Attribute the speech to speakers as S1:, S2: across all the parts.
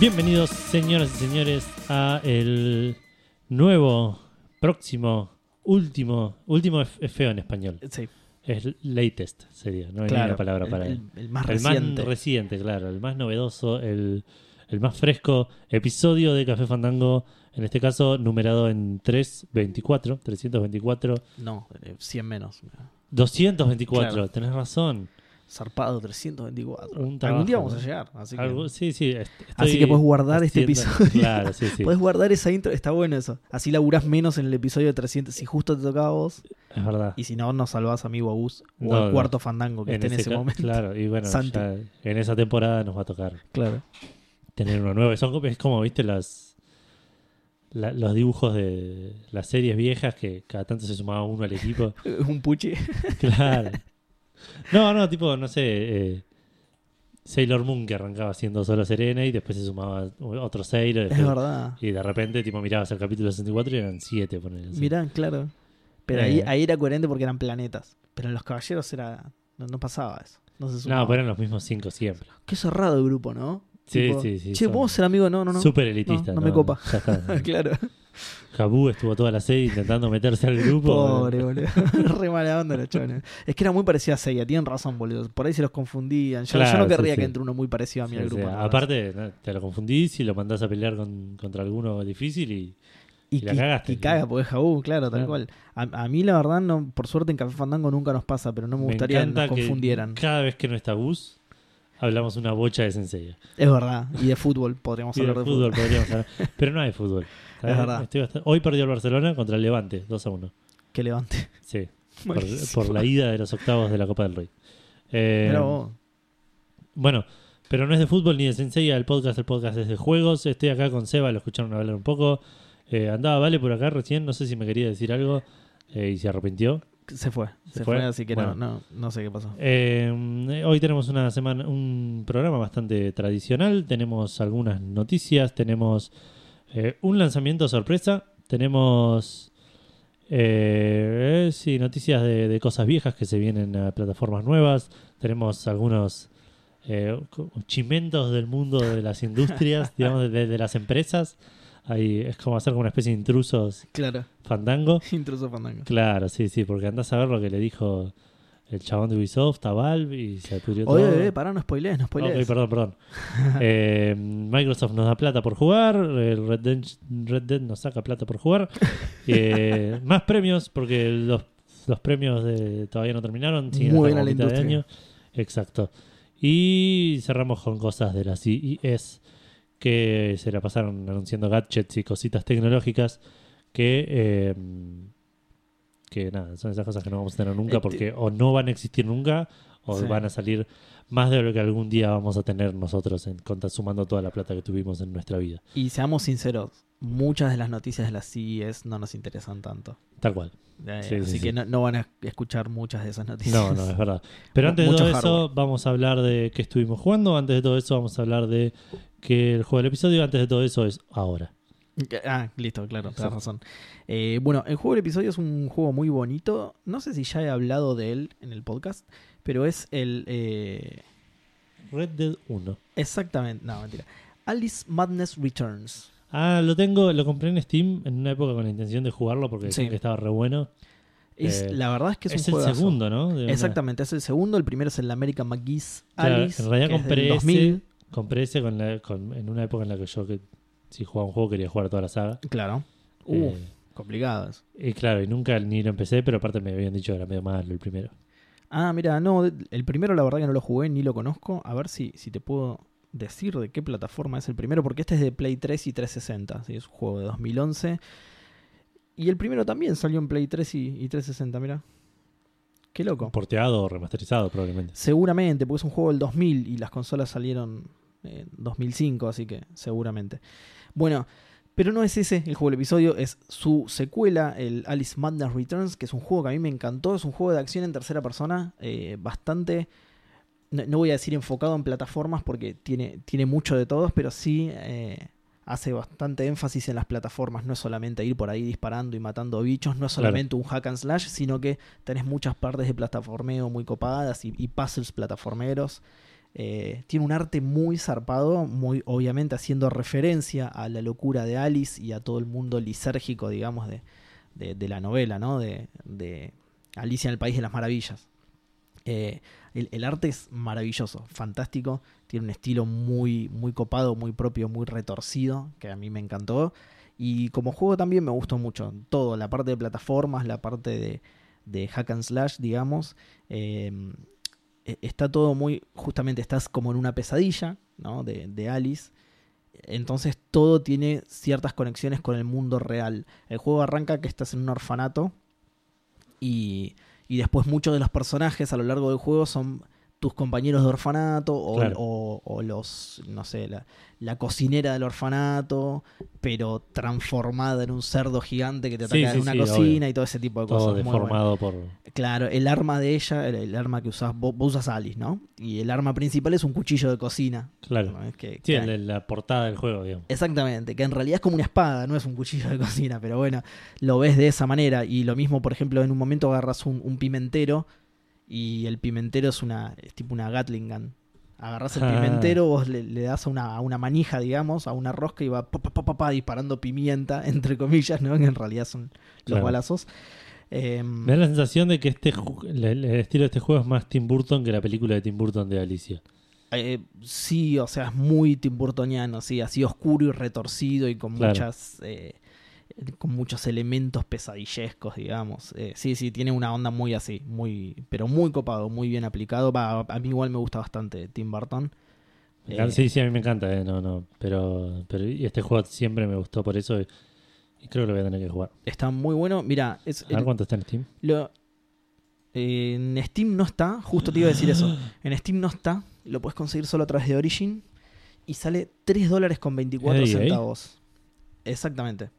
S1: Bienvenidos, señoras y señores, a el nuevo, próximo, último. Último es, es feo en español.
S2: Sí,
S1: Es latest, sería. No hay
S2: claro.
S1: una palabra para
S2: el,
S1: él.
S2: el- el más
S1: El
S2: reciente.
S1: más reciente, claro. El más novedoso, el, el más fresco episodio de Café Fandango. En este caso, numerado en 324, 324,
S2: No, eh, 100 menos.
S1: 224.
S2: Claro.
S1: Tenés razón.
S2: Zarpado 324.
S1: Un
S2: Algún
S1: trabajo.
S2: día vamos a llegar. Así que,
S1: Algo- sí, sí. est-
S2: Así
S1: estoy
S2: que podés guardar este
S1: haciendo-
S2: episodio.
S1: Claro, sí, sí.
S2: podés guardar esa intro. Está bueno eso. Así laburás menos en el episodio de 300 si justo te tocaba a vos.
S1: Es verdad.
S2: Y si no, nos salvás a mi Guabús o
S1: No,
S2: al
S1: no.
S2: cuarto fandango que esté este en ese,
S1: ca-
S2: momento.
S1: Claro, y bueno,
S2: Santi.
S1: ya en esa temporada nos va a tocar
S2: Claro.
S1: tener uno nuevo. Son, como- es como, viste, las, la- los dibujos de las series viejas que cada tanto se sumaba uno al equipo.
S2: Un puchi.
S1: claro. No, no, tipo, no sé. eh, Sailor Moon que arrancaba siendo solo Serena y después se sumaba otro Sailor.
S2: Es
S1: después-
S2: verdad.
S1: y de repente, tipo, mirabas el capítulo 64 y eran 7, ponele. así.
S2: Mirá, claro. Pero ahí,
S1: Eh.
S2: ahí era coherente porque eran planetas. Pero en los caballeros era no, no pasaba eso. No se sumaba.
S1: No, pero eran los mismos 5 siempre.
S2: Qué cerrado el grupo, ¿no?
S1: Sí, sí, sí,
S2: Che,
S1: son-
S2: ¿puedo ser amigo? No, no, no.
S1: Súper elitista.
S2: no me copa.
S1: ya está.
S2: claro.
S1: Jabú estuvo toda la serie intentando meterse al grupo.
S2: Pobre, boludo. Re mala onda los chones. Es que era muy parecida a Seiya, tienen razón, boludo. Por ahí se los confundían. Yo, yo
S1: Claro,
S2: no querría
S1: sí, sí.
S2: que entre uno muy parecido a mí
S1: Sí,
S2: al
S1: o
S2: grupo.
S1: sea,
S2: la verdad.
S1: aparte, no, te lo confundís y lo mandás a pelear con- contra alguno difícil y
S2: y,
S1: y la
S2: que-
S1: cagaste,
S2: y
S1: sí.
S2: caga, porque es Jabú, claro, tal
S1: Claro.
S2: cual. A, a mí, la verdad, no, por suerte en Café Fandango nunca nos pasa, pero no me
S1: me,
S2: gustaría que
S1: encanta
S2: nos
S1: que
S2: confundieran.
S1: cada vez que no está Gus, hablamos una bocha de Sensei.
S2: Es verdad. Y de fútbol, podríamos
S1: Y de
S2: hablar
S1: fútbol, podríamos hablar, pero no hay fútbol.
S2: Es verdad.
S1: Estoy bastante- Hoy perdió el Barcelona contra el Levante, 2 a 1.
S2: Que levante.
S1: Sí, por,
S2: Buenísimo.
S1: por la ida de los octavos de la Copa del Rey. Eh,
S2: Mirá vos.
S1: Bueno, pero no es de fútbol ni de Sensei, el podcast, el podcast es de juegos. Estoy acá con Seba, lo escucharon hablar un poco. Eh, andaba Vale por acá recién, no sé si me quería decir algo eh, y se arrepintió.
S2: Se fue. Se,
S1: ¿Se
S2: fue?
S1: fue?
S2: así que
S1: Bueno.
S2: no, no, no sé qué pasó.
S1: Eh, hoy tenemos una semana, un programa bastante tradicional. Tenemos algunas noticias, tenemos eh, un lanzamiento sorpresa, tenemos eh, eh, sí, noticias de, de cosas viejas que se vienen a plataformas nuevas, tenemos algunos eh, co- chimentos del mundo de las industrias, digamos, de, de las empresas. Ahí es como hacer como una especie de intrusos
S2: Claro.
S1: fandango.
S2: Intruso Fandango.
S1: Claro, sí, sí, porque andás a ver lo que le dijo el chabón de Ubisoft a Valve y se pudrió
S2: Oye,
S1: todo.
S2: oye, pará, no spoilees, no spoilees.
S1: Ok, perdón, perdón. Eh, Microsoft nos da plata por jugar, el Red Dead, Red Dead nos saca plata por jugar. Eh, más premios, porque los, los premios de- todavía no terminaron, siguen
S2: Muy
S1: hasta
S2: buena la
S1: mitad de
S2: industria.
S1: año. Exacto. Y cerramos con cosas de la CES, que se la pasaron anunciando gadgets y cositas tecnológicas que... eh, que nada, son esas cosas que no vamos a tener nunca
S2: Este-
S1: porque o no van a existir nunca o
S2: Sí.
S1: van a salir más de lo que algún día vamos a tener nosotros en, conta- sumando toda la plata que tuvimos en nuestra vida.
S2: Y seamos sinceros, muchas de las noticias de las CES no nos interesan tanto.
S1: Tal cual.
S2: Eh,
S1: Sí, sí,
S2: así
S1: sí.
S2: que no, no van a escuchar muchas de esas noticias.
S1: No, no, es verdad. Pero antes de
S2: Mucho
S1: todo eso, vamos a hablar de qué estuvimos jugando. Antes de todo eso, vamos a hablar de que el juego del episodio. Antes de todo eso, es ahora.
S2: Ah, listo, claro, tenés
S1: Sí.
S2: razón. Eh, bueno, el juego del episodio es un juego muy bonito. No sé si ya he hablado de él en el podcast, pero es el... eh,
S1: Red Dead 1.
S2: exactamente, no, mentira. Alice Madness Returns.
S1: Ah, lo tengo, lo compré en Steam en una época con la intención de jugarlo porque
S2: Sí.
S1: decían que estaba re bueno.
S2: Es,
S1: Eh,
S2: la verdad es que es,
S1: Es,
S2: un
S1: el
S2: juegazo.
S1: segundo, ¿no? De una-
S2: Exactamente, es el segundo. El primero es el American McGee's
S1: Claro,
S2: Alice.
S1: en realidad
S2: que es del
S1: compré ese.
S2: 2000.
S1: Compré ese con la- con- en una época en la que yo, que, si jugaba un juego, quería jugar toda la saga.
S2: Claro. Uh,
S1: Eh,
S2: complicados.
S1: Y claro, y nunca ni lo empecé, pero aparte me habían dicho que era medio malo el primero.
S2: Ah, mira, no, el primero la verdad que no lo jugué ni lo conozco. A ver si, si te puedo decir de qué plataforma es el primero, porque este es de Play 3 y 360, ¿sí? es un juego de 2011. Y el primero también salió en Play 3 y, y 360, mira. Qué loco.
S1: Porteado o remasterizado, probablemente.
S2: Seguramente, porque es un juego del 2000 y las consolas salieron en 2005, así que seguramente. Bueno, pero no es ese el juego del episodio, es su secuela, el Alice Madness Returns, que es un juego que a mí me encantó, es un juego de acción en tercera persona, eh, bastante... No, no voy a decir enfocado en plataformas porque tiene, tiene mucho de todos, pero sí eh, hace bastante énfasis en las plataformas. No es solamente ir por ahí disparando y matando bichos, no es
S1: Claro.
S2: solamente un hack and slash, sino que tenés muchas partes de plataformeo muy copadas y, y puzzles plataformeros. Eh, tiene un arte muy zarpado, muy obviamente haciendo referencia a la locura de Alice y a todo el mundo lisérgico, digamos, de, de, de la novela, ¿no? De, de Alicia en el País de las Maravillas. Eh, el, el, arte es maravilloso, fantástico, tiene un estilo muy, muy copado, muy propio, muy retorcido, que a mí me encantó. Y como juego también me gustó mucho, todo, la parte de plataformas, la parte de, de hack and slash, digamos. Eh, está todo muy, justamente estás como en una pesadilla, ¿no? De, de, Alice. Entonces todo tiene ciertas conexiones con el mundo real. El juego arranca que estás en un orfanato y, y después muchos de los personajes a lo largo del juego son tus compañeros de orfanato o, claro. o, o los, no sé, la, la, cocinera del orfanato, pero transformada en un cerdo gigante que te ataca sí, en sí, una sí, cocina obvio. y todo ese tipo de
S1: todo
S2: cosas.
S1: Deformado muy bueno.
S2: por... Claro, el arma de ella, el, el arma que usas, vos, vos, usas Alice, ¿no? Y el arma principal es un cuchillo de cocina.
S1: Claro.
S2: ¿no?
S1: Es que, sí, que... la portada del juego, digamos.
S2: Exactamente, que en realidad es como una espada, no es un cuchillo de cocina, pero bueno, lo ves de esa manera. Y lo mismo, por ejemplo, en un momento agarras un, un pimentero y el pimentero es una es tipo una Gatling gun. Agarras el ah. pimentero, vos le, le das a una, a una, manija, digamos, a una rosca y va pa, pa, pa, pa disparando pimienta, entre comillas, ¿no? Que en realidad son los claro. balazos. Em,
S1: Eh,
S2: Mm.
S1: Me da la sensación de que este el, el, estilo de este juego es más Tim Burton que la película de Tim Burton de Alicia.
S2: Eh, sí, o sea, es muy Tim Burtoniano, sí, así oscuro y retorcido y con claro. muchas. Eh, con muchos elementos pesadillescos, digamos. Eh, sí, sí, tiene una onda muy así, muy, pero muy copado, muy bien aplicado. Va, a mí igual me gusta bastante Tim Burton.
S1: Eh, sí, sí, a mí me encanta, eh. no, no, pero, pero este juego siempre me gustó por eso y, y creo que lo voy a tener que jugar.
S2: Está muy bueno, mira, es...
S1: A ver cuánto está en Steam.
S2: Lo, en Steam no está, justo te iba a decir eso. En Steam no está, lo puedes conseguir solo a través de Origin y sale 3 dólares con 24 hey, centavos. Hey. Exactamente.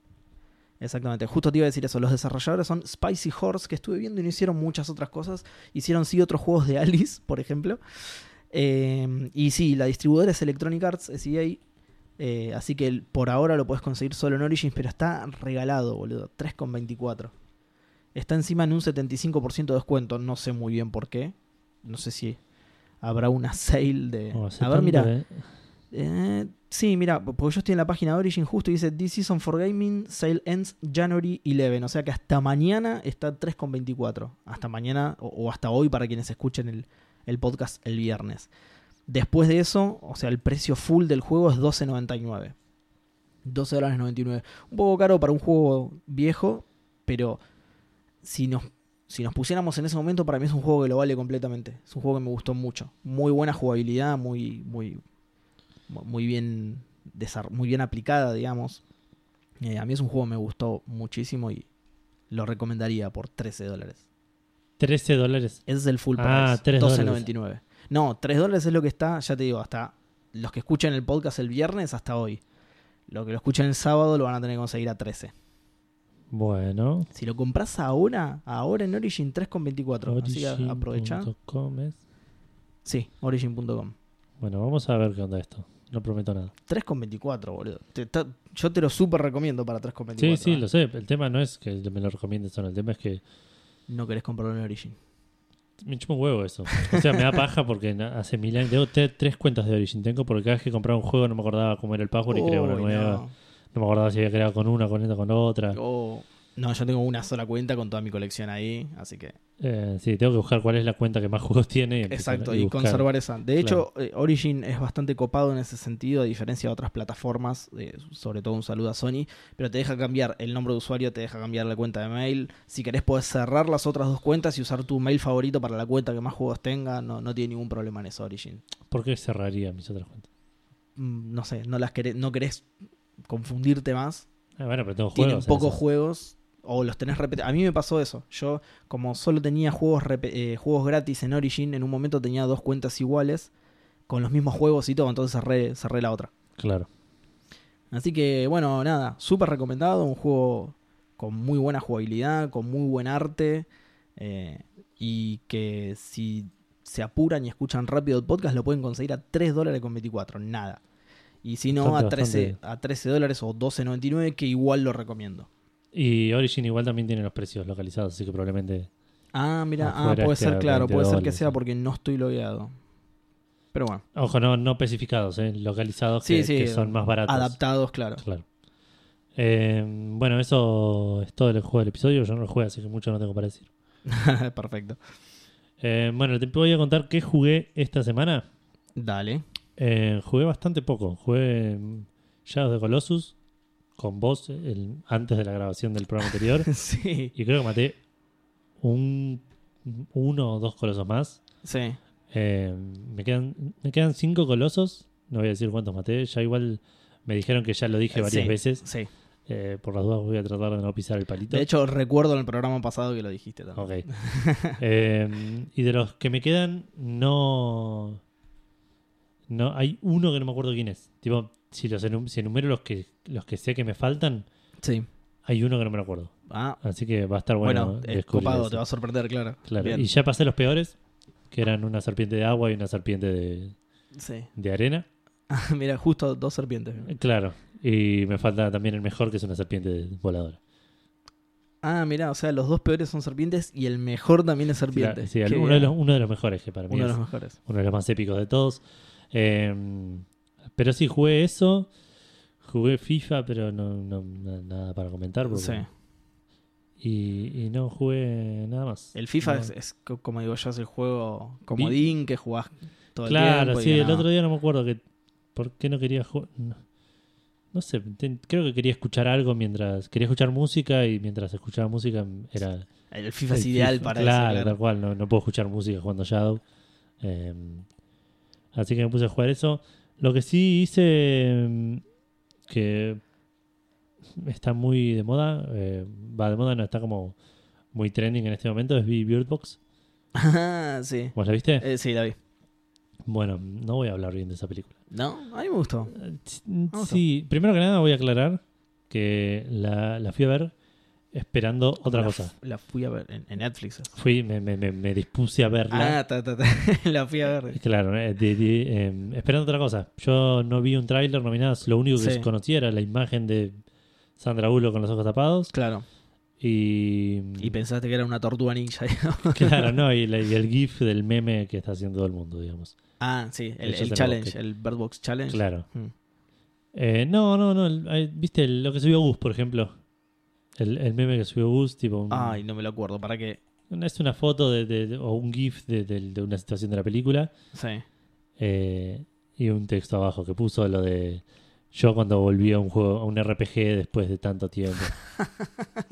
S2: Exactamente, justo te iba a decir eso. Los desarrolladores son Spicy Horse, que estuve viendo y no hicieron muchas otras cosas. Hicieron sí otros juegos de Alice, por ejemplo. Eh, y sí, la distribuidora es Electronic Arts, es EA. Eh, así que por ahora lo puedes conseguir solo en Origins, pero está regalado, boludo. 3,24. Está encima en un 75% de descuento. No sé muy bien por qué. No sé si habrá una sale de.
S1: Oh,
S2: a ver, mira. Eh, sí, mira, porque yo estoy en la página de Origin justo y dice This Season for Gaming Sale Ends January 11. O sea que hasta mañana está 3,24. Hasta mañana o, o, hasta hoy para quienes escuchen el, el, podcast el viernes. Después de eso, o sea, el precio full del juego es 12,99. 12 dólares 99. Un poco caro para un juego viejo, pero si nos, si nos pusiéramos en ese momento, para mí es un juego que lo vale completamente. Es un juego que me gustó mucho. Muy buena jugabilidad, muy, muy, muy bien, muy bien aplicada, digamos. Eh, a mí es un juego que me gustó muchísimo y lo recomendaría por 13 dólares.
S1: 13 dólares.
S2: Ese es el full ah, price. 12.99. No, 3 dólares es lo que está, ya te digo, hasta los que escuchan el podcast el viernes hasta hoy. Lo que lo escuchan el sábado lo van a tener que conseguir a 13.
S1: Bueno.
S2: Si lo compras ahora, ahora en Origin 3.24. Así que aprovecha.
S1: Es...
S2: Sí, origin.com.
S1: Bueno, vamos a ver qué onda esto. No prometo nada.
S2: 3,24, boludo. Te, te, yo te lo súper recomiendo para 3,24. Sí,
S1: sí, ¿eh? lo sé. El tema no es que me lo recomiendes, no. El tema es que.
S2: No querés comprarlo en Origin.
S1: Me chupa un huevo eso. O sea, me da paja porque hace mil años. Debo tener tres cuentas de Origin. Tengo porque cada vez que compraba un juego no me acordaba cómo era el password y creaba una nueva. No. no. me acordaba si había creado con una, con esta, con otra.
S2: Oh. No, yo tengo una sola cuenta con toda mi colección ahí, así que.
S1: Eh, sí, tengo que buscar cuál es la cuenta que más juegos tiene. Y
S2: Exacto, y, buscar. conservar esa. De hecho, claro. eh, Origin es bastante copado en ese sentido, a diferencia de otras plataformas, eh, sobre todo un saludo a Sony, pero te deja cambiar el nombre de usuario, te deja cambiar la cuenta de mail. Si querés, podés cerrar las otras dos cuentas y usar tu mail favorito para la cuenta que más juegos tenga. No, no tiene ningún problema en eso, Origin.
S1: ¿Por qué cerraría mis otras cuentas?
S2: Mm, no sé, no las querés, no querés confundirte más.
S1: Ah, bueno, pero tengo
S2: Tienen
S1: juegos.
S2: pocos esas. juegos o los tenés repetidos. A mí me pasó eso. Yo, como solo tenía juegos, eh, juegos gratis en Origin, en un momento tenía dos cuentas iguales con los mismos juegos y todo, entonces cerré, cerré la otra.
S1: Claro.
S2: Así que, bueno, nada, súper recomendado. Un juego con muy buena jugabilidad, con muy buen arte. Eh, y que si se apuran y escuchan rápido el podcast, lo pueden conseguir a 3 dólares con 24. Nada. Y si no, bastante, a 13, bastante. a 13 dólares o 12.99, que igual lo recomiendo.
S1: Y Origin igual también tiene los precios localizados, así que probablemente.
S2: Ah, mira, ah, puede ser, claro, puede ser que sea porque no estoy logueado. Pero bueno,
S1: Ojo, no, no especificados, eh, localizados
S2: Sí,
S1: que,
S2: sí,
S1: que son más baratos.
S2: adaptados, claro.
S1: Claro. Eh, bueno, eso es todo el juego del episodio. Yo no lo juego, así que mucho no tengo para decir.
S2: Perfecto.
S1: Eh, bueno, te voy a contar qué jugué esta semana.
S2: Dale.
S1: Eh, jugué bastante poco. Jugué mm, Shadows de Colossus con vos el- antes de la grabación del programa anterior.
S2: sí,
S1: y creo que maté un, uno o dos colosos más.
S2: sí.
S1: Eh, me, quedan, me quedan cinco colosos. No voy a decir cuántos maté. Ya igual me dijeron que ya lo dije
S2: Eh,
S1: varias
S2: sí.
S1: veces.
S2: Sí.
S1: Eh, por las dudas voy a tratar de no pisar el palito.
S2: De hecho, recuerdo en el programa pasado que lo dijiste también.
S1: Ok. Eh, y de los que me quedan, no. No, hay uno que no me acuerdo quién es. Tipo, si los enum- si enumero los que los que sé que me faltan,
S2: Sí.
S1: hay uno que no me lo acuerdo.
S2: Ah,
S1: Así que va a estar bueno,
S2: bueno, es
S1: descubrir
S2: copado,
S1: eso.
S2: te va a sorprender, claro.
S1: Claro.
S2: Bien.
S1: Y ya pasé los peores, que eran una serpiente de agua y una serpiente de,
S2: Sí.
S1: de arena.
S2: Mira, justo dos serpientes.
S1: Eh, Claro. Y me falta también el mejor, que es una serpiente de- voladora.
S2: Ah, mira, o sea, los dos peores son serpientes y el mejor también es serpiente.
S1: Claro, sí,
S2: Qué
S1: uno, de
S2: bien.
S1: los, uno de los mejores, que para mí
S2: Uno de
S1: es
S2: los mejores.
S1: uno de los más épicos de todos. Eh, pero sí, jugué eso. Jugué FIFA, pero no, no- na- nada para comentar. porque-
S2: Sí.
S1: y, y no jugué nada más.
S2: El FIFA
S1: No.
S2: es, es co- como digo yo, es el juego comodín que jugás todo el
S1: Claro,
S2: tiempo. y
S1: sí,
S2: que
S1: el
S2: no.
S1: otro día no me acuerdo que. ¿Por qué no quería jugar? No, no sé, te- creo que quería escuchar algo mientras. Quería escuchar música y mientras escuchaba música era.
S2: El FIFA es
S1: el
S2: ideal
S1: FIFA.
S2: para
S1: Claro,
S2: eso.
S1: tal cual, no, no puedo escuchar música jugando Shadow. Eh, así que me puse a jugar eso. Lo que sí hice. eh, que está muy de moda. eh, va de moda, no está como muy trending en este momento. Es vi Bird Box.
S2: Ah, sí.
S1: ¿Vos la viste?
S2: Eh, sí, la vi.
S1: Bueno, no voy a hablar bien de esa película.
S2: No, a mí me gustó. Vamos
S1: Sí, primero que nada voy a aclarar que la, la fui a ver esperando otra
S2: la,
S1: cosa.
S2: La fui a ver en, en Netflix.
S1: Fui, me, me- me- me dispuse a verla.
S2: Ah, ta, ta, ta. la fui a ver.
S1: Claro, eh, de- de, eh, esperando otra cosa. Yo no vi un tráiler, no vi nada. Lo único que
S2: Sí.
S1: conocía era la imagen de Sandra Bullock con los ojos tapados.
S2: Claro.
S1: Y,
S2: Y pensaste que era una tortuga ninja. digamos.
S1: claro, no, y, la- y el GIF del meme que está haciendo todo el mundo, digamos.
S2: ah, sí, el,
S1: Eso te
S2: el
S1: lo
S2: challenge,
S1: busqué.
S2: el Bird Box Challenge.
S1: Claro.
S2: Mm.
S1: Eh, no, no, no. el- eh, ¿Viste el- lo que subió Gus, por ejemplo? El, el meme que subió Gus, tipo un,
S2: Ay, no me lo acuerdo. ¿Para qué?
S1: Una- Es una foto de, de- de- o un GIF de, de- de una situación de la película
S2: Sí.
S1: eh, y un texto abajo que puso lo de yo cuando volví a un juego, a un RPG después de tanto tiempo.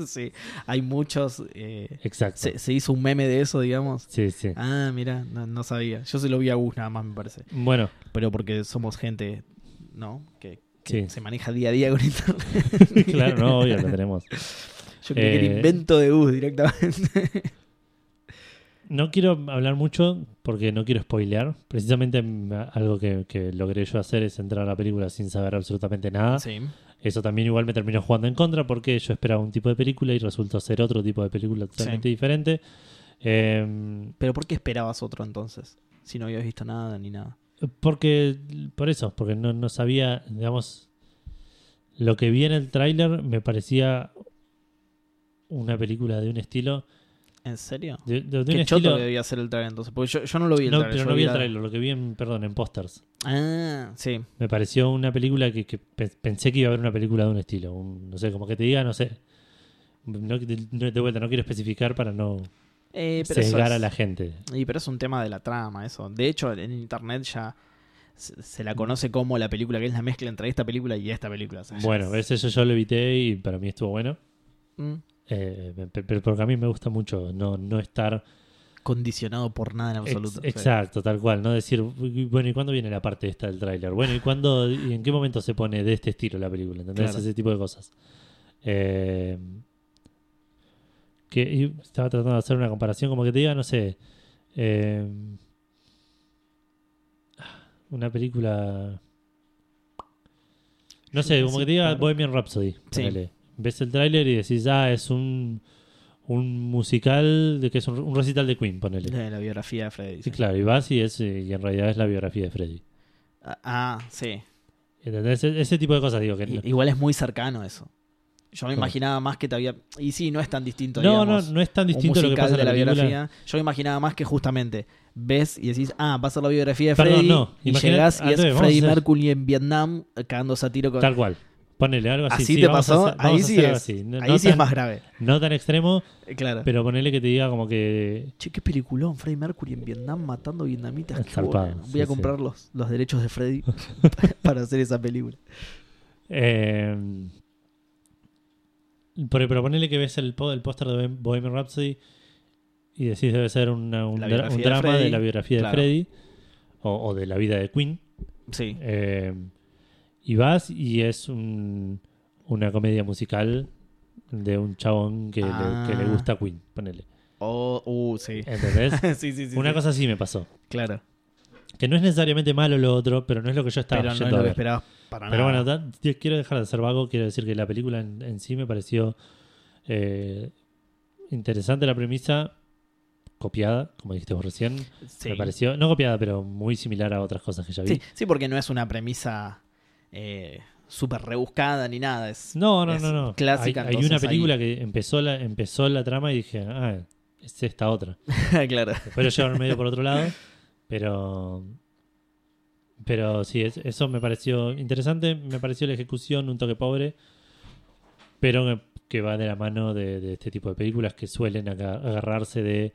S2: sí. Hay muchos. eh,
S1: Exacto. Sí,
S2: se, se hizo un meme de eso, digamos.
S1: sí.
S2: Ah, mira, no, no sabía. Yo se lo vi a Gus nada más, me parece.
S1: Bueno,
S2: Pero porque somos gente, ¿no? Que, que
S1: Sí.
S2: se maneja día a día con internet.
S1: claro, no, obvio, lo tenemos.
S2: Yo creí que
S1: Eh,
S2: era invento de Gus directamente.
S1: No quiero hablar mucho porque no quiero spoilear. Precisamente mm, algo que, que logré yo hacer es entrar a la película sin saber absolutamente nada.
S2: sí.
S1: Eso también igual me terminó jugando en contra porque yo esperaba un tipo de película y resultó ser otro tipo de película totalmente diferente. Em,
S2: Pero ¿por qué esperabas otro entonces? Si no habías visto nada ni nada.
S1: Porque, por eso, porque no, no sabía, digamos, lo que vi en el tráiler me parecía una película de un estilo.
S2: ¿En serio?
S1: De, de- de un
S2: Qué choto
S1: estilo
S2: que debía ser el trailer entonces. Porque yo, yo no lo vi el
S1: no,
S2: trailer.
S1: pero no vi el tráiler, lo que vi en, perdón, en pósters.
S2: Ah, sí.
S1: Me pareció una película que, que pe- pensé que iba a haber una película de un estilo. un- no sé, como que te diga, no sé. No- de, no- de vuelta, no quiero especificar para no
S2: Eh, pero eso
S1: sesgar a
S2: es-
S1: la gente.
S2: Y pero es un tema de la trama, eso. De hecho, en internet ya se, se la conoce como la película, que es la mezcla entre esta película y esta película. O sea, ya
S1: Bueno,
S2: es-
S1: eso yo, yo lo evité y para mí estuvo bueno.
S2: Mm.
S1: Eh, pe- pe- pero porque a mí me gusta mucho no, no estar
S2: Condicionado por nada en
S1: Ex-
S2: absoluto.
S1: Exacto, tal cual. No decir, "Uy, bueno, ¿y cuándo viene la parte esta del tráiler? Bueno, ¿y cuándo y en qué momento se pone de este estilo la película? ¿Entendés?
S2: Claro.
S1: Ese tipo de cosas. Eh, que y estaba tratando de hacer una comparación, como que te diga, no sé. eh, una película. No sé, como que te diga Bohemian Rhapsody. ponele. Ves el tráiler y decís, ah, es un. Un musical, de que es un, un recital de Queen, ponele.
S2: Sí. La, la biografía de Freddy.
S1: Sí,
S2: sí.
S1: claro, y vas y, es, eh, y en realidad es la biografía de Freddy.
S2: Ah, ah, sí.
S1: ¿Entendés? E- Ese tipo de cosas, digo que
S2: I-
S1: no-
S2: Igual es muy cercano eso. Yo me imaginaba más que te había. Y sí, no es tan distinto.
S1: No, no,
S2: digamos,
S1: no es tan
S2: un
S1: distinto lo que
S2: musical
S1: pasa en la,
S2: de la
S1: película.
S2: biografía. Yo me imaginaba más que justamente ves y decís, ah, va a ser la biografía de
S1: Perdón,
S2: Freddy.
S1: no.
S2: Y
S1: Imagina-
S2: llegás y
S1: al
S2: es
S1: revés, vamos a
S2: Freddie
S1: hacer-
S2: Mercury en Vietnam eh, cagándose a tiro con.
S1: Tal cual. Ponele algo así.
S2: así
S1: sí,
S2: te
S1: vamos a
S2: pasó.
S1: hacer- vamos a
S2: ahí sí
S1: hacer algo
S2: es.
S1: así. No,
S2: ahí
S1: no
S2: sí
S1: tan,
S2: es más grave.
S1: No tan extremo,
S2: Eh, Claro.
S1: pero ponele que te diga como que.
S2: Che, qué peliculón, Freddie Mercury en Vietnam matando vietnamitas.
S1: Es
S2: qué
S1: zarpado,
S2: bueno. Voy
S1: sí,
S2: a comprar
S1: sí.
S2: los, los derechos de Freddy para hacer esa película.
S1: eh, pero, pero ponele que ves el, po- el póster de Bohem- Bohemian Rhapsody y decís debe ser una- un,
S2: La
S1: dra-
S2: biografía
S1: un
S2: de
S1: drama de,
S2: Freddy,
S1: la biografía
S2: claro.
S1: de Freddy o, o de la vida de Queen.
S2: Sí.
S1: Eh, y vas y es un- una comedia musical de un chabón que,
S2: Ah.
S1: le, que le gusta Queen, ponele.
S2: Oh, uh, sí.
S1: ¿Entendés?
S2: sí, sí, sí.
S1: una
S2: sí.
S1: cosa así me pasó.
S2: Claro.
S1: Que no es necesariamente malo lo otro, pero no es lo que yo estaba
S2: Pero no es
S1: yendo
S2: lo
S1: a
S2: que
S1: ver.
S2: esperabas para
S1: Pero bueno,
S2: nada.
S1: da- tío, quiero dejar de ser vago, quiero decir que la película en, en sí me pareció eh, interesante la premisa, copiada, como dijiste vos recién.
S2: sí.
S1: Me pareció, no copiada, pero muy similar a otras cosas que ya vi.
S2: Sí, sí, porque no es una premisa eh, súper rebuscada ni nada. Es,
S1: No, no,
S2: es
S1: no, no.
S2: clásica,
S1: hay, hay
S2: entonces,
S1: una película que empezó la, empezó la trama y dije, ah, es esta otra.
S2: claro.
S1: Después lo llevaron medio por otro lado, pero... Pero sí, es- eso me pareció interesante, me pareció la ejecución un toque pobre, pero que- que va de la mano de, de este tipo de películas que suelen aga- agarrarse de,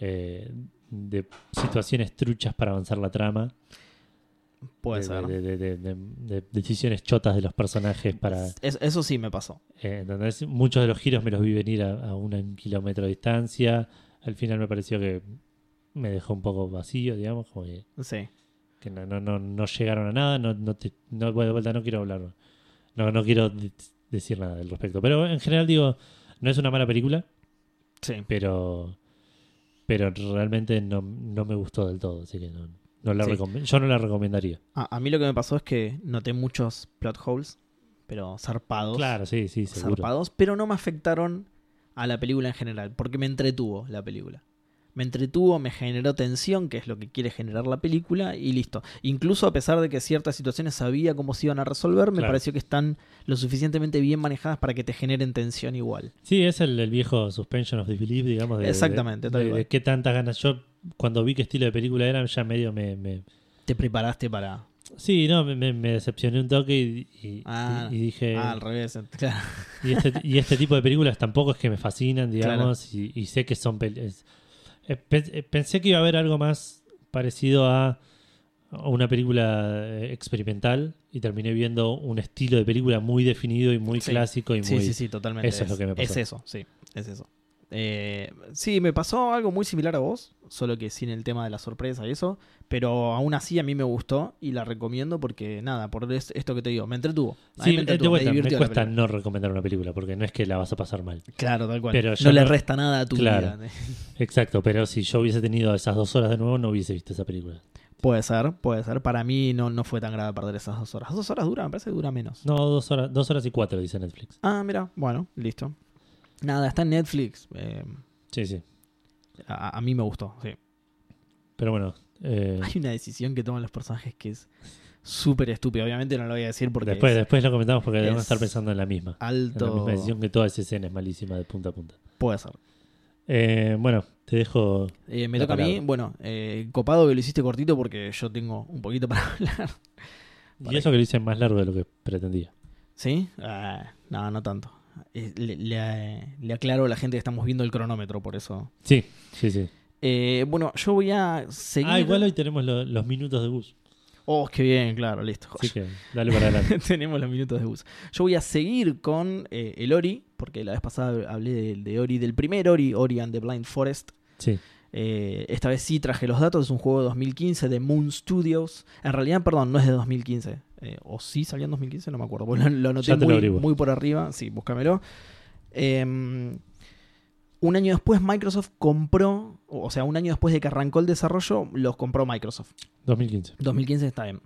S1: eh, de situaciones truchas para avanzar la trama,
S2: Puede
S1: de,
S2: ser.
S1: de- de- de- de- de decisiones chotas de los personajes para...
S2: Es- eso sí me pasó.
S1: Eh, ¿entendés? Muchos de los giros me los vi venir a, a un kilómetro de distancia. Al final me pareció que me dejó un poco vacío, digamos, como que,
S2: Sí.
S1: que no, no, no, no llegaron a nada. No, no, te- no- bueno, de vuelta, no quiero hablar. No, no quiero de- decir nada al respecto. Pero en general digo, no es una mala película,
S2: Sí.
S1: pero pero realmente no, no me gustó del todo. Así que no, no la
S2: Sí.
S1: recome- yo no la recomendaría.
S2: A, a mí lo que me pasó es que noté muchos plot holes, pero zarpados.
S1: Claro, sí, sí, seguro.
S2: zarpados, pero no me afectaron a la película en general, porque me entretuvo la película. Me entretuvo, me generó tensión, que es lo que quiere generar la película, y listo. Incluso a pesar de que ciertas situaciones sabía cómo se iban a resolver, me
S1: Claro.
S2: pareció que están lo suficientemente bien manejadas para que te generen tensión igual.
S1: Sí, es el, el viejo suspension of disbelief, digamos. De,
S2: Exactamente,
S1: de,
S2: tal
S1: de-
S2: cual.
S1: de qué tantas ganas. Yo, cuando vi qué estilo de película era, ya medio me. me-
S2: Te preparaste para.
S1: sí, no, me, me- me decepcioné un toque y, y-
S2: Ah,
S1: y- y dije.
S2: ah, al revés. Claro.
S1: y, este, y este tipo de películas tampoco es que me fascinan, digamos, y, y sé que son. pel- es- eh, pen- eh, pensé que iba a haber algo más parecido a a una película eh, experimental y terminé viendo un estilo de película muy definido y muy
S2: Sí.
S1: clásico y
S2: Sí,
S1: muy
S2: sí, sí, totalmente.
S1: Eso es lo que me pasó.
S2: Es eso, sí, es eso. Eh, sí, me pasó algo muy similar a vos, solo que sin el tema de la sorpresa y eso, pero aún así a mí me gustó y la recomiendo porque, nada, por es- esto que te digo, me entretuvo. A mí
S1: Sí,
S2: me
S1: de
S2: entretuvo,
S1: vuelta, me,
S2: divirtió la
S1: cuesta
S2: película.
S1: no recomendar una película porque no es que la vas a pasar mal.
S2: Claro, tal cual.
S1: pero
S2: no
S1: yo
S2: le
S1: no-
S2: resta nada a tu
S1: Claro.
S2: vida.
S1: Exacto, pero si yo hubiese tenido esas dos horas de nuevo, no hubiese visto esa película.
S2: Puede ser, puede ser. Para mí no, no fue tan grave perder esas dos horas. Dos horas dura, me parece que dura menos.
S1: No, dos horas, dos horas y cuatro, dice Netflix.
S2: Ah, mira, bueno, listo. Nada, está en Netflix. eh,
S1: Sí, sí.
S2: a, a mí me gustó, sí.
S1: Pero bueno, eh,
S2: Hay una decisión que toman los personajes que es súper estúpida. Obviamente no lo voy a decir porque
S1: después,
S2: es
S1: después lo comentamos porque
S2: es
S1: debemos estar pensando en la misma. En la
S2: alto.
S1: misma decisión que toda esa escena es malísima de punta a punta.
S2: Puede ser.
S1: Eh, bueno, te dejo.
S2: Eh, me
S1: La
S2: toca a mí.
S1: palabra.
S2: Bueno, eh, copado que lo hiciste cortito porque yo tengo un poquito para hablar.
S1: y eso que lo hice más largo de lo que pretendía.
S2: ¿Sí? Ah, no, no tanto. Eh, Le, le- le aclaro a la gente que estamos viendo el cronómetro, por eso.
S1: Sí, sí, sí.
S2: Eh, bueno, yo voy a seguir.
S1: Ah, igual hoy tenemos lo- los minutos de bus.
S2: Oh, qué bien, claro, listo.
S1: Así que dale para adelante.
S2: Tenemos los minutos de bus. Yo voy a seguir con eh, el Ori, porque la vez pasada hablé del de Ori, del primer Ori, Ori and the Blind Forest.
S1: Sí.
S2: Eh, esta vez sí traje los datos, es un juego de 2015 de Moon Studios. En realidad, perdón, no es de 2015. Eh, o sí salió en 2015, no me acuerdo. Bueno, lo, lo
S1: Ya te
S2: anoté
S1: lo
S2: muy,
S1: averiguo.
S2: muy por arriba, sí, búscamelo. Eh, un año después Microsoft compró, o sea, un año después de que arrancó el desarrollo, los compró Microsoft.
S1: 2015.
S2: 2015 está bien.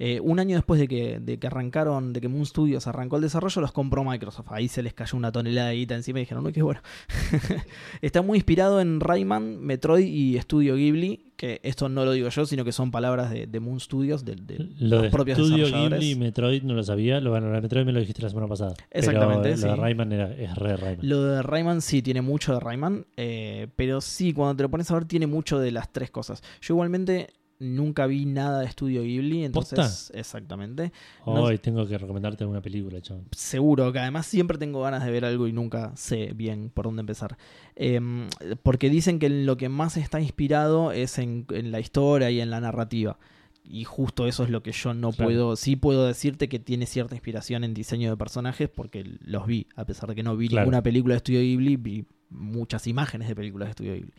S2: Eh, un año después de que, de que arrancaron, de que Moon Studios arrancó el desarrollo, los compró Microsoft. Ahí se les cayó una tonelada de guita encima y dijeron, no, qué bueno. Está muy inspirado en Rayman, Metroid y Studio Ghibli, que esto no lo digo yo, sino que son palabras de, de Moon Studios, de, de
S1: Lo
S2: los
S1: de
S2: propios
S1: Studio
S2: desarrolladores.
S1: Ghibli y Metroid no lo sabía. Lo, bueno, lo de Metroid me lo dijiste la semana pasada.
S2: Exactamente,
S1: Pero, eh, Lo de
S2: sí.
S1: Rayman era- es re Rayman.
S2: Lo de Rayman sí tiene mucho de Rayman, eh, pero sí, cuando te lo pones a ver, tiene mucho de las tres cosas. Yo igualmente nunca vi nada de Studio Ghibli, entonces, exactamente. no-
S1: Hoy tengo que recomendarte una película, chabón.
S2: Seguro que además siempre tengo ganas de ver algo y nunca sé bien por dónde empezar. Em, porque dicen que lo que más está inspirado es en, en la historia y en la narrativa. Y justo eso es lo que yo no
S1: Claro.
S2: puedo. Sí puedo decirte que tiene cierta inspiración en diseño de personajes porque los vi, a pesar de que no vi
S1: Claro.
S2: ninguna película de Studio Ghibli, vi muchas imágenes de películas de Studio Ghibli.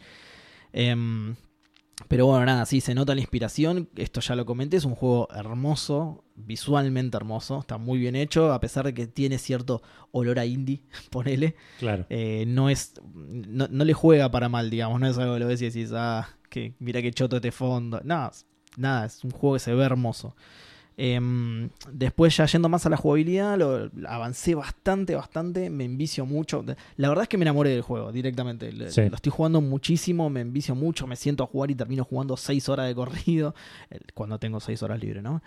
S2: Em, pero bueno, nada, sí, se nota la inspiración. Esto ya lo comenté, es un juego hermoso, visualmente hermoso, está muy bien hecho, a pesar de que tiene cierto olor a indie, ponele.
S1: Claro.
S2: Eh, no es. No, no le juega para mal, digamos, no es algo que lo ves y decís, ah, que, mira qué choto este fondo. No, es- nada, es un juego que se ve hermoso. Em, después, ya yendo más a la jugabilidad, lo, avancé bastante, bastante, me envicio mucho. La verdad es que me enamoré del juego directamente. Le-
S1: Sí.
S2: Lo estoy jugando muchísimo, me envicio mucho, me siento a jugar y termino jugando 6 horas de corrido. eh, Cuando tengo 6 horas libre, ¿no?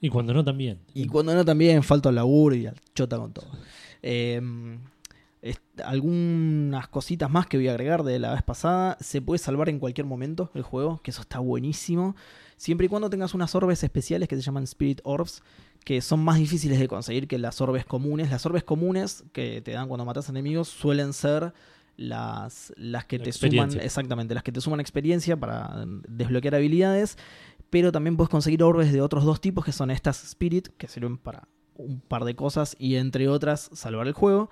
S1: Y cuando no, también.
S2: Y cuando no, también falta al laburo y al chota con todo. Eh, es- algunas cositas más que voy a agregar de la vez pasada. Se puede salvar en cualquier momento el juego, que eso está buenísimo. Siempre y cuando tengas unas orbes especiales que se llaman Spirit Orbs, que son más difíciles de conseguir que las orbes comunes. Las orbes comunes que te dan cuando matas enemigos suelen ser las, las que
S1: La
S2: te suman,
S1: experiencia.
S2: exactamente, las que te suman experiencia para mm, desbloquear habilidades pero también puedes conseguir orbes de otros dos tipos que son estas Spirit, que sirven para un par de cosas y entre otras salvar el juego,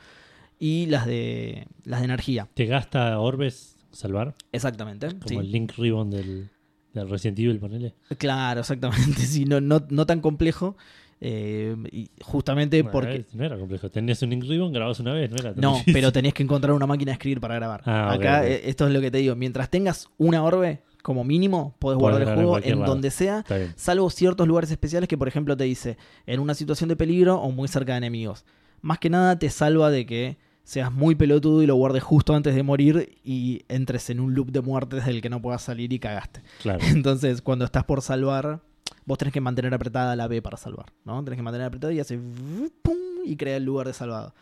S2: y las de las de energía,
S1: ¿Te gasta Orbes salvar?
S2: exactamente.
S1: Como
S2: sí.
S1: el Link Ribbon del, del Resident Evil, ponele.
S2: Claro, exactamente, sí, no, no, no tan complejo, eh, y justamente
S1: Bueno,
S2: porque...
S1: eh, No era complejo. Tenías un Link Ribbon, grababas una vez, no era tan
S2: No,
S1: difícil.
S2: pero tenés que encontrar una máquina de escribir para grabar.
S1: Ah, ok,
S2: Acá
S1: ok.
S2: eh, esto es lo que te digo, mientras tengas una orbe como mínimo,
S1: Podés
S2: podés guardar el
S1: grabar en
S2: juego
S1: cualquier
S2: en
S1: lado.
S2: donde sea
S1: Está bien.
S2: Salvo ciertos lugares especiales que, por ejemplo, te dice en una situación de peligro o muy cerca de enemigos. Más que nada te salva de que seas muy pelotudo y lo guardes justo antes de morir y entres en un loop de muertes del que no puedas salir y cagaste.
S1: Claro.
S2: Entonces, cuando estás por salvar, vos tenés que mantener apretada la B para salvar, ¿no? Tenés que mantener apretada y hace pum y crea el lugar de salvado.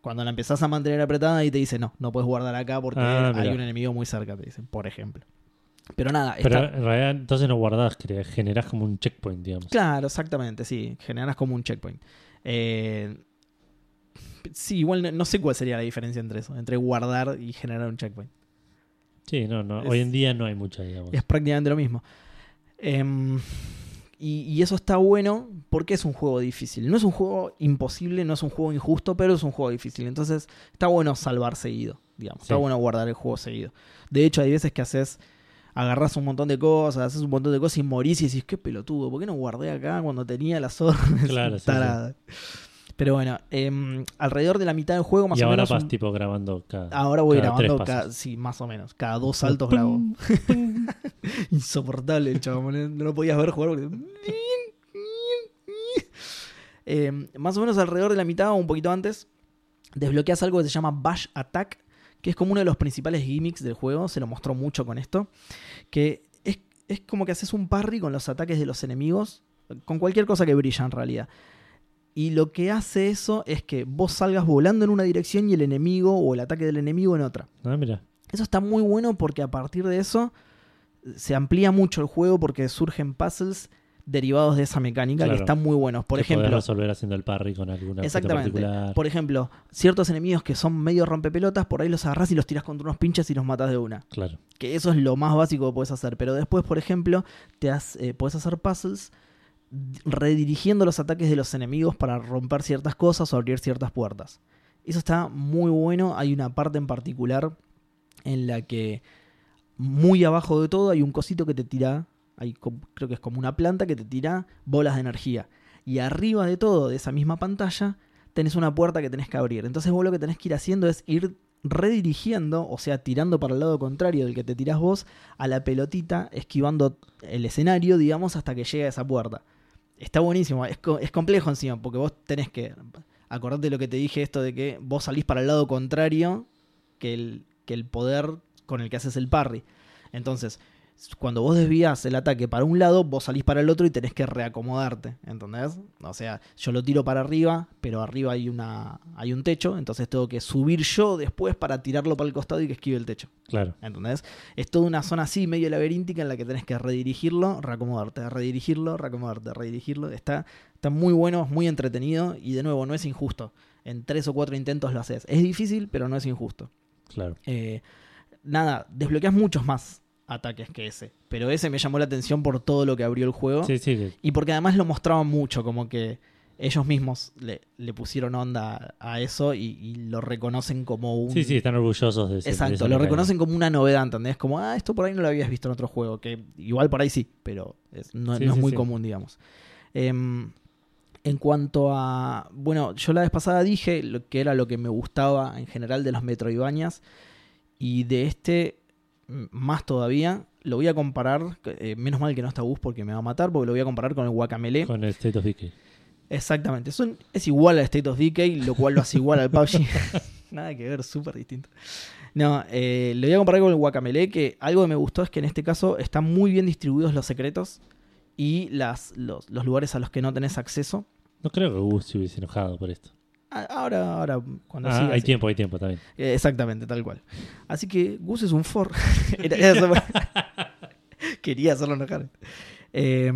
S2: Cuando la empezás a mantener apretada y te dice, no, no puedes guardar acá porque
S1: Ah,
S2: hay
S1: mirá.
S2: un enemigo muy cerca, te dicen, por ejemplo. Pero nada,
S1: Pero
S2: está-
S1: en realidad entonces no guardás, cre- generás como un checkpoint, digamos.
S2: Claro, exactamente, sí. Generas como un checkpoint. Eh, sí, igual no, no sé cuál sería la diferencia entre eso, entre guardar y generar un checkpoint.
S1: Sí, no, no.
S2: Es-
S1: Hoy en día no hay mucha, digamos.
S2: Es prácticamente lo mismo. Em, y, y eso está bueno porque es un juego difícil. No es un juego imposible, no es un juego injusto, pero es un juego difícil. Entonces está bueno salvar seguido, digamos. Está
S1: Sí.
S2: bueno guardar el juego seguido. De hecho, hay veces que haces, agarras un montón de cosas, haces un montón de cosas y morís y decís, qué pelotudo, ¿por qué no guardé acá cuando tenía las órdenes?
S1: Claro, sí, sí.
S2: Tarada. Pero bueno, em, alrededor de la mitad del juego más
S1: y
S2: o
S1: ahora
S2: menos...
S1: vas
S2: un-
S1: tipo grabando cada.
S2: Ahora voy
S1: cada tres
S2: grabando,
S1: pasos.
S2: cada, sí, más o menos. Cada dos saltos
S1: Pum,
S2: grabo.
S1: pum.
S2: Insoportable el chabón, ¿eh? no lo podías ver jugar porque... Eh, más o menos alrededor de la mitad o un poquito antes, desbloqueas algo que se llama Bash Attack, que es como uno de los principales gimmicks del juego, se lo mostró mucho con esto, que es, es como que haces un parry con los ataques de los enemigos, con cualquier cosa que brilla en realidad. Y lo que hace eso es que vos salgas volando en una dirección y el enemigo o el ataque del enemigo en otra.
S1: Ah, mira.
S2: Eso está muy bueno porque a partir de eso se amplía mucho el juego porque surgen puzzles derivados de esa mecánica que
S1: Claro.
S2: están muy buenos. Por
S1: Que podés
S2: ejemplo,
S1: resolver haciendo el parry con alguna objeto
S2: Exactamente.
S1: particular.
S2: por ejemplo, ciertos enemigos que son medio rompepelotas, por ahí los agarras y los tiras contra unos pinches y los matas de una.
S1: Claro.
S2: Que eso es lo más básico que puedes hacer. Pero después, por ejemplo, te has, eh, podés hacer puzzles d- redirigiendo los ataques de los enemigos para romper ciertas cosas o abrir ciertas puertas. Eso está muy bueno. Hay una parte en particular en la que muy abajo de todo hay un cosito que te tira, hay co- creo que es como una planta que te tira bolas de energía. Y arriba de todo, de esa misma pantalla, tenés una puerta que tenés que abrir. Entonces vos lo que tenés que ir haciendo es ir redirigiendo, o sea, tirando para el lado contrario del que te tirás vos, a la pelotita, esquivando el escenario, digamos, hasta que llega a esa puerta. está buenísimo. Es, co- es complejo encima, porque vos tenés que. Acordate lo que te dije, esto de que vos salís para el lado contrario que el, que el poder con el que haces el parry. Entonces, cuando vos desvías el ataque para un lado, vos salís para el otro y tenés que reacomodarte, ¿entendés? O sea, yo lo tiro para arriba, pero arriba hay una hay un techo, entonces tengo que subir yo después para tirarlo para el costado y que esquive el techo,
S1: Claro.
S2: ¿entendés? Es toda una zona así, medio laberíntica, en la que tenés que redirigirlo, reacomodarte, redirigirlo, reacomodarte, redirigirlo. Está, está muy bueno, es muy entretenido y de nuevo, no es injusto. En tres o cuatro intentos lo haces. Es difícil, pero no es injusto.
S1: Claro.
S2: Eh, nada, desbloqueas muchos más ataques que ese. Pero ese me llamó la atención por todo lo que abrió el juego.
S1: Sí, sí. que-
S2: Y porque además lo mostraban mucho, como que ellos mismos le, le pusieron onda a eso y, y lo reconocen como un...
S1: Sí, sí, están orgullosos de ese- de esa
S2: Exacto, lo
S1: mecánica.
S2: reconocen como una novedad, ¿entendés? Como, ah, esto por ahí no lo habías visto en otro juego, que igual por ahí sí, pero es- no,
S1: Sí,
S2: no es
S1: sí,
S2: muy
S1: sí.
S2: común, digamos. Em, en cuanto a, bueno, yo la vez pasada dije lo que era lo que me gustaba en general de los Metroidvanias y de este mm, más todavía, lo voy a comparar, eh, menos mal que no está Gus porque me va a matar, porque lo voy a comparar con el Guacamele.
S1: Con el State of Decay.
S2: Exactamente. Son, es igual al State of Decay, lo cual lo hace igual al PUBG. Nada que ver, súper distinto. No, eh, lo voy a comparar con el Guacamele, que algo que me gustó es que en este caso están muy bien distribuidos los secretos y las, los, los lugares a los que no tenés acceso.
S1: No creo que Gus se hubiese enojado por esto.
S2: A- Ahora, ahora, cuando
S1: Ah,
S2: siga,
S1: hay
S2: sí.
S1: tiempo, hay tiempo también.
S2: Eh, Exactamente, tal cual. Así que Gus es un for. Era- era eso. Quería hacerlo enojar. Eh,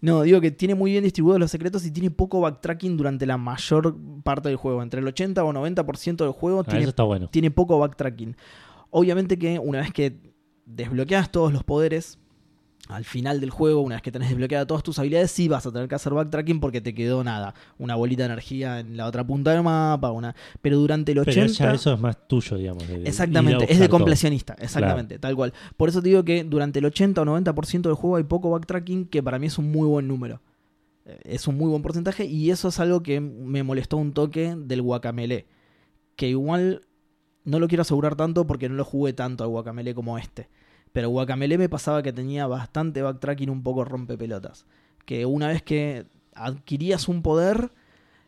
S2: no, digo que tiene muy bien distribuidos los secretos y tiene poco backtracking durante la mayor parte del juego. Entre el 80 o 90% del juego
S1: Ah, eso
S2: tiene,
S1: está bueno.
S2: tiene poco backtracking. Obviamente que una vez que desbloqueas todos los poderes, al final del juego, una vez que tenés desbloqueadas todas tus habilidades, sí vas a tener que hacer backtracking porque te quedó nada. Una bolita de energía en la otra punta del mapa, una... Pero durante el 80...
S1: Pero ya eso es más tuyo, digamos. de- de ir a
S2: Exactamente, es
S1: buscar
S2: de
S1: todo.
S2: complacionista, exactamente, tal cual. Por eso te digo que durante el 80 o 90% del juego hay poco backtracking, que para mí es un muy buen número. Eh, Es un muy buen porcentaje y eso es algo que me molestó un toque del guacamele. Que igual no lo quiero asegurar tanto porque no lo jugué tanto al guacamele como este. Pero guacamele me pasaba que tenía bastante backtracking un poco rompepelotas. Que una vez que adquirías un poder,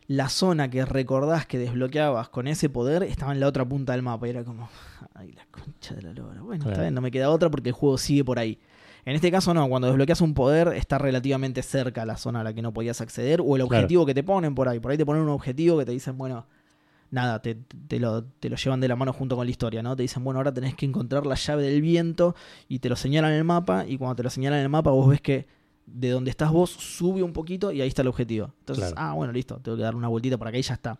S2: la zona que recordás que desbloqueabas con ese poder estaba en la otra punta del mapa. Y era como, ay, la concha de la lora. Bueno, está
S1: Claro.
S2: bien, no me queda otra porque el juego sigue por ahí. En este caso no, cuando desbloqueas un poder está relativamente cerca la zona a la que no podías acceder o el
S1: Claro.
S2: objetivo que te ponen por ahí. Por ahí te ponen un objetivo que te dicen, bueno, nada, te, te lo, te lo llevan de la mano junto con la historia, ¿no? Te dicen, bueno, ahora tenés que encontrar la llave del viento y te lo señalan en el mapa y cuando te lo señalan en el mapa vos ves que de donde estás vos sube un poquito y ahí está el objetivo. Entonces,
S1: Claro.
S2: ah, bueno, listo, tengo que dar una vueltita por acá y ya está.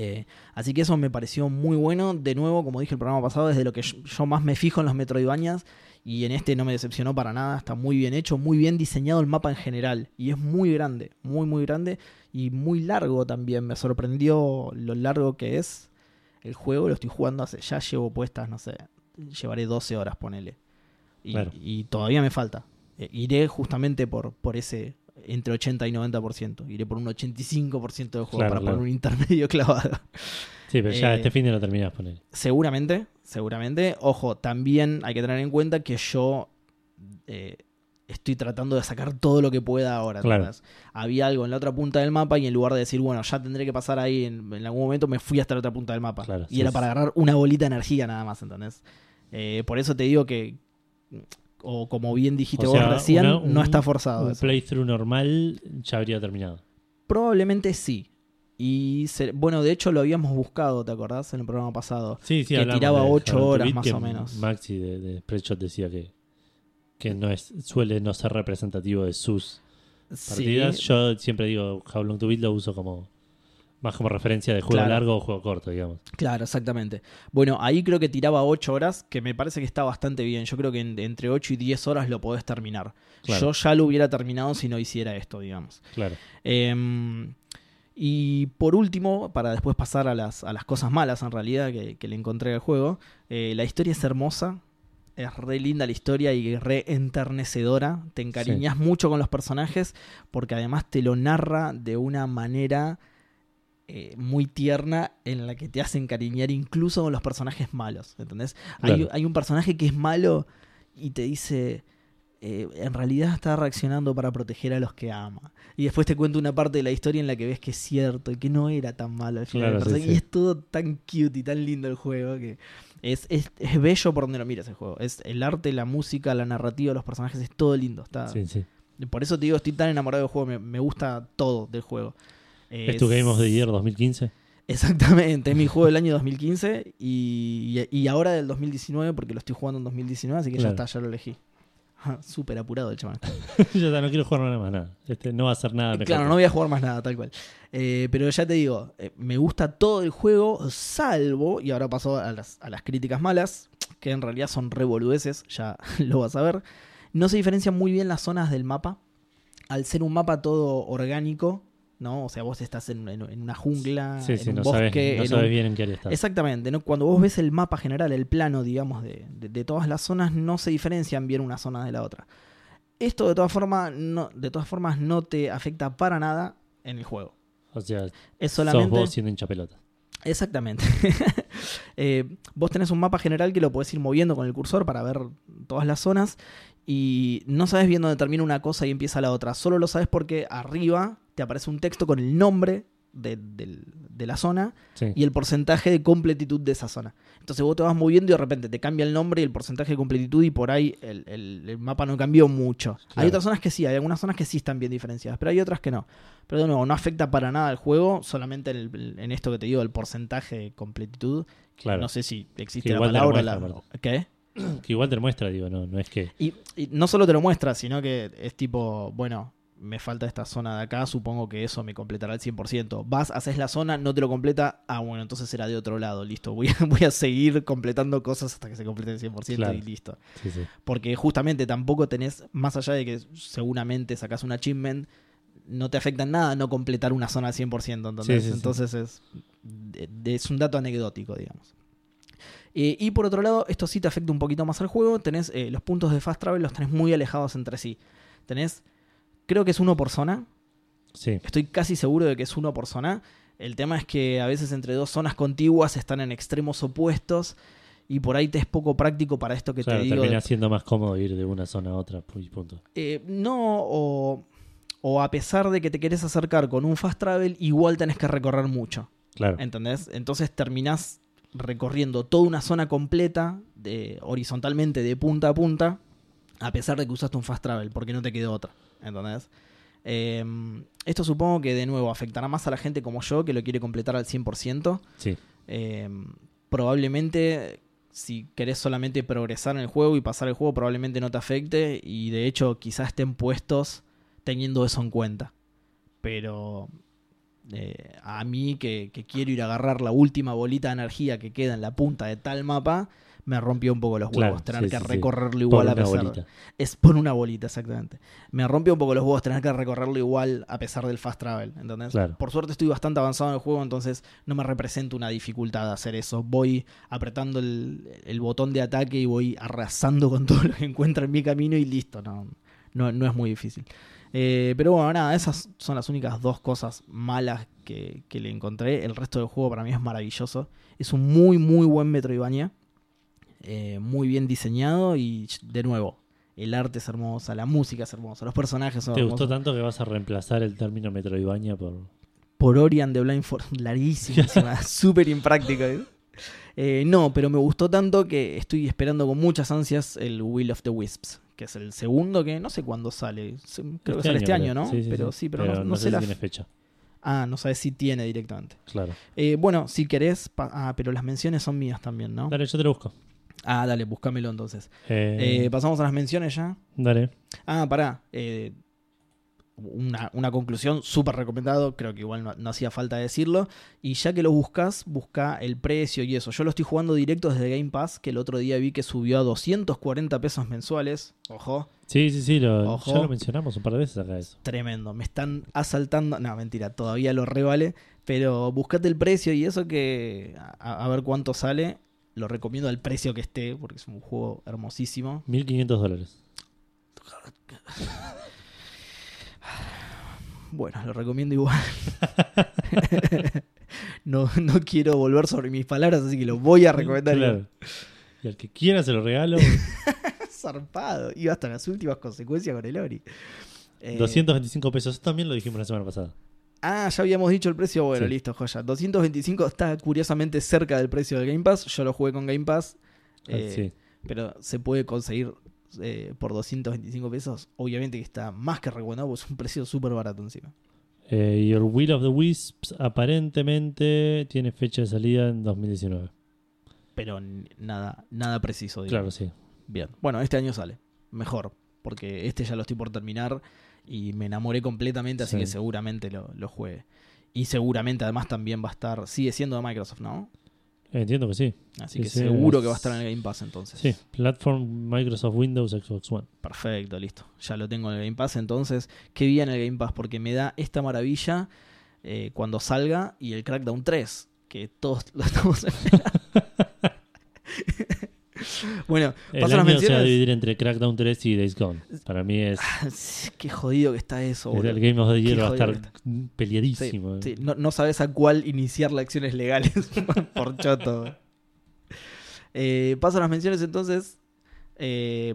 S2: Eh, así que eso me pareció muy bueno. De nuevo, como dije el programa pasado, es de lo que yo, yo más me fijo en los Metroidvanias. Y en este no me decepcionó para nada. Está muy bien hecho, muy bien diseñado el mapa en general. Y es muy grande, muy, muy grande. Y muy largo también. Me sorprendió lo largo que es el juego. Lo estoy jugando hace. Ya llevo puestas, no sé. Llevaré 12 horas, ponele. Y,
S1: Claro.
S2: y todavía me falta. Eh, iré justamente por, por ese. Entre 80 y 90%. Iré por un 85% del juego
S1: Claro,
S2: para
S1: claro.
S2: poner un intermedio clavado.
S1: Sí, pero ya
S2: Eh,
S1: este fin de no terminás poner.
S2: Seguramente, seguramente. Ojo, también hay que tener en cuenta que yo eh, estoy tratando de sacar todo lo que pueda ahora.
S1: Claro.
S2: ¿entendés? Había algo en la otra punta del mapa y en lugar de decir, bueno, ya tendré que pasar ahí en, en algún momento, me fui hasta la otra punta del mapa.
S1: Claro,
S2: y
S1: sí,
S2: era
S1: sí.
S2: para agarrar una bolita de energía nada más, ¿entendés? Eh, por eso te digo que, o como bien dijiste
S1: O
S2: vos
S1: sea,
S2: recién,
S1: una- un-
S2: no está forzado.
S1: Un
S2: ah, eso.
S1: playthrough normal ya habría terminado.
S2: Probablemente sí. Y se- bueno, de hecho lo habíamos buscado, ¿te acordás? En el programa pasado.
S1: Sí, sí,
S2: Que
S1: hablamos
S2: tiraba
S1: de
S2: ocho
S1: Harold
S2: horas
S1: Tubit,
S2: más
S1: que
S2: o menos.
S1: Maxi de, de Spreadshot decía que, que no es, suele no ser representativo de sus
S2: Sí.
S1: partidas. Yo siempre digo How Long to Beat lo uso como más como referencia de juego
S2: Claro.
S1: largo o juego corto, digamos.
S2: Claro, exactamente. Bueno, ahí creo que tiraba 8 horas, que me parece que está bastante bien. Yo creo que en- entre 8 y 10 horas lo podés terminar.
S1: Claro.
S2: Yo ya lo hubiera terminado si no hiciera esto, digamos.
S1: Claro.
S2: Em, y por último, para después pasar a las, a las cosas malas en realidad que, que le encontré al juego, eh, la historia es hermosa. Es re linda la historia y re enternecedora. Te encariñas mucho con los personajes porque además te lo narra de una manera eh, muy tierna en la que te hace encariñar incluso con los personajes malos. ¿Entendés? Hay,
S1: Claro.
S2: hay un personaje que es malo y te dice, eh, en realidad está reaccionando para proteger a los que ama. Y después te cuento una parte de la historia en la que ves que es cierto y que no era tan malo al final.
S1: Claro,
S2: del
S1: sí,
S2: personaje.
S1: sí.
S2: Y es todo tan cute y tan lindo el juego que es, es- es bello por donde lo miras el juego. Es el arte, la música, la narrativa, los personajes, es todo lindo. Está,
S1: Ah. Sí, sí.
S2: Por eso te digo, estoy tan enamorado del juego, me, me gusta todo del juego.
S1: ¿Es tu Game of the Year 2015?
S2: Exactamente, es mi juego del año 2015 y, y ahora del 2019 porque lo estoy jugando en 2019, así que
S1: Claro.
S2: ya está, ya lo elegí. Ajá, Súper apurado el chaval.
S1: Yo ya no quiero jugar nada más nada. Este, no va a ser nada mejor.
S2: Claro, no voy a jugar más nada, tal cual. Eh, pero ya te digo, eh, me gusta todo el juego, salvo, y ahora paso a las, a las críticas malas, que en realidad son revoludeces, ya lo vas a ver. No se diferencian muy bien las zonas del mapa. Al ser un mapa todo orgánico, ¿no? O sea, vos estás en, en- en una jungla,
S1: Sí, sí,
S2: en un
S1: no sabes,
S2: bosque,
S1: no
S2: en
S1: sabes
S2: un-
S1: bien en qué área estás.
S2: Exactamente, ¿no? cuando vos ves el mapa general, el plano, digamos, de, de- de todas las zonas, no se diferencian bien una zona de la otra. Esto de todas formas no, de todas formas no te afecta para nada en el juego.
S1: O sea,
S2: Es
S1: sos
S2: solamente.
S1: vos siendo hincha pelota.
S2: Exactamente. Eh, vos tenés un mapa general que lo podés ir moviendo con el cursor para ver todas las zonas. Y no sabes bien dónde termina una cosa y empieza la otra. Solo lo sabes porque arriba te aparece un texto con el nombre de- del- de la zona
S1: Sí.
S2: y el porcentaje de completitud de esa zona. Entonces vos te vas moviendo y de repente te cambia el nombre y el porcentaje de completitud y por ahí el, el- el mapa no cambió mucho.
S1: Claro.
S2: Hay otras zonas que sí, hay algunas zonas que sí están bien diferenciadas, pero hay otras que no. Pero de nuevo, no afecta para nada al juego, solamente en, el- en esto que te digo, el porcentaje de completitud. que
S1: Claro.
S2: No sé si existe
S1: Que
S2: la
S1: igual te lo
S2: palabra.
S1: muestra,
S2: la- ¿Qué?
S1: Que igual te lo muestra, digo, no, no es que.
S2: Y, y no solo te lo muestra, sino que es tipo, bueno, me falta esta zona de acá, supongo que eso me completará al 100%. Vas, haces la zona, no te lo completa, ah, bueno, entonces será de otro lado, listo, voy a, voy a seguir completando cosas hasta que se complete el 100%
S1: Claro.
S2: y listo.
S1: Sí, sí.
S2: Porque justamente tampoco tenés, más allá de que seguramente sacas un achievement, no te afecta en nada no completar una zona al 100%, ¿entendés?
S1: Sí, sí, sí.
S2: Entonces es, de- de- es un dato anecdótico, digamos. Eh, y por otro lado, esto sí te afecta un poquito más al juego, tenés eh, los puntos de fast travel los tenés muy alejados entre sí. Tenés, creo que es uno por zona,
S1: Sí,
S2: Estoy casi seguro de que es uno por zona. El tema es que a veces entre dos zonas contiguas están en extremos opuestos y por ahí te es poco práctico para esto que
S1: claro,
S2: te digo. eh, de-
S1: termina siendo más cómodo ir de una zona a otra, pu- y punto.
S2: Eh, no, o, o a pesar de que te querés acercar con un fast travel, igual tenés que recorrer mucho.
S1: Claro.
S2: ¿Entendés? Entonces terminás recorriendo toda una zona completa, de, horizontalmente, de punta a punta, a pesar de que usaste un fast travel, porque no te quedó otra. ¿Entendés? Eh, esto supongo que de nuevo afectará más a la gente como yo, que lo quiere completar al 100%.
S1: Sí,
S2: Eh, probablemente, si querés solamente progresar en el juego y pasar el juego, probablemente no te afecte. Y de hecho, quizás estén puestos teniendo eso en cuenta. Pero eh, a mí, que, que quiero ir a agarrar la última bolita de energía que queda en la punta de tal mapa, me rompió un poco los
S1: Claro,
S2: huevos. tener
S1: sí,
S2: que
S1: sí, sí.
S2: recorrerlo
S1: por
S2: igual a
S1: una
S2: pesar.
S1: bolita.
S2: Es por una bolita, exactamente. Me rompió un poco los huevos tener que recorrerlo igual a pesar del fast travel, ¿entendés?
S1: Claro.
S2: Por suerte estoy bastante avanzado en el juego, entonces no me representa una dificultad hacer eso. Voy apretando el, el botón de ataque y voy arrasando con todo lo que encuentro en mi camino y listo, no, no, no es muy difícil. Eh, pero bueno, nada, esas son las únicas dos cosas malas que, que le encontré. El resto del juego para mí es maravilloso. Es un muy, muy buen Metroidvania. Eh, muy bien diseñado y de nuevo, el arte es hermosa, la música es hermosa, los personajes son
S1: ¿Te gustó
S2: hermosos.
S1: tanto que vas a reemplazar el término Metroidvania por.
S2: Por Orion de Blind Force, larguísimo, encima, súper impráctico. ¿eh? Eh, no, pero me gustó tanto que estoy esperando con muchas ansias el Will of the Wisps, que es el segundo que no sé cuándo sale. Se- Creo que sale este año,
S1: creo.
S2: ¿no? pero sí, pero, no, no sé,
S1: si
S2: la.
S1: tiene fecha.
S2: Ah, no sabes si tiene directamente.
S1: Claro.
S2: Eh, bueno, si querés. pa- Ah, pero las menciones son mías también, ¿no?
S1: Dale, yo te lo busco.
S2: Ah, dale, búscamelo entonces.
S1: Eh,
S2: Eh, Pasamos a las menciones ya.
S1: dale.
S2: Ah, pará. eh, una, una conclusión súper recomendado, creo que igual no, no hacía falta decirlo. Y ya que lo buscas, busca el precio y eso. Yo lo estoy jugando directo desde Game Pass, que el otro día vi que subió a 240 pesos mensuales. Ojo,
S1: Sí, sí, sí, lo,
S2: Ojo.
S1: ya lo mencionamos un par de veces acá eso.
S2: tremendo. Me están asaltando. No, mentira, todavía lo revale. Pero buscate el precio y eso que. A, a ver cuánto sale. Lo recomiendo al precio que esté, porque es un juego hermosísimo.
S1: 1500 dólares.
S2: Bueno, lo recomiendo igual. no, no quiero volver sobre mis palabras, así que lo voy a recomendar.
S1: Claro. Y al que quiera se lo regalo.
S2: zarpado. Iba hasta las últimas consecuencias con el Ori. Eh,
S1: 225 pesos. Eso también lo dijimos la semana pasada.
S2: Ah, ya habíamos dicho el precio. Bueno,
S1: Sí.
S2: listo, joya. 225 está curiosamente cerca del precio del Game Pass. Yo lo jugué con Game Pass.
S1: Ah,
S2: eh,
S1: sí.
S2: Pero se puede conseguir eh, por 225 pesos. Obviamente que está más que recomendado, porque es un precio súper barato encima.
S1: Eh, y el Will of the Wisps aparentemente tiene fecha de salida en 2019.
S2: Pero n- nada, nada preciso. digamos.
S1: Claro, sí.
S2: Bien. Bueno, este año sale. Mejor. Porque este ya lo estoy por terminar y me enamoré completamente, así
S1: Sí.
S2: que seguramente lo, lo juegue. Y seguramente además también va a estar. Sigue siendo de Microsoft, ¿no?
S1: Entiendo que sí.
S2: Así
S1: Sí,
S2: que
S1: sí,
S2: seguro
S1: es-
S2: que va a estar en el Game Pass entonces.
S1: Sí, Platform Microsoft Windows Xbox One.
S2: Perfecto, listo. Ya lo tengo en el Game Pass entonces. Qué bien el Game Pass porque me da esta maravilla eh, cuando salga y el Crackdown 3, que todos lo estamos esperando. bueno,
S1: El
S2: paso
S1: año se
S2: a las
S1: va a
S2: menciones.
S1: dividir entre Crackdown 3 y Days Gone. Para mí es.
S2: Ah, Qué jodido que está eso, boludo.
S1: el Game of the Year
S2: Qué
S1: va a
S2: jodido
S1: estar peleadísimo. eh.
S2: Sí, no, no sabes a cuál iniciar las acciones legales por choto. Eh, paso a las menciones entonces. Eh,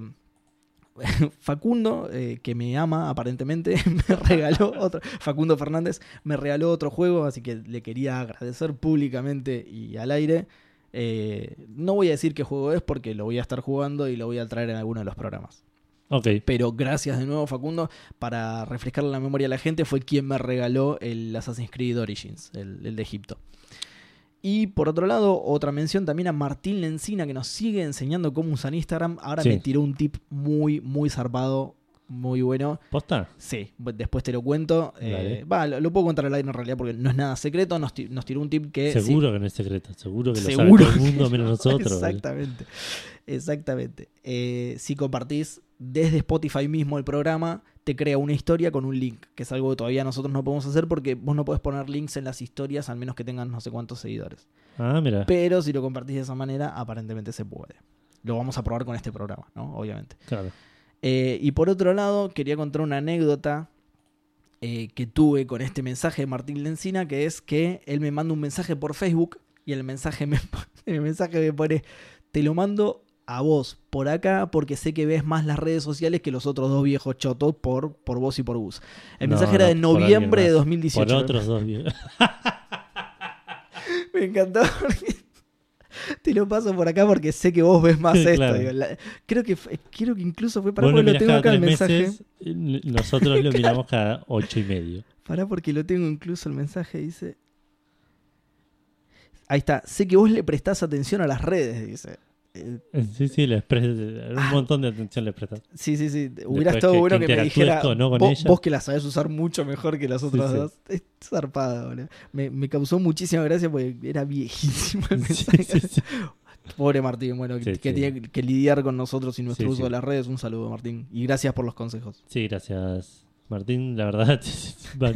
S2: Facundo, eh, que me ama aparentemente, me regaló otro. Facundo Fernández me regaló otro juego, así que le quería agradecer públicamente y al aire. Eh, no voy a decir qué juego es porque lo voy a estar jugando y lo voy a traer en alguno de los programas.
S1: Ok,
S2: Pero gracias de nuevo, Facundo. Para refrescarle la memoria a la gente, fue quien me regaló el Assassin's Creed Origins, el, el de Egipto. Y por otro lado, otra mención también a Martín Lencina, que nos sigue enseñando cómo usar Instagram. Ahora
S1: Sí.
S2: me tiró un tip muy, muy zarpado, muy bueno.
S1: posta.
S2: Sí, bu- después te lo cuento.
S1: Dale.
S2: Eh, va, lo, lo puedo contar al aire en realidad porque no es nada secreto. Nos, ti- nos tiró un tip que. Eh, sí,
S1: Seguro que no es secreto. Seguro que lo sabe
S2: Seguro
S1: todo el mundo
S2: que
S1: menos
S2: no.
S1: nosotros. eh.
S2: Exactamente. Exactamente. Eh, si compartís desde Spotify mismo el programa, te crea una historia con un link, que es algo que todavía nosotros no podemos hacer porque vos no podés poner links en las historias al menos que tengan no sé cuántos seguidores.
S1: Ah, mira.
S2: Pero si lo compartís de esa manera, aparentemente se puede. Lo vamos a probar con este programa, ¿no? Obviamente.
S1: Claro.
S2: Eh, y por otro lado, quería contar una anécdota eh, que tuve con este mensaje de Martín Lencina, que es que él me manda un mensaje por Facebook y el mensaje me, el mensaje me pone, te lo mando a vos por acá porque sé que ves más las redes sociales que los otros dos viejos chotos por, por vos y por Gus. El
S1: No,
S2: mensaje
S1: no,
S2: era de
S1: por alguien
S2: noviembre de
S1: más.
S2: 2018.
S1: Por otros dos videos.
S2: Me encantó. porque Te lo paso por acá porque sé que vos ves más esto.
S1: Claro.
S2: digo, la- creo, que, fue- creo que incluso fue para
S1: Vos lo
S2: lo
S1: mirás
S2: tengo
S1: cada
S2: acá el
S1: tres
S2: mensaje.
S1: meses, n- nosotros lo miramos cada ocho y medio.
S2: Pará porque lo tengo incluso el mensaje, dice. Ahí está, sé que vos le prestás atención a las redes, dice. Eh,
S1: Sí, sí, les pre-
S2: Ah.
S1: un montón de atención les prestas.
S2: sí, sí, sí, hubiera
S1: Después
S2: estado
S1: que-
S2: bueno
S1: que
S2: que, me
S1: interactúes
S2: dijera
S1: con- ¿no? con
S2: vos,
S1: ella".
S2: vos que la sabés usar mucho mejor que las otras
S1: sí.
S2: dos. Es zarpado, boludo. Me, me causó muchísima gracia porque era viejísimo el
S1: Sí,
S2: mensaje.
S1: sí, sí.
S2: Pobre Martín, bueno, que,
S1: Sí,
S2: que
S1: sí.
S2: tiene que lidiar con nosotros y nuestro
S1: Sí,
S2: uso
S1: sí.
S2: de las redes. Un saludo, Martín. Y gracias por los consejos.
S1: Sí, gracias. Martín, la verdad, va a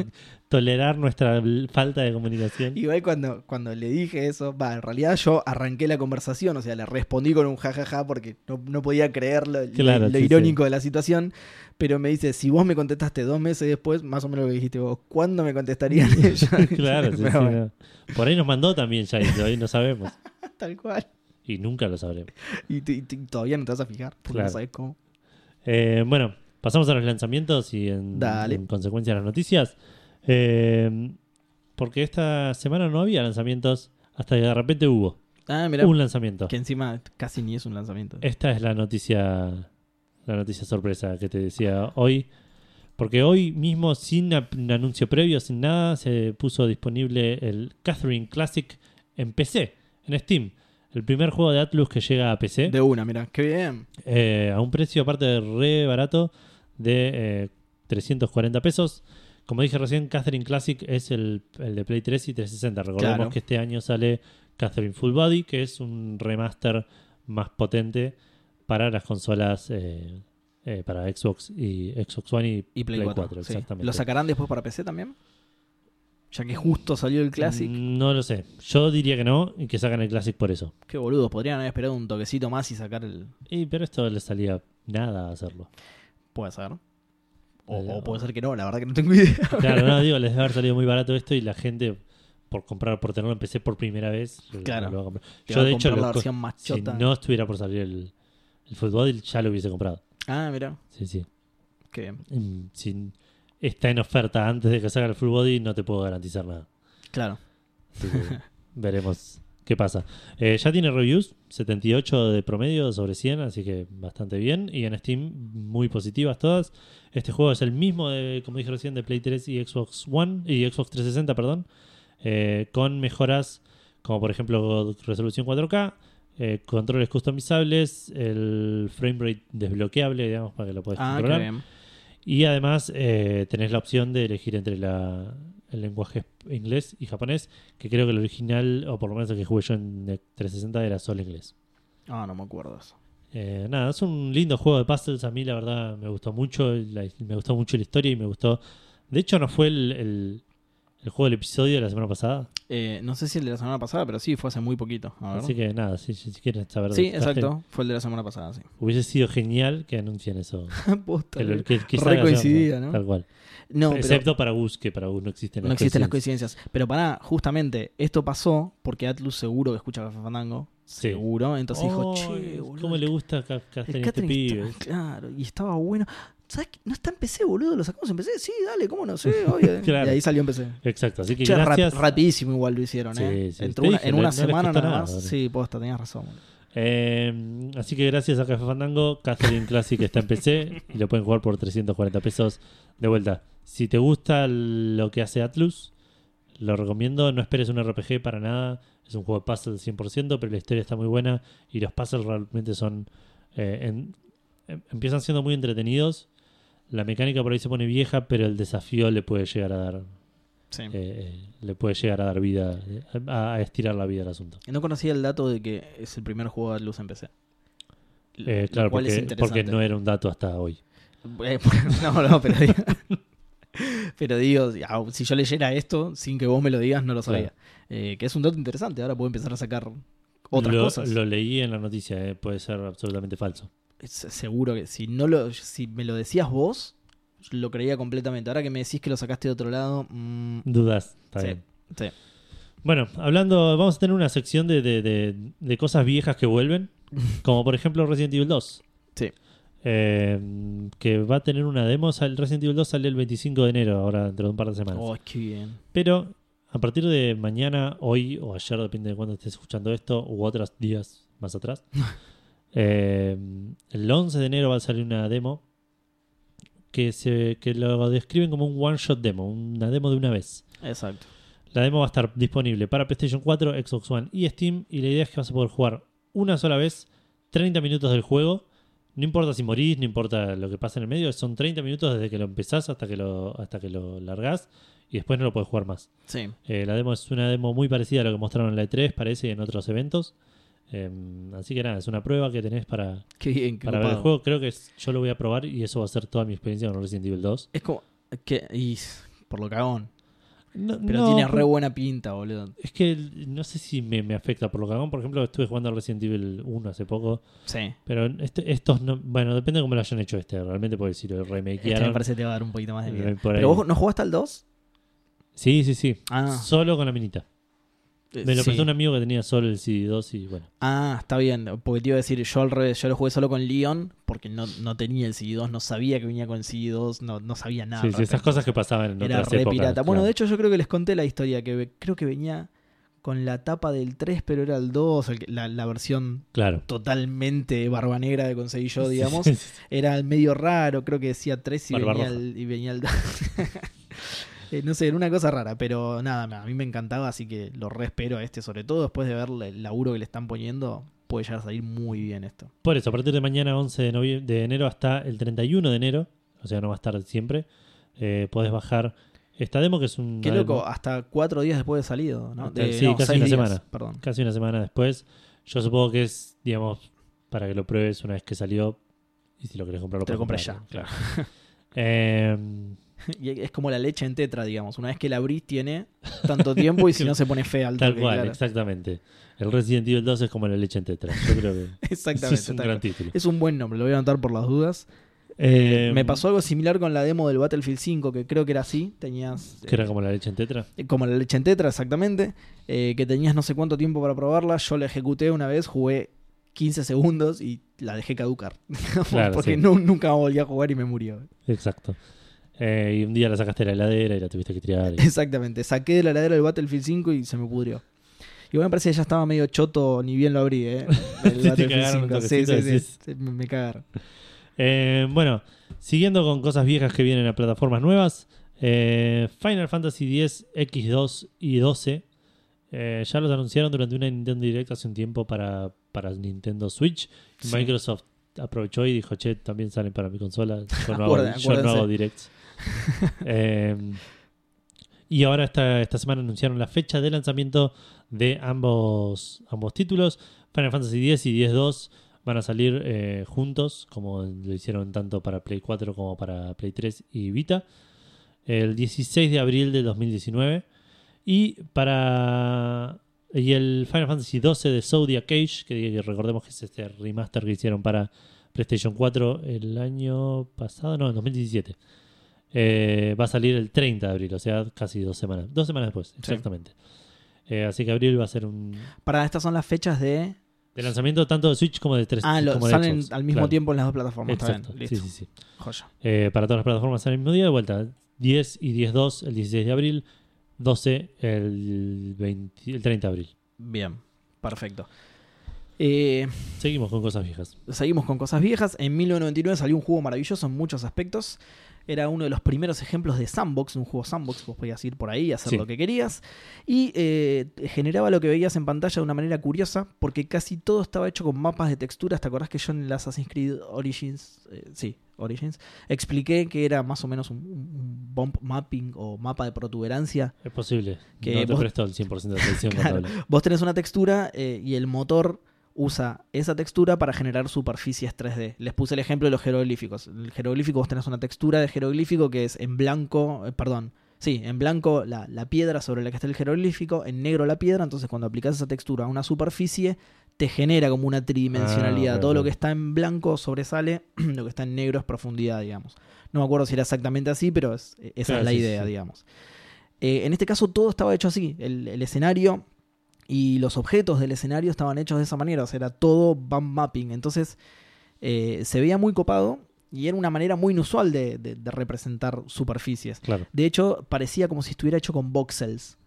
S1: tolerar nuestra falta de comunicación.
S2: Igual cuando, cuando le dije eso, va, en realidad yo arranqué la conversación, o sea, le respondí con un jajaja porque no, no podía creer lo, lo-
S1: Claro,
S2: lo
S1: sí,
S2: irónico de la situación, pero me dice, si vos me contestaste dos meses después, más o menos lo que dijiste vos, ¿cuándo me contestarían ellos?
S1: Claro, sí,
S2: Pero
S1: sí,
S2: bueno,
S1: no. Por ahí nos mandó también ya eso, ahí no sabemos.
S2: Tal cual.
S1: Y nunca lo sabremos.
S2: Y, t- y t- todavía no te vas a fijar, porque
S1: Claro.
S2: no sabes cómo.
S1: Eh, bueno, pasamos a los lanzamientos y en,
S2: Dale.
S1: en consecuencia a las noticias. Eh, porque esta semana no había lanzamientos hasta que de repente hubo
S2: Ah, mirá,
S1: un ¿Eh? lanzamiento.
S2: que encima casi ni es un lanzamiento.
S1: Esta es la noticia, la noticia sorpresa que te decía hoy. Porque hoy mismo, sin ap- un anuncio previo, sin nada, se puso disponible el Catherine Classic en PC, en Steam. El primer juego de Atlus que llega a PC.
S2: De una, mira, qué bien.
S1: eh, a un precio aparte de re barato de eh, 340 pesos. Como dije recién, Catherine Classic es el, el de Play 3 y 360. Recordemos
S2: Claro.
S1: que este año sale Catherine Full Body, que es un remaster más potente para las consolas, eh, eh, para Xbox y Xbox One y,
S2: Y Play, 4, sí.
S1: exactamente.
S2: ¿Lo sacarán después para PC también? Ya que justo salió el Classic.
S1: Mm, No lo sé. Yo diría que no y que sacan el Classic por eso.
S2: Qué boludos, podrían haber esperado un toquecito más y sacar el.
S1: Y, pero esto le salía nada a hacerlo.
S2: Puede ser. O,
S1: Eh,
S2: o puede ser que no, la verdad que no tengo idea.
S1: Claro, no, digo, les debe haber salido muy barato esto y la gente, por comprar, por tenerlo en PC por primera vez, lo-
S2: Claro.
S1: lo va a comprar.
S2: Te
S1: Yo,
S2: va a
S1: de hecho,
S2: comprar
S1: lo
S2: la
S1: co-
S2: versión más
S1: si
S2: chota.
S1: no estuviera por salir el, El Football ya lo hubiese comprado.
S2: Ah, mira,
S1: Sí, sí.
S2: qué bien.
S1: Mm, Si está en oferta antes de que salga el Full Body, no te puedo garantizar nada.
S2: Claro.
S1: Así que veremos qué pasa. Eh, ya tiene reviews, 78 de promedio sobre 100, así que bastante bien. Y en Steam, muy positivas todas. Este juego es el mismo, de, como dije recién, de Play 3 y Xbox One, y Xbox 360, perdón, eh, con mejoras como por ejemplo resolución 4K, eh, controles customizables, el frame rate desbloqueable, digamos, para que lo puedas
S2: Ah, qué
S1: controlar.
S2: bien.
S1: Y además eh, tenés la opción de elegir entre la, el lenguaje inglés y japonés, que creo que el original, o por lo menos el que jugué yo en 360, era solo inglés.
S2: Ah, no me acuerdo eso.
S1: Eh, nada, es un lindo juego de puzzles. A mí, la verdad, me gustó mucho. la- me gustó mucho la historia y me gustó. De hecho, no fue el, el- el juego del episodio de la semana pasada.
S2: Eh, no sé si el de la semana pasada, pero sí, fue hace muy poquito. A ver.
S1: Así que nada, si, si quieren saber de
S2: sí,
S1: esta gente,
S2: exacto. Fue el de la semana pasada, sí.
S1: Hubiese sido genial que anuncien eso.
S2: Posta,
S1: Que lo-
S2: eh.
S1: que- que
S2: Re
S1: salga,
S2: coincidida, ¿no?
S1: Tal cual.
S2: no, pero
S1: Excepto para Gus, que para Gus no existen las
S2: no existen las
S1: coincidencias.
S2: coincidencias. Pero pará, justamente, esto pasó porque Atlus seguro que escucha Café Fandango.
S1: Sí.
S2: Seguro. Entonces dijo,
S1: Oh,
S2: che, boludo.
S1: ¿Cómo le gusta a Ca-
S2: el
S1: Catherine este
S2: catering
S1: pibe?
S2: está- claro, y estaba bueno. ¿Sabes qué? No está en PC, boludo. Lo sacamos en PC. Sí, dale, cómo no sé. obvio.
S1: Claro.
S2: Y ahí salió en PC.
S1: Exacto, así que
S2: Che, rap-
S1: gracias.
S2: rapidísimo igual lo hicieron,
S1: Sí,
S2: ¿eh?
S1: sí, te
S2: Entre una-
S1: dije,
S2: en
S1: no-
S2: una
S1: no les
S2: semana
S1: costó
S2: nada
S1: nada,
S2: más.
S1: boludo.
S2: Sí, posta, tenías razón. boludo.
S1: Eh, así que gracias a Café Fandango, Catherine Classic está en PC y lo pueden jugar por 340 pesos de vuelta. Si te gusta lo que hace Atlus, lo recomiendo. No esperes un RPG para nada. Es un juego de puzzle 100%, pero la historia está muy buena y los puzzles realmente son... eh, en- em- empiezan siendo muy entretenidos. La mecánica por ahí se pone vieja, pero el desafío le puede llegar a dar
S2: Sí.
S1: eh, eh, le puede llegar a dar vida, eh, a, a estirar la vida al asunto.
S2: No conocía el dato de que es el primer juego de luz en PC. Lo-
S1: Eh,
S2: lo
S1: claro,
S2: cual es
S1: porque, porque
S2: interesante.
S1: no era un dato hasta hoy.
S2: Eh, no, no, pero digo, pero digo, au, si yo leyera esto sin que vos me lo digas, no lo sabía. Eh, que es un dato interesante, ahora puedo empezar a sacar otras
S1: lo,
S2: cosas.
S1: lo leí en la noticia, eh, puede ser absolutamente falso.
S2: Es- Seguro que si no lo, si me lo decías vos, lo creía completamente. Ahora que me decís que lo sacaste de otro lado, mm,
S1: Dudas, está
S2: Sí.
S1: bien.
S2: sí.
S1: Bueno, hablando, vamos a tener una sección de, de- de- de cosas viejas que vuelven, como por ejemplo Resident Evil 2.
S2: Sí.
S1: Eh, que va a tener una demo. sal- Resident Evil 2 sale el 25 de enero, ahora dentro de un par de semanas.
S2: Oh, qué bien.
S1: Pero a partir de mañana, hoy o ayer, depende de cuándo estés escuchando esto, u otros días más atrás, eh, el 11 de enero va a salir una demo que, se, que lo describen como un one-shot demo, una demo de una vez.
S2: Exacto.
S1: La demo va a estar disponible para PlayStation 4, Xbox One y Steam y la idea es que vas a poder jugar una sola vez 30 minutos del juego. No importa si morís, no importa lo que pasa en el medio, son 30 minutos desde que lo empezás hasta que lo, hasta que lo largás y después no lo podés jugar más.
S2: Sí.
S1: Eh, la demo es una demo muy parecida a lo que mostraron en la E3, parece, y en otros eventos. Eh, así que nada, es una prueba que tenés para,
S2: Qué bien, qué
S1: para ver el
S2: copado.
S1: juego. Creo que es- yo lo voy a probar y eso va a ser toda mi experiencia con Resident Evil 2.
S2: Es como que y, por lo cagón.
S1: No-
S2: Pero
S1: no,
S2: tiene re buena pinta, boludo.
S1: Es que no sé si me, me afecta por lo cagón. Por ejemplo, estuve jugando a Resident Evil 1 hace poco.
S2: Sí.
S1: Pero este- estos no. Bueno, depende de cómo lo hayan hecho este, realmente, porque si lo
S2: Este me
S1: remakearon.
S2: parece que te va a dar un poquito más de miedo.
S1: eh, por
S2: Pero
S1: ahí.
S2: vos no jugaste al 2?
S1: Sí, sí, sí.
S2: Ah,
S1: Solo con la minita.
S2: eh,
S1: Me lo
S2: sí.
S1: prestó un amigo que tenía solo el CD2 y bueno.
S2: Ah, está bien. Porque te iba a decir, yo al revés, yo lo jugué solo con Leon, porque no, no tenía el CD2, no sabía que venía con el CD2, no, no sabía nada.
S1: sí,
S2: al
S1: sí, esas
S2: respecto.
S1: cosas que pasaban en
S2: Era
S1: otras
S2: re
S1: épocas,
S2: pirata. Bueno,
S1: claro.
S2: de hecho, yo creo que les conté la historia, que ve- creo que venía con la tapa del 3, pero era el 2, el que- la, la versión
S1: Claro.
S2: totalmente barba negra que conseguí yo,
S1: Sí,
S2: digamos.
S1: sí, sí.
S2: Era medio raro, creo que decía 3 y
S1: Barba
S2: venía,
S1: roja.
S2: el, y venía el- Eh, no sé, era una cosa rara, pero nada, a mí me encantaba, así que lo re espero a este, sobre todo después de ver el laburo que le están poniendo, puede llegar a salir muy bien esto.
S1: Por eso, a partir de mañana 11 de, novie- de enero hasta el 31 de enero, o sea, no va a estar siempre, eh, podés bajar esta demo que es un...
S2: Qué loco, hasta cuatro días después de salido, ¿no?
S1: Hasta-
S2: De-
S1: sí,
S2: no,
S1: casi
S2: seis
S1: una
S2: días,
S1: semana.
S2: Perdón.
S1: Casi una semana después. Yo supongo que es, digamos, para que lo pruebes una vez que salió y si lo querés comprar lo
S2: Te lo
S1: podés
S2: compras
S1: comprar, claro. Eh,
S2: Y es como la leche en tetra, digamos. Una vez que la abrís tiene tanto tiempo y si no se pone fea al
S1: tal
S2: toque,
S1: cual,
S2: claro.
S1: exactamente. El Resident Evil 2 es como la leche en tetra. Yo creo que ese
S2: Exactamente.
S1: es un
S2: tal
S1: gran
S2: cual.
S1: título.
S2: Es un buen nombre, lo voy a anotar por las dudas.
S1: Eh,
S2: Me pasó algo similar con la demo del Battlefield 5, que creo que era así. Tenías.
S1: Que
S2: eh,
S1: era como la leche en tetra.
S2: como la leche en eh, tetra, exactamente. eh, que tenías no sé cuánto tiempo para probarla. Yo la ejecuté una vez, jugué 15 segundos y la dejé caducar. digamos,
S1: Claro,
S2: porque
S1: sí.
S2: no, nunca volví a jugar y me murió.
S1: Exacto. Eh, y un día la sacaste de la heladera y la tuviste que tirar. y-
S2: Exactamente. Saqué de la heladera el Battlefield 5 y se me pudrió. Igual me parece que ya estaba medio choto, ni bien lo abrí, ¿eh? El
S1: Te
S2: Battlefield
S1: cagaron un
S2: 5. Sí,
S1: toquecito,
S2: sí, sí.
S1: decís.
S2: Sí, Me, me cagaron.
S1: Eh, bueno, siguiendo con cosas viejas que vienen a plataformas nuevas, eh, Final Fantasy X, X2 y 12 eh, ya los anunciaron durante una Nintendo Direct hace un tiempo para, para Nintendo Switch.
S2: Sí.
S1: Microsoft aprovechó y dijo, che, también salen para mi consola. Yo no hago,
S2: Acuérdense,
S1: yo no hago
S2: acuérdense.
S1: directs. Eh, y ahora esta, esta semana anunciaron la fecha de lanzamiento de ambos, ambos títulos. Final Fantasy X y X-2 van a salir eh, juntos, como lo hicieron tanto para Play 4 como para Play 3 y Vita, el 16 de abril de 2019. Y para. Y el Final Fantasy XII de Zodiac Cage, que recordemos que es este remaster que hicieron para PlayStation 4 el año pasado, no, en 2017. Eh, va a salir el 30 de abril, o sea, casi dos semanas. Dos semanas después, exactamente. Eh, así que abril va a ser un.
S2: Para estas son las fechas de.
S1: De lanzamiento tanto de Switch como de 3
S2: Ah, lo-
S1: como de
S2: salen
S1: Xbox,
S2: al mismo
S1: claro.
S2: tiempo en las dos plataformas. está bien,
S1: Exacto.
S2: Listo.
S1: Sí, sí, sí.
S2: Joya.
S1: Eh, para todas las plataformas al mismo día, de vuelta. 10 y 10.2 el 16 de abril, 12 el, 20 el 30 de abril.
S2: Bien. Perfecto. Eh,
S1: Seguimos con cosas viejas.
S2: seguimos con cosas viejas. En 1999 salió un juego maravilloso en muchos aspectos. Era uno de los primeros ejemplos de sandbox, un juego sandbox, vos podías ir por ahí y hacer
S1: Sí.
S2: lo que querías. Y eh, generaba lo que veías en pantalla de una manera curiosa, porque casi todo estaba hecho con mapas de texturas. ¿Te acordás que yo en el Assassin's Creed Origins, eh, sí, Origins, expliqué que era más o menos un, un bump mapping o mapa de protuberancia
S1: Es posible.
S2: Que
S1: no te
S2: vos-
S1: presto el 100% de atención
S2: Claro.
S1: cuando hablo.
S2: Vos tenés una textura eh, y el motor usa esa textura para generar superficies 3D. Les puse el ejemplo de los jeroglíficos. El jeroglífico, vos tenés una textura de jeroglífico que es en blanco, eh, perdón, sí, en blanco la, la piedra sobre la que está el jeroglífico, en negro la piedra, entonces cuando aplicás esa textura a una superficie, te genera como una tridimensionalidad.
S1: Ah, ok,
S2: Todo lo
S1: ok.
S2: que está en blanco sobresale, lo que está en negro es profundidad, digamos. No me acuerdo si era exactamente así, pero es- e-, esa
S1: Claro,
S2: es la
S1: sí, sí,
S2: idea,
S1: sí.
S2: digamos. Eh, en este caso todo estaba hecho así. El, el escenario y los objetos del escenario estaban hechos de esa manera. O sea, era todo bump mapping. Entonces eh, se veía muy copado y era una manera muy inusual de, de- de representar superficies.
S1: Claro.
S2: De hecho, parecía como si estuviera hecho con voxels.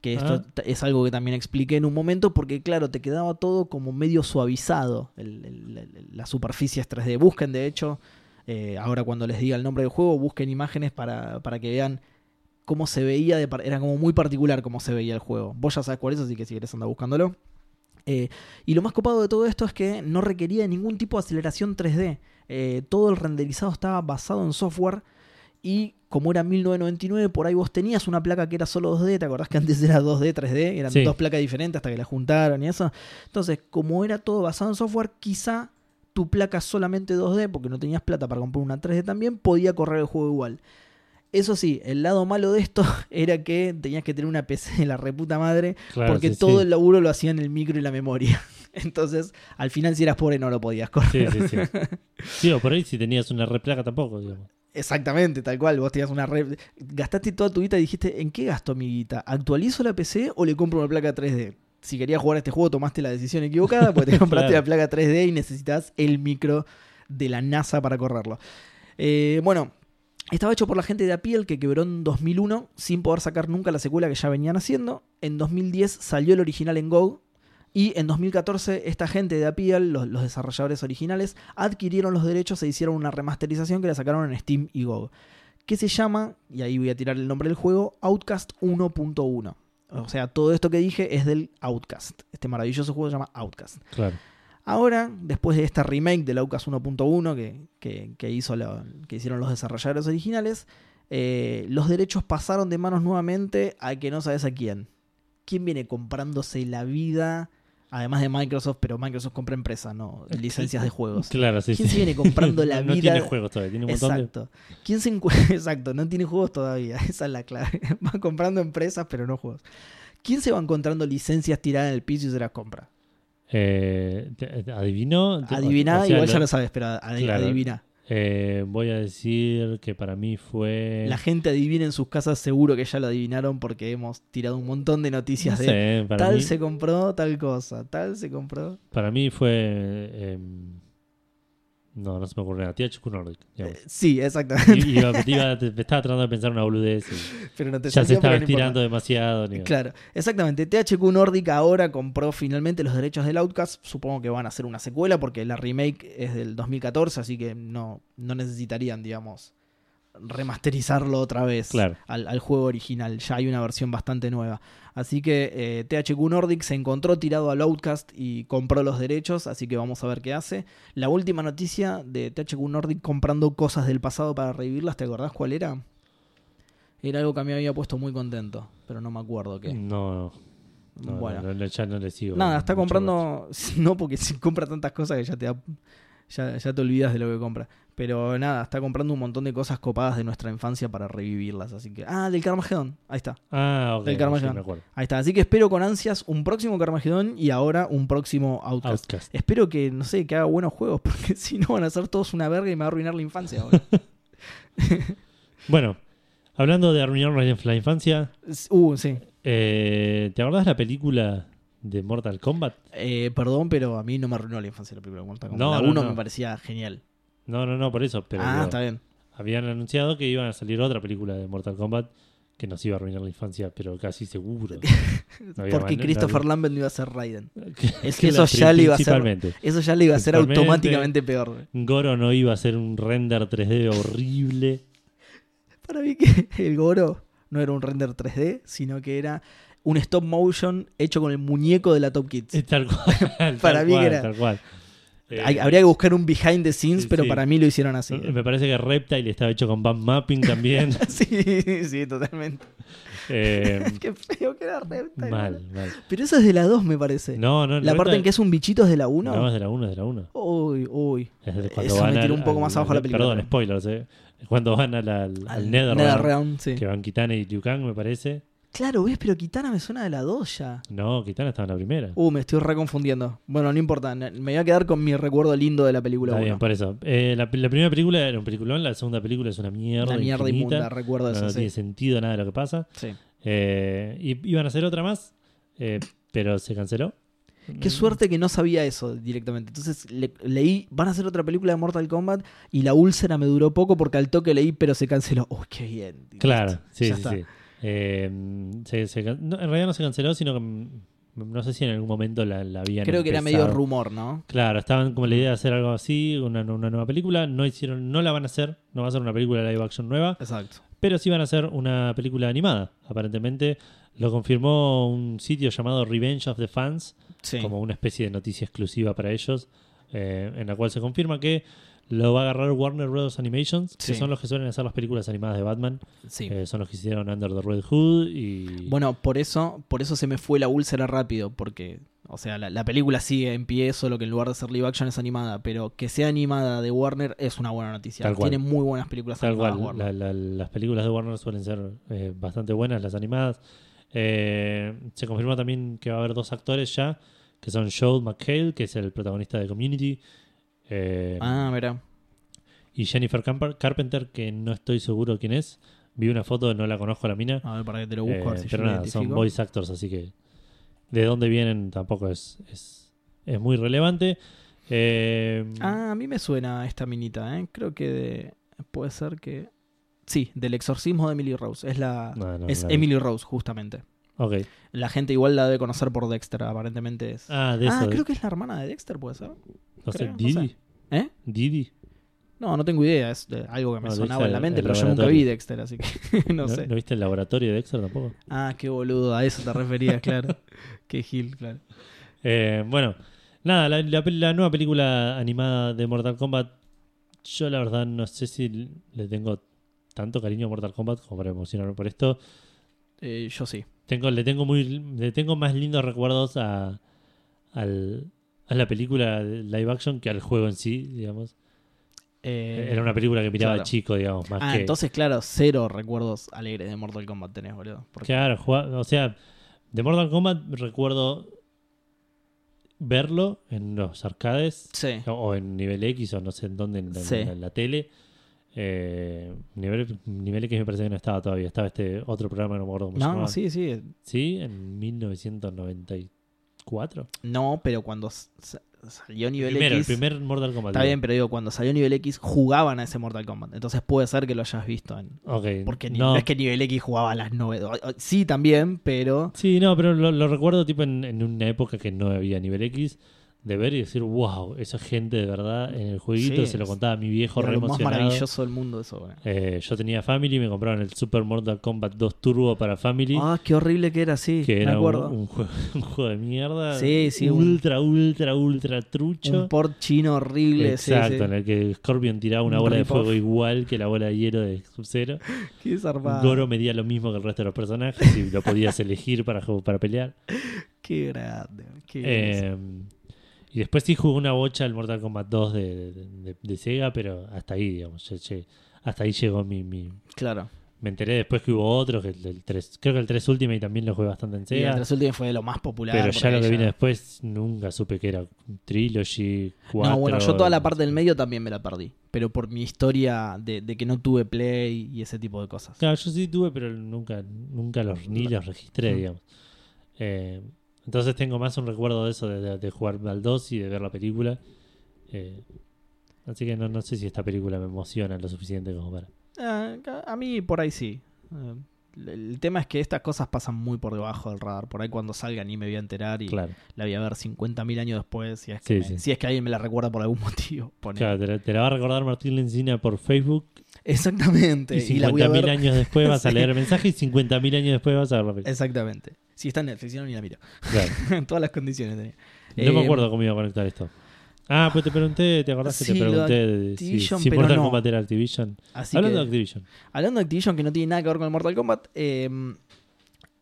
S2: Que esto
S1: Ah.
S2: t- es algo que también expliqué en un momento, porque claro, te quedaba todo como medio suavizado. El- el- el- las superficies 3D. Busquen, de hecho, eh, ahora cuando les diga el nombre del juego, busquen imágenes para, para que vean cómo se veía. De, par- era como muy particular cómo se veía el juego. Vos ya sabes cuál es, así que si querés anda buscándolo. Eh, y lo más copado de todo esto es que no requería de ningún tipo de aceleración 3D. Eh, todo el renderizado estaba basado en software. Y como era 1999, por ahí vos tenías una placa que era solo 2D. ¿Te acordás que antes era 2D, 3D? Eran
S1: Sí.
S2: dos placas diferentes hasta que las juntaron y eso. Entonces, como era todo basado en software, quizá tu placa solamente 2D, porque no tenías plata para comprar una 3D también, podía correr el juego igual. Eso sí, el lado malo de esto era que tenías que tener una PC de la reputa madre,
S1: claro
S2: porque
S1: sí, sí.
S2: todo el laburo lo hacían el micro y la memoria. Entonces, al final, si eras pobre, no lo podías correr.
S1: Sí, sí, sí. Sí, o por ahí si tenías una replaca tampoco, digamos.
S2: Exactamente, tal cual. Vos tenías una red. Gastaste toda tu guita y dijiste: ¿en qué gasto mi guita? ¿Actualizo la PC o le compro una placa 3D? Si querías jugar a este juego, tomaste la decisión equivocada porque te compraste
S1: Claro.
S2: la placa 3D y necesitas el micro de la NASA para correrlo. Eh, bueno, estaba hecho por la gente de Apple que quebró en 2001 sin poder sacar nunca la secuela que ya venían haciendo. En 2010 salió el original en Go. Y en 2014 esta gente de Apple, los, los desarrolladores originales, adquirieron los derechos e hicieron una remasterización que la sacaron en Steam y GOG. Que se llama, y ahí voy a tirar el nombre del juego, Outcast 1.1. O sea, todo esto que dije es del Outcast. Este maravilloso juego se llama Outcast.
S1: Claro.
S2: Ahora, después de este remake del Outcast 1.1 que, que- que hizo la- que hicieron los desarrolladores originales, eh, los derechos pasaron de manos nuevamente a que no sabes a quién. ¿Quién viene comprándose la vida? Además de Microsoft, pero Microsoft compra empresas, no licencias de juegos.
S1: Claro, sí,
S2: ¿Quién
S1: sí.
S2: se viene comprando la
S1: No
S2: vida?
S1: tiene juegos todavía, tiene un montón de...
S2: Exacto. ¿Quién se encu- Exacto, no tiene juegos todavía. Esa es la clave. Va comprando empresas, pero no juegos. ¿Quién se va encontrando licencias tiradas en el piso y se las compra?
S1: Eh, te- adivino.
S2: Adiviná,
S1: O sea,
S2: igual ya
S1: lo-
S2: lo sabes, pero adi-
S1: Claro.
S2: adivina.
S1: Eh, voy a decir que para mí fue.
S2: La gente adivina en sus casas, seguro que ya lo adivinaron porque hemos tirado un montón de
S1: No
S2: noticias de
S1: sé, eh, para,
S2: tal
S1: mí,
S2: se compró tal cosa, tal se compró.
S1: para mí fue. eh, no, no se me ocurre nada. THQ Nordic. digamos.
S2: Eh, sí, exactamente.
S1: Y- iba- iba- te- estaba tratando de pensar una boludez. y
S2: Pero no te
S1: Ya se
S2: salió,
S1: estaba
S2: pero no importa.
S1: estirando demasiado. ni-
S2: Eh, Claro, exactamente. THQ Nordic ahora compró finalmente los derechos del Outcast. Supongo que van a hacer una secuela porque la remake es del 2014, así que no, no necesitarían, digamos, remasterizarlo otra vez
S1: Claro.
S2: al, al juego original. Ya hay una versión bastante nueva. Así que eh, THQ Nordic se encontró tirado al Outcast y compró los derechos, así que vamos a ver qué hace. La última noticia de THQ Nordic comprando cosas del pasado para revivirlas, ¿te acordás cuál era? Era algo que a mí me había puesto muy contento, pero no me acuerdo qué.
S1: No, Mm, no, no,
S2: bueno,
S1: no, no, ya no le sigo.
S2: nada, está
S1: mucho gusto.
S2: comprando. No, porque se compra tantas cosas que ya te da- ya, ya te olvidas de lo que compra. Pero nada, está comprando un montón de cosas copadas de nuestra infancia para revivirlas. Así que. Ah, del Carmageddon. Ahí está.
S1: Ah, ok.
S2: Del
S1: sí,
S2: Carmageddon.
S1: me acuerdo.
S2: Ahí está. Así que espero con ansias un próximo Carmageddon y ahora un próximo Outcast.
S1: Outcast.
S2: Espero que, no sé, que haga buenos juegos, porque si no van a ser todos una verga y me va a arruinar la infancia. boludo.
S1: Bueno, hablando de arruinarnos la inf- la infancia,
S2: uh, sí.
S1: eh, ¿te acordás la película de Mortal Kombat?
S2: Eh, perdón, pero a mí no me arruinó la infancia la película de Mortal Kombat.
S1: No,
S2: la
S1: no,
S2: uno
S1: no.
S2: me parecía genial.
S1: No, no, no, por eso. Pero
S2: ah,
S1: digo,
S2: está bien.
S1: habían anunciado que iban a salir otra película de Mortal Kombat que nos iba a arruinar la infancia, pero casi seguro. No había
S2: Porque
S1: man- no
S2: Christopher
S1: había-
S2: Lambert no iba a ser Raiden.
S1: Que-
S2: Es
S1: que
S2: que eso
S1: la-
S2: ya le iba a hacer-
S1: principalmente.
S2: Eso ya le iba a ser
S1: Totalmente.
S2: automáticamente peor.
S1: Goro no iba a ser un render 3D horrible.
S2: Para mí que el Goro no era un render 3D, sino que era un stop motion hecho con el muñeco de la Top Kids.
S1: Eh, Tal cual. tal
S2: Para mí que
S1: cual,
S2: era-
S1: tal cual. Eh,
S2: Hay- habría que buscar un behind the scenes,
S1: sí,
S2: pero
S1: sí. Eh,
S2: para mí lo hicieron así.
S1: Me parece que Reptile estaba hecho con band mapping también.
S2: sí, sí, totalmente.
S1: Eh,
S2: Qué feo que era Reptile.
S1: mal,
S2: boludo.
S1: mal.
S2: Pero eso es de la 2, me parece.
S1: No, no,
S2: la parte en que es un bichito es de la 1.
S1: No, es de la 1, es de la 1.
S2: Uy, uy.
S1: Es de cuando
S2: Eso
S1: van
S2: me tiró
S1: al-
S2: un poco
S1: al-
S2: más abajo
S1: al-
S2: la película.
S1: Perdón, spoilers, eh. Cuando van al, al, al Netherrealm,
S2: Netherrealm, sí.
S1: que van Kitana y Liu Kang, me parece.
S2: Claro, ves, pero Kitana me suena de la 2 ya.
S1: No, Kitana estaba en la primera.
S2: Uh, me estoy reconfundiendo. Bueno, no importa. Me voy a quedar con mi recuerdo lindo de la película
S1: Está
S2: 1.
S1: bien, por eso. Eh, la, la primera película era un peliculón, la segunda película es una mierda.
S2: Una mierda
S1: infinita.
S2: inmunda, recuerdo
S1: No,
S2: eso,
S1: no
S2: sí.
S1: tiene sentido nada de lo que pasa.
S2: Sí.
S1: Eh, y iban a hacer otra más, eh, pero se canceló.
S2: Qué suerte que no sabía eso directamente. Entonces le- leí, van a hacer otra película de Mortal Kombat y la úlcera me duró poco porque al toque leí, pero se canceló. Uy, qué bien.
S1: Claro,
S2: Listo.
S1: sí,
S2: Ya
S1: sí,
S2: está.
S1: sí. Eh, se- se can- no, en realidad no se canceló, sino que mm, no sé si en algún momento la, la habían
S2: Creo que era medio Mm.
S1: empezado.
S2: rumor, ¿no?
S1: Claro, estaban como la idea de hacer algo así, una, una nueva película. No hicieron, no la van a hacer, no va a ser una película live action nueva,
S2: Exacto.
S1: pero sí van a hacer una película animada, aparentemente. Lo confirmó un sitio llamado Revenge of the Fans,
S2: Sí.
S1: como una especie de noticia exclusiva para ellos, eh, en la cual se confirma que lo va a agarrar Warner Bros. Animations,
S2: Sí.
S1: que son los que suelen hacer las películas animadas de Batman.
S2: Sí.
S1: Eh, son los que hicieron Under the Red Hood y...
S2: Bueno, por eso, por eso se me fue la úlcera rápido, porque, o sea, la, la película sigue en pie, solo que en lugar de ser live action es animada, pero que sea animada de Warner es una buena noticia.
S1: Tal cual.
S2: Tiene muy buenas películas
S1: Tal
S2: animadas
S1: cual,
S2: Warner.
S1: la- la- las películas de Warner suelen ser eh, bastante buenas, las animadas. Eh, se confirmó también que va a haber dos actores ya, que son Joel McHale, que es el protagonista de Community, eh,
S2: Ah, mira.
S1: y Jennifer Camper- Carpenter, que no estoy seguro quién es. Vi una foto, no la conozco a la mina.
S2: A ver, para que te lo busco, a ver
S1: Eh,
S2: si yo
S1: pero
S2: lo
S1: nada, son
S2: identifico.
S1: voice actors, así que de dónde vienen tampoco es, es, es muy relevante. Eh,
S2: Ah, a mí me suena esta minita, ¿eh? Creo que de- puede ser que... Sí, del exorcismo de Emily Rose. Es la...
S1: no, no,
S2: es
S1: no.
S2: Emily Rose, justamente.
S1: Ok.
S2: La gente igual la debe conocer por Dexter, aparentemente es... Ah,
S1: Ah, de eso. de-
S2: creo que es la hermana de Dexter, ¿puede ser?
S1: no sé,
S2: creo, no
S1: Didi.
S2: sé. ¿Eh?
S1: Didi.
S2: No, no tengo idea, es eh, algo que me
S1: No,
S2: sonaba
S1: Dexter,
S2: en la mente,
S1: el
S2: pero yo nunca vi
S1: laboratorio.
S2: Dexter, así que no,
S1: ¿No,
S2: sé.
S1: ¿no viste el laboratorio de Dexter tampoco?
S2: Ah, qué boludo, a eso te referías, claro. qué Gil, claro.
S1: Eh, bueno, nada, la, la pel- la nueva película animada de Mortal Kombat. Yo la verdad no sé si l- le tengo tanto cariño a Mortal Kombat como para emocionarme por esto.
S2: Eh, yo sí.
S1: Tengo, le tengo muy le tengo más lindos recuerdos a, al- a la película de live action que al juego en sí, digamos.
S2: Eh,
S1: Era una película que miraba
S2: claro.
S1: chico, digamos, más
S2: ah,
S1: que.
S2: entonces, claro, cero recuerdos alegres de Mortal Kombat tenés, boludo. Porque
S1: Claro, jugá- o sea, de Mortal Kombat recuerdo verlo en los arcades
S2: Sí.
S1: o- o en nivel X o no sé en dónde, en la,
S2: Sí.
S1: en la tele. Eh, nivel, nivel X me parece que no estaba todavía. Estaba este otro programa, no me acuerdo cómo se
S2: No,
S1: llamaba.
S2: sí, eh, sí.
S1: Sí, en 1994.
S2: No, pero cuando s- s- salió nivel
S1: Primero,
S2: X.
S1: el primer Mortal Kombat.
S2: Está bien, pero digo, cuando salió nivel X jugaban a ese Mortal Kombat. Entonces puede ser que lo hayas visto. En...
S1: Ok,
S2: Porque ni- no.
S1: no.
S2: es que nivel X jugaba a las 9. O- o- Sí, también, pero.
S1: Sí, no, pero lo, lo recuerdo tipo en, en una época que no había nivel X, de ver y decir, wow, esa gente de verdad en el jueguito,
S2: Sí,
S1: se lo
S2: es-
S1: contaba a mi viejo
S2: era
S1: re
S2: lo más
S1: emocionado.
S2: maravilloso del mundo eso. boludo.
S1: Eh, yo tenía Family, me compraron el Super Mortal Kombat 2 Turbo para Family,
S2: Ah, qué horrible que era, sí.
S1: que
S2: me
S1: era un,
S2: acuerdo. Un,
S1: un juego, un juego de mierda.
S2: Sí, sí, un-
S1: Ultra, ultra, ultra trucho.
S2: port chino horrible.
S1: Exacto,
S2: Sí,
S1: en
S2: sí.
S1: el que Scorpion tiraba una
S2: Un
S1: bola de
S2: rip-off.
S1: fuego igual que la bola de hielo de Sub-Zero.
S2: Qué zarpado.
S1: Goro medía lo mismo que el resto de los personajes y lo podías elegir para, ju- para pelear.
S2: Qué grande. Qué grande.
S1: Eh, y después sí jugó una bocha al Mortal Kombat 2 de, de- de- de Sega, pero hasta ahí, digamos. yo- yo- hasta ahí llegó mi, mi-
S2: Claro.
S1: Me enteré después que hubo otro, que el, el 3, creo que el 3 Ultimate también lo jugué bastante en
S2: Sí, el
S1: Sega.
S2: tres último fue de lo más popular.
S1: Pero ya lo
S2: porque
S1: que vino después nunca supe que era un Trilogy, 4.
S2: No, bueno, yo toda la parte del medio también me la perdí. Pero por mi historia de, de que no tuve play y ese tipo de cosas.
S1: Claro, yo sí tuve, pero nunca, nunca los, ni los registré,
S2: Mm.
S1: digamos. Eh, entonces tengo más un recuerdo de eso, de, de- de jugar al 2 y de ver la película. Eh, así que no, no sé si esta película me emociona lo suficiente como para...
S2: Ah, a mí por ahí sí. Eh, El el tema es que estas cosas pasan muy por debajo del radar. Por ahí cuando salgan y me voy a enterar y
S1: Claro,
S2: la voy a ver 50.000 años después. Si es, que
S1: Sí,
S2: me-
S1: sí.
S2: si es que alguien me la recuerda por algún motivo. ponele.
S1: claro te, la, te la va a recordar Martín Lencina por Facebook
S2: Exactamente.
S1: y
S2: Y, la voy a
S1: 50.000
S2: ver.
S1: años después vas a
S2: Sí.
S1: leer el mensaje y 50.000 años después vas a ver la película.
S2: Exactamente. Si está en Netflix, si no, ni la miro.
S1: Claro.
S2: En todas las condiciones tenía.
S1: No me
S2: Eh,
S1: acuerdo cómo iba a conectar esto. Ah, pues te pregunté, ¿te acordás que
S2: Sí,
S1: te
S2: lo de
S1: pregunté de- si,
S2: Activision,
S1: si
S2: pero
S1: Mortal
S2: no.
S1: Kombat era Activision?
S2: Así
S1: Hablando
S2: que-
S1: de Activision.
S2: Hablando de Activision que no tiene nada que ver con el Mortal Kombat, eh,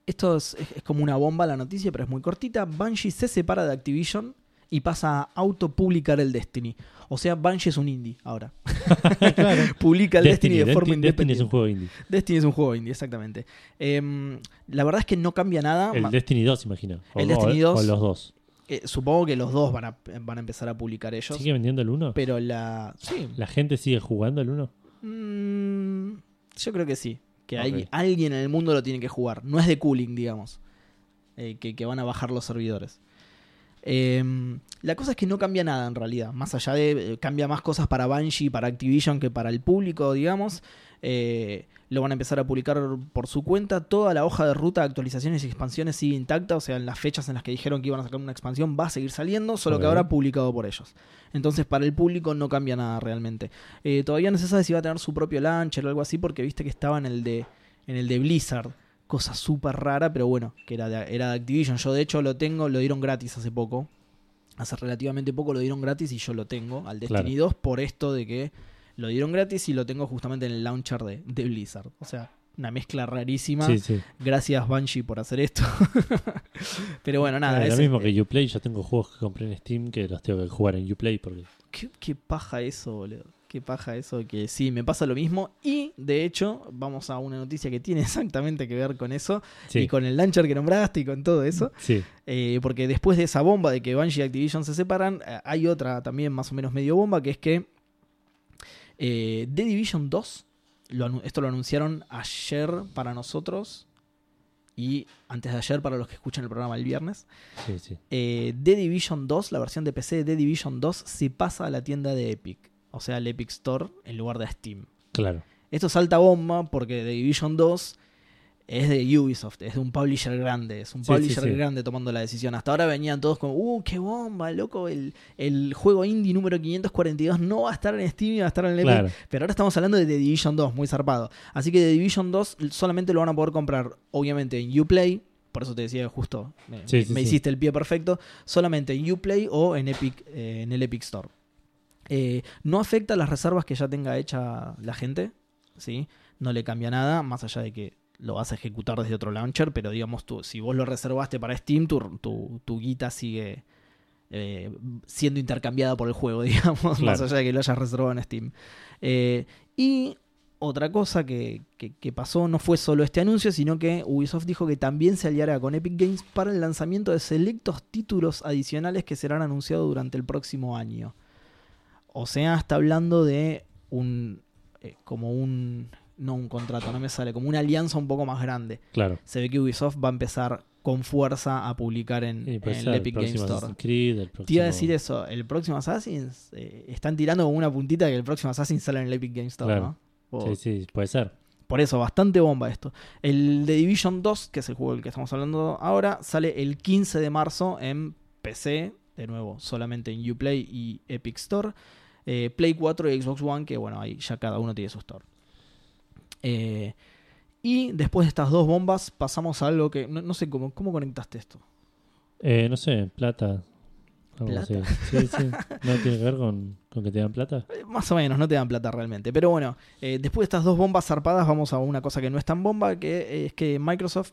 S2: esto es, es- es como una bomba la noticia, pero es muy cortita. Bungie se separa de Activision y pasa a autopublicar el Destiny. O sea, Bungie es un indie ahora.
S1: Ah, claro.
S2: Publica el Destiny, de forma
S1: Destiny- Destiny
S2: independiente.
S1: es un juego indie.
S2: juego indie, exactamente. Eh, la verdad es que no cambia nada.
S1: El
S2: Ah, ma-
S1: Destiny 2, imagino. O,
S2: El Destiny
S1: o-
S2: 2.
S1: o los dos.
S2: eh, supongo que los dos van a, van a empezar a publicar ellos.
S1: ¿Sigue vendiendo el 1?
S2: Pero la... Sí.
S1: ¿La gente sigue jugando el 1?
S2: Mm, yo creo que sí. Que hay-
S1: Ok.
S2: alguien en el mundo lo tiene que jugar. No es de cooling, digamos. Eh, que, que van a bajar los servidores. Em, la cosa es que no cambia nada en realidad. Más allá de. eh, cambia más cosas para Bungie, para Activision que para el público, digamos. Eh, lo van a empezar a publicar por su cuenta. Toda la hoja de ruta de actualizaciones y expansiones sigue intacta. O sea, en las fechas en las que dijeron que iban a sacar una expansión va a seguir saliendo, solo que
S1: Ok.
S2: ahora publicado por ellos. Entonces, para el público no cambia nada realmente. Eh, todavía no se sabe si va a tener su propio launcher o algo así, porque viste que estaba en el de, en el de Blizzard. Cosa súper rara, pero bueno, que era de, era de Activision. Yo de hecho lo tengo, lo dieron gratis hace poco. Hace relativamente poco lo dieron gratis y yo lo tengo al Destiny
S1: Claro.
S2: 2 por esto de que lo dieron gratis y lo tengo justamente en el launcher de, de Blizzard. O sea, una mezcla rarísima.
S1: Sí, sí.
S2: Gracias Bungie por hacer esto. pero bueno, nada.
S1: Ah, lo
S2: ese-
S1: mismo que Uplay. Yo tengo juegos que compré en Steam que los tengo que jugar en Uplay porque
S2: ¿Qué, qué paja eso, boludo. Qué paja eso que sí, me pasa lo mismo. Y de hecho, vamos a una noticia que tiene exactamente que ver con eso.
S1: Sí.
S2: Y con el launcher que nombraste y con todo eso.
S1: Sí.
S2: Eh, porque después de esa bomba de que Bungie y Activision se separan, eh, hay otra también más o menos medio bomba, que es que eh, The Division 2, lo anu- esto lo anunciaron ayer para nosotros y antes de ayer para los que escuchan el programa el viernes.
S1: sí, sí.
S2: Eh, The Division 2, la versión de PC de The Division 2, se pasa a la tienda de Epic, o sea, al Epic Store en lugar de a Steam.
S1: Claro.
S2: Esto es alta bomba porque The Division 2 es de Ubisoft, es de un publisher grande, es un
S1: Sí, sí,
S2: publisher
S1: sí.
S2: grande tomando la decisión. Hasta ahora venían todos como, uh, qué bomba, loco, el, el juego indie número 542 no va a estar en Steam y va a estar en el Epic".
S1: Claro.
S2: Pero ahora estamos hablando de The Division 2, muy zarpado. Así que The Division 2 solamente lo van a poder comprar, obviamente, en Uplay. Por eso te decía que justo, me,
S1: Sí,
S2: me-
S1: sí,
S2: me
S1: sí.
S2: hiciste el pie perfecto. Solamente en Uplay o en, Epic, eh, en el Epic Store. Eh, no afecta las reservas que ya tenga hecha la gente, ¿sí? No le cambia nada, más allá de que lo vas a ejecutar desde otro launcher, pero digamos, tú, si vos lo reservaste para Steam, tu, tu, tu guita sigue eh, siendo intercambiada por el juego, digamos, más
S1: Claro.
S2: allá de que lo hayas reservado en Steam. Eh, y otra cosa que, que- que pasó no fue solo este anuncio, sino que Ubisoft dijo que también se aliará con Epic Games para el lanzamiento de selectos títulos adicionales que serán anunciados durante el próximo año. O sea, está hablando de un. eh, como un. no un contrato, no me sale, como una alianza un poco más grande.
S1: Claro.
S2: Se ve que Ubisoft va a empezar con fuerza a publicar en,
S1: Y puede
S2: en
S1: ser
S2: el Epic Games
S1: próximo
S2: Store.
S1: Assassin's Creed, el próximo...
S2: Te iba a decir eso, el próximo Assassin están tirando como una puntita que el próximo Assassin sale en el Epic Game Store,
S1: Claro.
S2: ¿no? O-
S1: Sí, sí, puede ser.
S2: Por eso, bastante bomba esto. El The Division 2, que es el juego del que estamos hablando ahora, sale el 15 de marzo en PC, de nuevo, solamente en Uplay y Epic Store, eh, Play 4 y Xbox One, que bueno, ahí ya cada uno tiene su store. Eh, y después de estas dos bombas pasamos a algo que no, no sé cómo, cómo conectaste esto.
S1: Eh, no sé, plata. Algo
S2: Plata.
S1: así. Sí, sí. No tiene que ver con, con que te dan plata.
S2: Eh, Más o menos, no te dan plata realmente. Pero bueno, eh, después de estas dos bombas zarpadas, vamos a una cosa que no es tan bomba, que es que Microsoft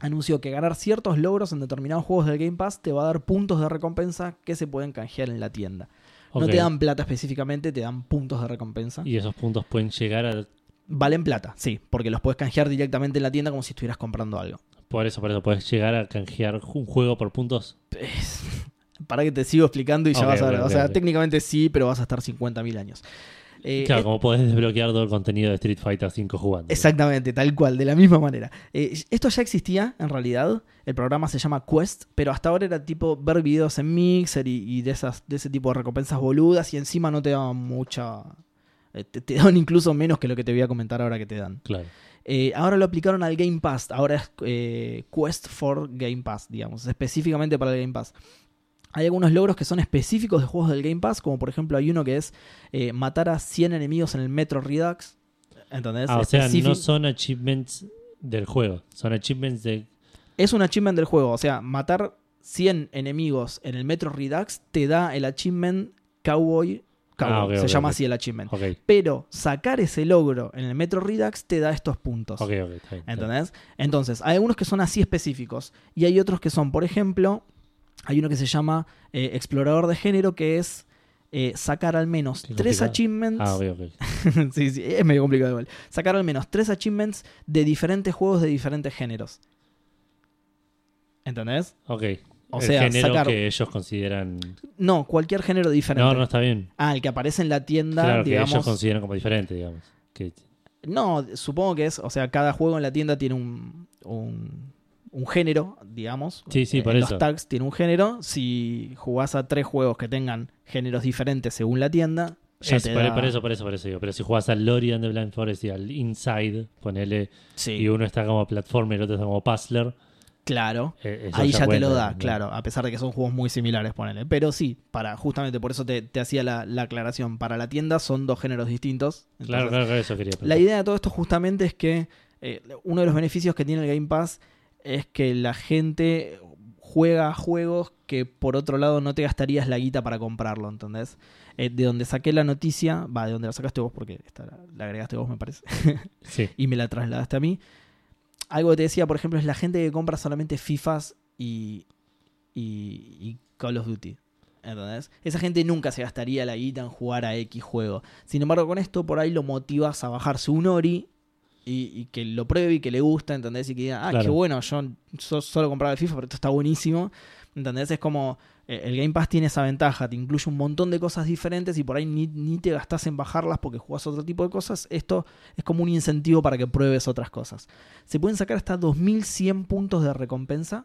S2: anunció que ganar ciertos logros en determinados juegos del Game Pass te va a dar puntos de recompensa que se pueden canjear en la tienda. No
S1: Ok.
S2: te dan plata específicamente, te dan puntos de recompensa.
S1: Y esos puntos pueden llegar a...
S2: Valen plata, sí, porque los puedes canjear directamente en la tienda como si estuvieras comprando algo.
S1: Por eso, por eso, puedes llegar a canjear un juego por puntos.
S2: Para que te sigo explicando y ya
S1: Ok,
S2: vas a
S1: ok,
S2: ver. o
S1: ok,
S2: sea,
S1: ok.
S2: técnicamente sí, pero vas a estar 50.000 años. Eh,
S1: claro, como podés desbloquear todo el contenido de Street Fighter 5 jugando.
S2: Exactamente, tal cual, de la misma manera. Eh, esto ya existía, en realidad. El programa se llama Quest, pero hasta ahora era tipo ver videos en Mixer y, y de, esas, de ese tipo de recompensas boludas y encima no te daban mucha... eh, Te, te daban incluso menos que lo que te voy a comentar ahora que te dan.
S1: Claro.
S2: Eh, ahora lo aplicaron al Game Pass. Ahora es eh, Quest for Game Pass, digamos. Específicamente para el Game Pass. Hay algunos logros que son específicos de juegos del Game Pass, como por ejemplo hay uno que es eh, matar a 100 enemigos en el Metro Redux. ¿Entendés?
S1: Ah, o sea, no
S2: Específic-
S1: son achievements del juego. Son achievements de...
S2: Es un achievement del juego. O sea, matar 100 enemigos en el Metro Redux te da el achievement Cowboy. Cowboy.
S1: Ah, ok,
S2: se
S1: ok,
S2: llama
S1: ok.
S2: así el achievement.
S1: Ok,
S2: Pero sacar ese logro en el Metro Redux te da estos puntos.
S1: ok, ok. está bien, está bien.
S2: ¿Entendés? Entonces, hay algunos que son así específicos y hay otros que son, por ejemplo, hay uno que se llama eh, Explorador de Género, que es eh, sacar al menos
S1: Qué
S2: tres
S1: complicado.
S2: achievements.
S1: Ah, ok, ok.
S2: sí, sí, es medio complicado igual. Sacar al menos tres achievements de diferentes juegos de diferentes géneros. ¿Entendés?
S1: Ok.
S2: O
S1: el
S2: sea,
S1: género
S2: sacar-
S1: que ellos consideran...
S2: No, cualquier género diferente.
S1: No, no, está bien.
S2: Ah, el que aparece en la tienda,
S1: Claro,
S2: digamos.
S1: que ellos consideran como diferente, digamos. Que-
S2: No, supongo que es, o sea, cada juego en la tienda tiene un, un, un género, digamos.
S1: Sí, sí,
S2: Eh,
S1: por
S2: en
S1: eso.
S2: Los tags tiene un género. Si jugás a tres juegos que tengan géneros diferentes según la tienda, ya
S1: es,
S2: te
S1: Eh, por,
S2: da-
S1: por eso, por eso, por eso digo. Pero si jugás al Lori and the Blind Forest y al Inside, ponele, y
S2: Sí,
S1: uno está como platformer y el otro está como puzzler,
S2: claro.
S1: eh, eso
S2: Ahí ya te
S1: cuenta,
S2: lo da,
S1: ¿no?
S2: claro, a pesar de que son juegos muy similares, ponele. Pero sí, para justamente por eso te, te hacía la, la aclaración. Para la tienda son dos géneros distintos.
S1: Claro,
S2: Entonces,
S1: claro, claro, eso quería.
S2: La
S1: preguntar.
S2: idea de todo esto justamente es que eh, uno de los beneficios que tiene el Game Pass es que la gente juega juegos que por otro lado no te gastarías la guita para comprarlo, ¿entendés? Eh, de donde saqué la noticia, va, de donde la sacaste vos, porque esta la, la agregaste vos me parece,
S1: Sí,
S2: y me la trasladaste a mí. Algo que te decía, por ejemplo, es la gente que compra solamente FIFAs y, y, y Call of Duty. ¿Entendés? Esa gente nunca se gastaría la guita en jugar a X juego. Sin embargo, con esto por ahí lo motivas a bajarse un Ori y, y que lo pruebe y que le gusta, ¿entendés? Y que diga, ah,
S1: Claro.
S2: qué bueno, yo so- solo compraba el FIFA, pero esto está buenísimo. ¿Entendés? Es como eh, el Game Pass tiene esa ventaja, te incluye un montón de cosas diferentes y por ahí ni, ni te gastás en bajarlas porque jugás otro tipo de cosas. Esto es como un incentivo para que pruebes otras cosas. Se pueden sacar hasta 2100 puntos de recompensa.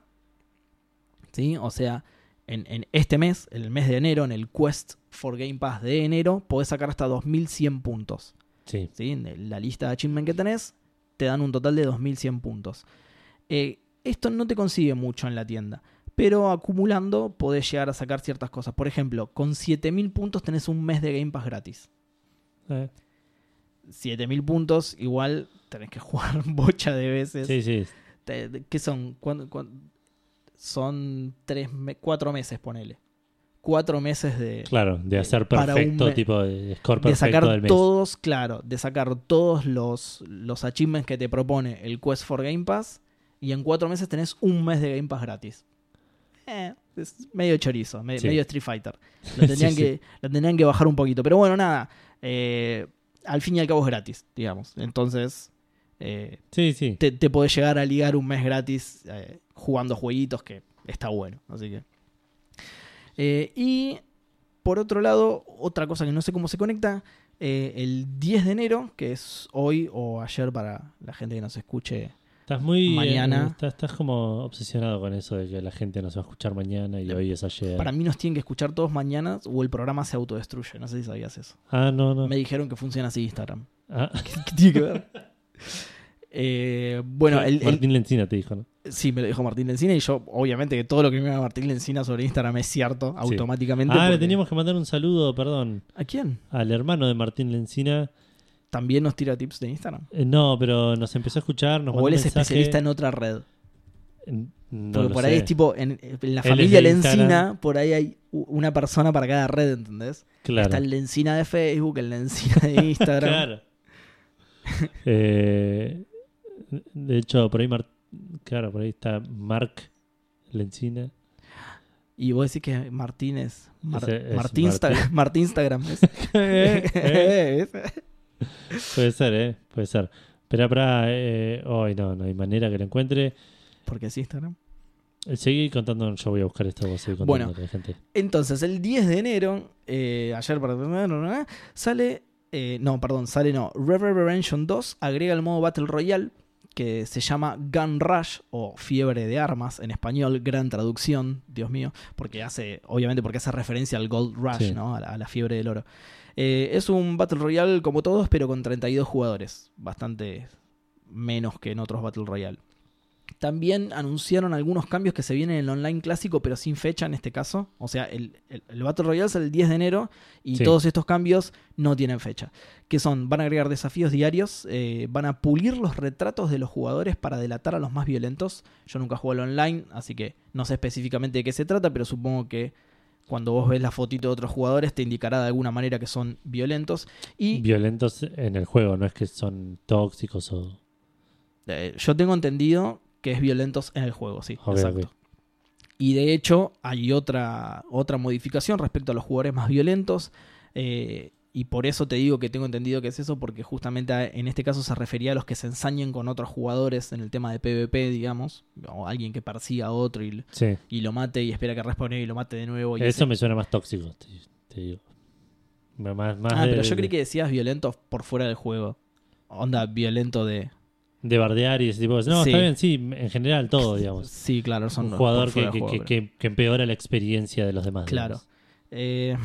S2: ¿Sí? O sea, en, en este mes, en el mes de enero, en el Quest for Game Pass de enero, podés sacar hasta 2100 puntos.
S1: sí.
S2: ¿sí? En la lista de achievement que tenés, te dan un total de 2100 puntos. Eh, esto no te consigue mucho en la tienda, pero acumulando podés llegar a sacar ciertas cosas. Por ejemplo, con 7000 puntos tenés un mes de Game Pass gratis.
S1: Eh,
S2: 7000 puntos, igual tenés que jugar bocha de veces.
S1: sí, sí.
S2: Te- te- ¿Qué son? ¿Cuán- cuán- Son tres, me- cuatro meses, ponele. Cuatro meses de,
S1: Claro, de hacer
S2: eh, Para un
S1: perfecto,
S2: mes.
S1: tipo de score
S2: de
S1: perfecto
S2: sacar
S1: del mes.
S2: todos, claro, de sacar todos los, los achievements que te propone el Quest for Game Pass. Y en cuatro meses tenés un mes de Game Pass gratis. Eh, es medio chorizo, me-
S1: Sí.
S2: medio Street Fighter. Lo
S1: Sí,
S2: tenían,
S1: sí.
S2: que, lo tenían que bajar un poquito. Pero bueno, nada. eh, al fin y al cabo es gratis, digamos. Entonces, eh,
S1: Sí, sí.
S2: te, te podés llegar a ligar un mes gratis eh, jugando jueguitos que está bueno. Así que. Eh, y por otro lado, otra cosa que no sé cómo se conecta. eh, el 10 de enero, que es hoy o ayer para la gente que nos escuche.
S1: Estás muy.
S2: Mañana.
S1: eh, estás, estás como obsesionado con eso de que la gente nos va a escuchar mañana y hoy es ayer.
S2: Para mí nos tienen que escuchar todos mañana o el programa se autodestruye. No sé si sabías eso.
S1: Ah, no, no.
S2: Me dijeron que funciona así Instagram.
S1: Ah,
S2: ¿Qué tiene que ver? Eh, bueno, el, el-
S1: Martín Lencina te dijo, ¿no?
S2: sí, me lo dijo Martín Lencina y yo, obviamente, que todo lo que me diga Martín Lencina sobre Instagram es cierto automáticamente.
S1: Ah, le
S2: porque-
S1: teníamos que mandar un saludo, perdón,
S2: ¿A quién?
S1: al hermano de Martín Lencina.
S2: También nos tira tips de Instagram.
S1: Eh, no, pero nos empezó a escuchar, nos mandó
S2: o él
S1: un
S2: es
S1: mensaje.
S2: especialista en otra red.
S1: en... No
S2: Porque
S1: lo
S2: por ahí
S1: sé.
S2: es tipo, en, en la
S1: Él es
S2: familia
S1: de Instagram.
S2: Lencina, por ahí hay u- una persona para cada red, ¿entendés?
S1: Claro.
S2: Está el Lencina de Facebook, el Lencina de Instagram.
S1: Claro. Eh, de hecho, por ahí Mar- claro, por ahí está Mark Lencina.
S2: Y vos decís que Martín es. Mar-
S1: Ese es Eh,
S2: Martín, Insta- Martín Instagram. es.
S1: Puede ser, eh, puede ser. Pero para eh, hoy no, no hay manera que lo encuentre.
S2: Porque es Instagram.
S1: Eh, Seguí contando, yo voy a buscar esto, vos seguí
S2: Bueno.
S1: contando gente.
S2: Entonces, el 10 de enero, eh, ayer para sale. eh, no, perdón, sale no. Reverberation 2 agrega el modo Battle Royale que se llama Gun Rush o Fiebre de Armas en español, gran traducción, Dios mío, porque hace, obviamente porque hace referencia al Gold Rush,
S1: Sí.
S2: ¿no? A la, a la fiebre del oro. Eh, es un Battle Royale como todos, pero con 32 jugadores, bastante menos que en otros Battle Royale. También anunciaron algunos cambios que se vienen en el online clásico, pero sin fecha en este caso. O sea, el, el- el Battle Royale sale el 10 de enero y
S1: Sí.
S2: todos estos cambios no tienen fecha. Que son, van a agregar desafíos diarios, eh, van a pulir los retratos de los jugadores para delatar a los más violentos. Yo nunca juego al online, así que no sé específicamente de qué se trata, pero supongo que cuando vos ves la fotito de otros jugadores te indicará de alguna manera que son violentos. Y
S1: Violentos en el juego, no es que son tóxicos o.
S2: Eh, yo tengo entendido que es violentos en el juego, sí,
S1: Ok,
S2: exacto.
S1: ok.
S2: Y de hecho, hay otra, otra modificación respecto a los jugadores más violentos. eh, y por eso te digo que tengo entendido que es eso, porque justamente a- en este caso se refería a los que se ensañen con otros jugadores en el tema de PvP, digamos. O alguien que persiga a otro y,
S1: Sí.
S2: y lo mate y espera que responda y lo mate de nuevo. Y
S1: Eso
S2: ese-
S1: me suena más tóxico, te, te digo. Más, más
S2: Ah,
S1: de-
S2: pero yo creí
S1: de-
S2: que decías violentos por fuera del juego. Onda, violento de...
S1: de bardear y ese tipo de cosas. No,
S2: Sí.
S1: está bien, sí, en general todo, digamos.
S2: Sí, claro, son
S1: un
S2: los
S1: jugador
S2: por fuera
S1: que,
S2: del
S1: que-
S2: juego,
S1: que-
S2: pero-
S1: que- que empeora la experiencia de los demás.
S2: Claro. Eh,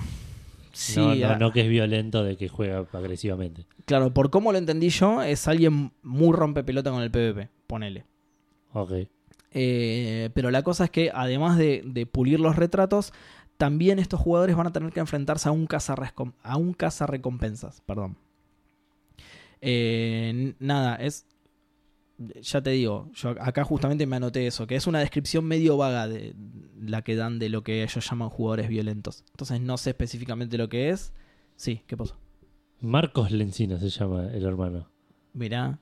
S2: sí,
S1: digamos. no, no,
S2: ah,
S1: no que es violento de que juega agresivamente.
S2: claro, por cómo lo entendí yo, es alguien muy rompepelota con el PvP, ponele.
S1: Ok.
S2: Eh, pero la cosa es que además de, de pulir los retratos, también estos jugadores van a tener que enfrentarse a un cazarrescom- a un cazarrecompensas, perdón. Eh, n- nada, es. Ya te digo, yo acá justamente me anoté eso, que es una descripción medio vaga de la que dan de lo que ellos llaman jugadores violentos. Entonces no sé específicamente lo que es. Sí, ¿qué pasó?
S1: Marcos Lencina se llama el hermano.
S2: Mirá,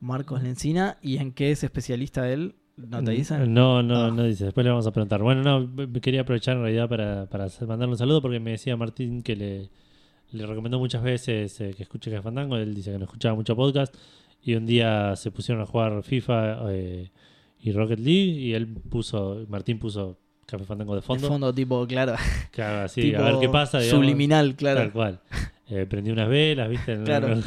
S2: Marcos Lencina, ¿y en qué es especialista él? ¿No te dicen?
S1: No, no,
S2: Ah.
S1: no dice. Después le vamos a preguntar. Bueno, no, me quería aprovechar en realidad para, para hacer- mandarle un saludo porque me decía Martín que le, le recomendó muchas veces eh, que escuche Café Fandango. Él dice que no escuchaba mucho podcast. Y un día se pusieron a jugar FIFA eh, y Rocket League. Y él puso, Martín puso Café Fandango de
S2: De
S1: fondo.
S2: fondo, tipo, claro.
S1: Claro, así,
S2: tipo
S1: a ver qué pasa. digamos. Tal
S2: Subliminal, claro.
S1: cual. Eh, prendí unas velas, ¿viste? No,
S2: Claro.
S1: no.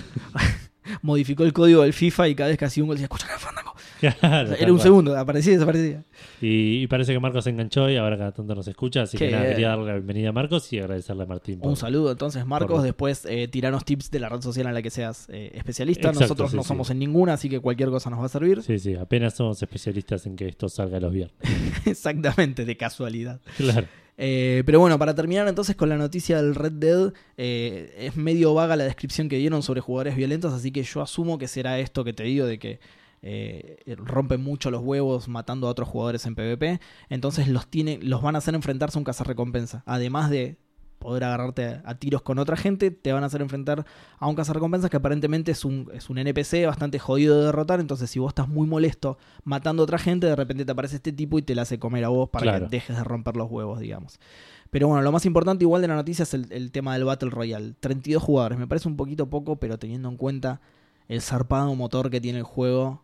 S2: Modificó el código del FIFA y cada vez que hacía un gol decía, escucha, Fandango.
S1: Claro,
S2: O sea,
S1: tal
S2: Era un
S1: cual.
S2: segundo, aparecía y desaparecía.
S1: Y, y parece que Marcos se enganchó y ahora cada tanto nos escucha. Así
S2: Qué
S1: que nada,
S2: bien.
S1: quería darle la bienvenida a Marcos y agradecerle a Martín. por-
S2: Un saludo entonces, Marcos.
S1: Por-
S2: Después eh, tiranos tips de la red social en la que seas eh, especialista.
S1: Exacto,
S2: Nosotros
S1: sí,
S2: no
S1: sí.
S2: somos en ninguna, así que cualquier cosa nos va a servir.
S1: Sí, sí, apenas somos especialistas en que esto salga los viernes.
S2: Exactamente, de casualidad.
S1: Claro.
S2: Eh, pero bueno, para terminar entonces con la noticia del Red Dead, eh, es medio vaga la descripción que dieron sobre jugadores violentos, así que yo asumo que será esto que te digo de que eh, rompen mucho los huevos matando a otros jugadores en PvP, entonces los, tiene, los van a hacer enfrentarse a un cazarrecompensa. Además de poder agarrarte a, a tiros con otra gente, te van a hacer enfrentar a un cazarrecompensa que aparentemente es un, es un NPC bastante jodido de derrotar, entonces si vos estás muy molesto matando a otra gente, de repente te aparece este tipo y te la hace comer a vos para
S1: Claro.
S2: que dejes de romper los huevos, digamos. Pero bueno, lo más importante igual de la noticia es el, el tema del Battle Royale. 32 jugadores, me parece un poquito poco, pero teniendo en cuenta el zarpado motor que tiene el juego,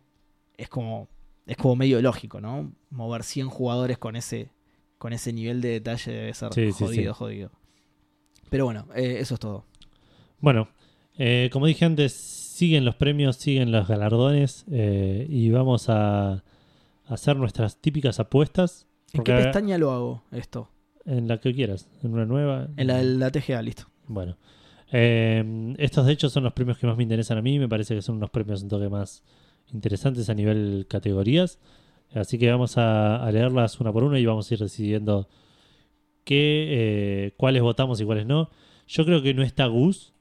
S2: es como, es como medio lógico, ¿no? Mover 100 jugadores con ese, con ese nivel de detalle debe ser
S1: Sí, sí,
S2: jodido,
S1: sí.
S2: jodido. Pero bueno, eh, eso es todo.
S1: Bueno, eh, como dije antes, siguen los premios, siguen los galardones eh, y vamos a hacer nuestras típicas apuestas.
S2: ¿En
S1: Porque
S2: qué pestaña lo hago esto?
S1: En la que quieras, en una nueva.
S2: En la, la TGA, listo.
S1: Bueno. Eh, estos de hecho son los premios que más me interesan a mí. Me parece que son unos premios un toque más interesantes a nivel categorías. Así que vamos a, a leerlas una por una y vamos a ir decidiendo qué, eh, cuáles votamos y cuáles no. Yo creo que no está Gus.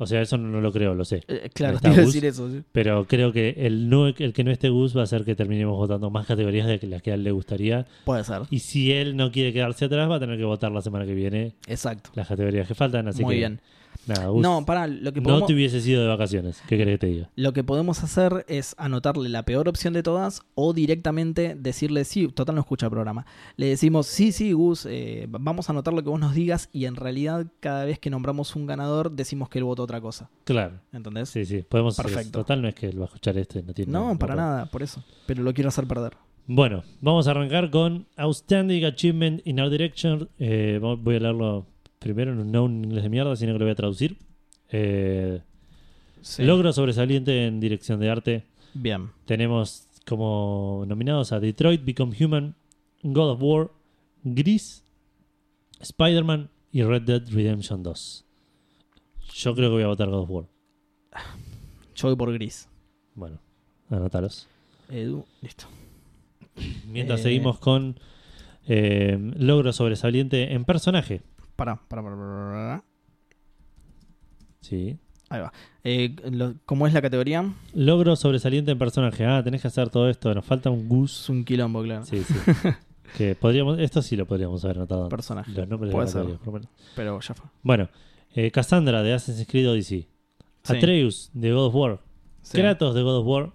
S1: O sea, eso no, no lo creo, lo sé.
S2: Eh, claro,
S1: Está
S2: te iba a
S1: Gus.
S2: decir eso. sí.
S1: Pero creo que el, no, el que no esté Gus va a hacer que terminemos votando más categorías de que las que a él le gustaría.
S2: Puede ser.
S1: Y si él no quiere quedarse atrás, va a tener que votar la semana que viene
S2: Exacto.
S1: las categorías que faltan. Así
S2: Muy
S1: que
S2: bien.
S1: Nada, Gus,
S2: No, pará, lo que,
S1: no
S2: podemos,
S1: te hubiese sido de vacaciones. ¿Qué querés que te diga?
S2: lo que podemos hacer es anotarle la peor opción de todas o directamente decirle, sí, total no escucha el programa. Le decimos, sí, sí, Gus, eh, vamos a anotar lo que vos nos digas y en realidad cada vez que nombramos un ganador decimos que él votó otra cosa.
S1: Claro.
S2: ¿Entendés?
S1: Sí, sí. Podemos hacer eso.
S2: Perfecto.
S1: Total, no es que él va a escuchar este. No, tiene
S2: No,
S1: no
S2: para
S1: puede.
S2: nada, por eso. Pero lo quiero hacer perder.
S1: Bueno, vamos a arrancar con Outstanding Achievement in Our Direction. Eh, vo- voy a leerlo primero, no en inglés de mierda, sino que lo voy a traducir. Eh, Logro sobresaliente en dirección de arte.
S2: Bien.
S1: Tenemos como nominados a Detroit, Become Human, God of War, Gris, Spider-Man y Red Dead Redemption 2. Yo creo que voy a votar God of War.
S2: Yo voy por gris.
S1: Bueno, anotaros.
S2: Edu, listo.
S1: Mientras
S2: Eh.
S1: seguimos con eh, logro sobresaliente en personaje.
S2: Pará, pará, pará, pará, pará.
S1: Sí.
S2: Ahí va. Eh, lo- ¿Cómo es la categoría?
S1: Logro sobresaliente en personaje. Ah, tenés que hacer todo esto. Nos falta un Gus.
S2: Es un quilombo, claro.
S1: Sí, sí. que podríamos, esto sí lo podríamos haber anotado. antes.
S2: Personaje.
S1: Los nombres de
S2: Puede
S1: la
S2: ser.
S1: categoría, por lo menos.
S2: Pero ya fue.
S1: Bueno, eh, Cassandra de Assassin's Creed Odyssey.
S2: Sí.
S1: Atreus de God of War.
S2: Sí.
S1: Kratos de God of War.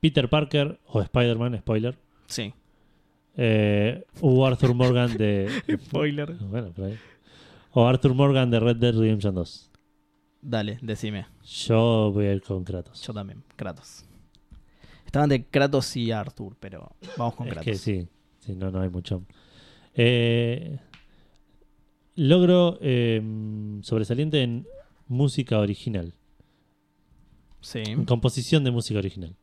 S1: Peter Parker o Spider-Man, spoiler.
S2: Sí.
S1: Eh, o Arthur Morgan de.
S2: Spoiler.
S1: bueno, por ahí. O Arthur Morgan de Red Dead Redemption 2.
S2: Dale, decime.
S1: Yo voy a ir con Kratos.
S2: Yo también, Kratos. Estaban de Kratos y Arthur, pero vamos con
S1: es
S2: Kratos.
S1: que sí, sí, no, no hay mucho. Eh, logro eh, sobresaliente en música original.
S2: Sí.
S1: Composición de música original.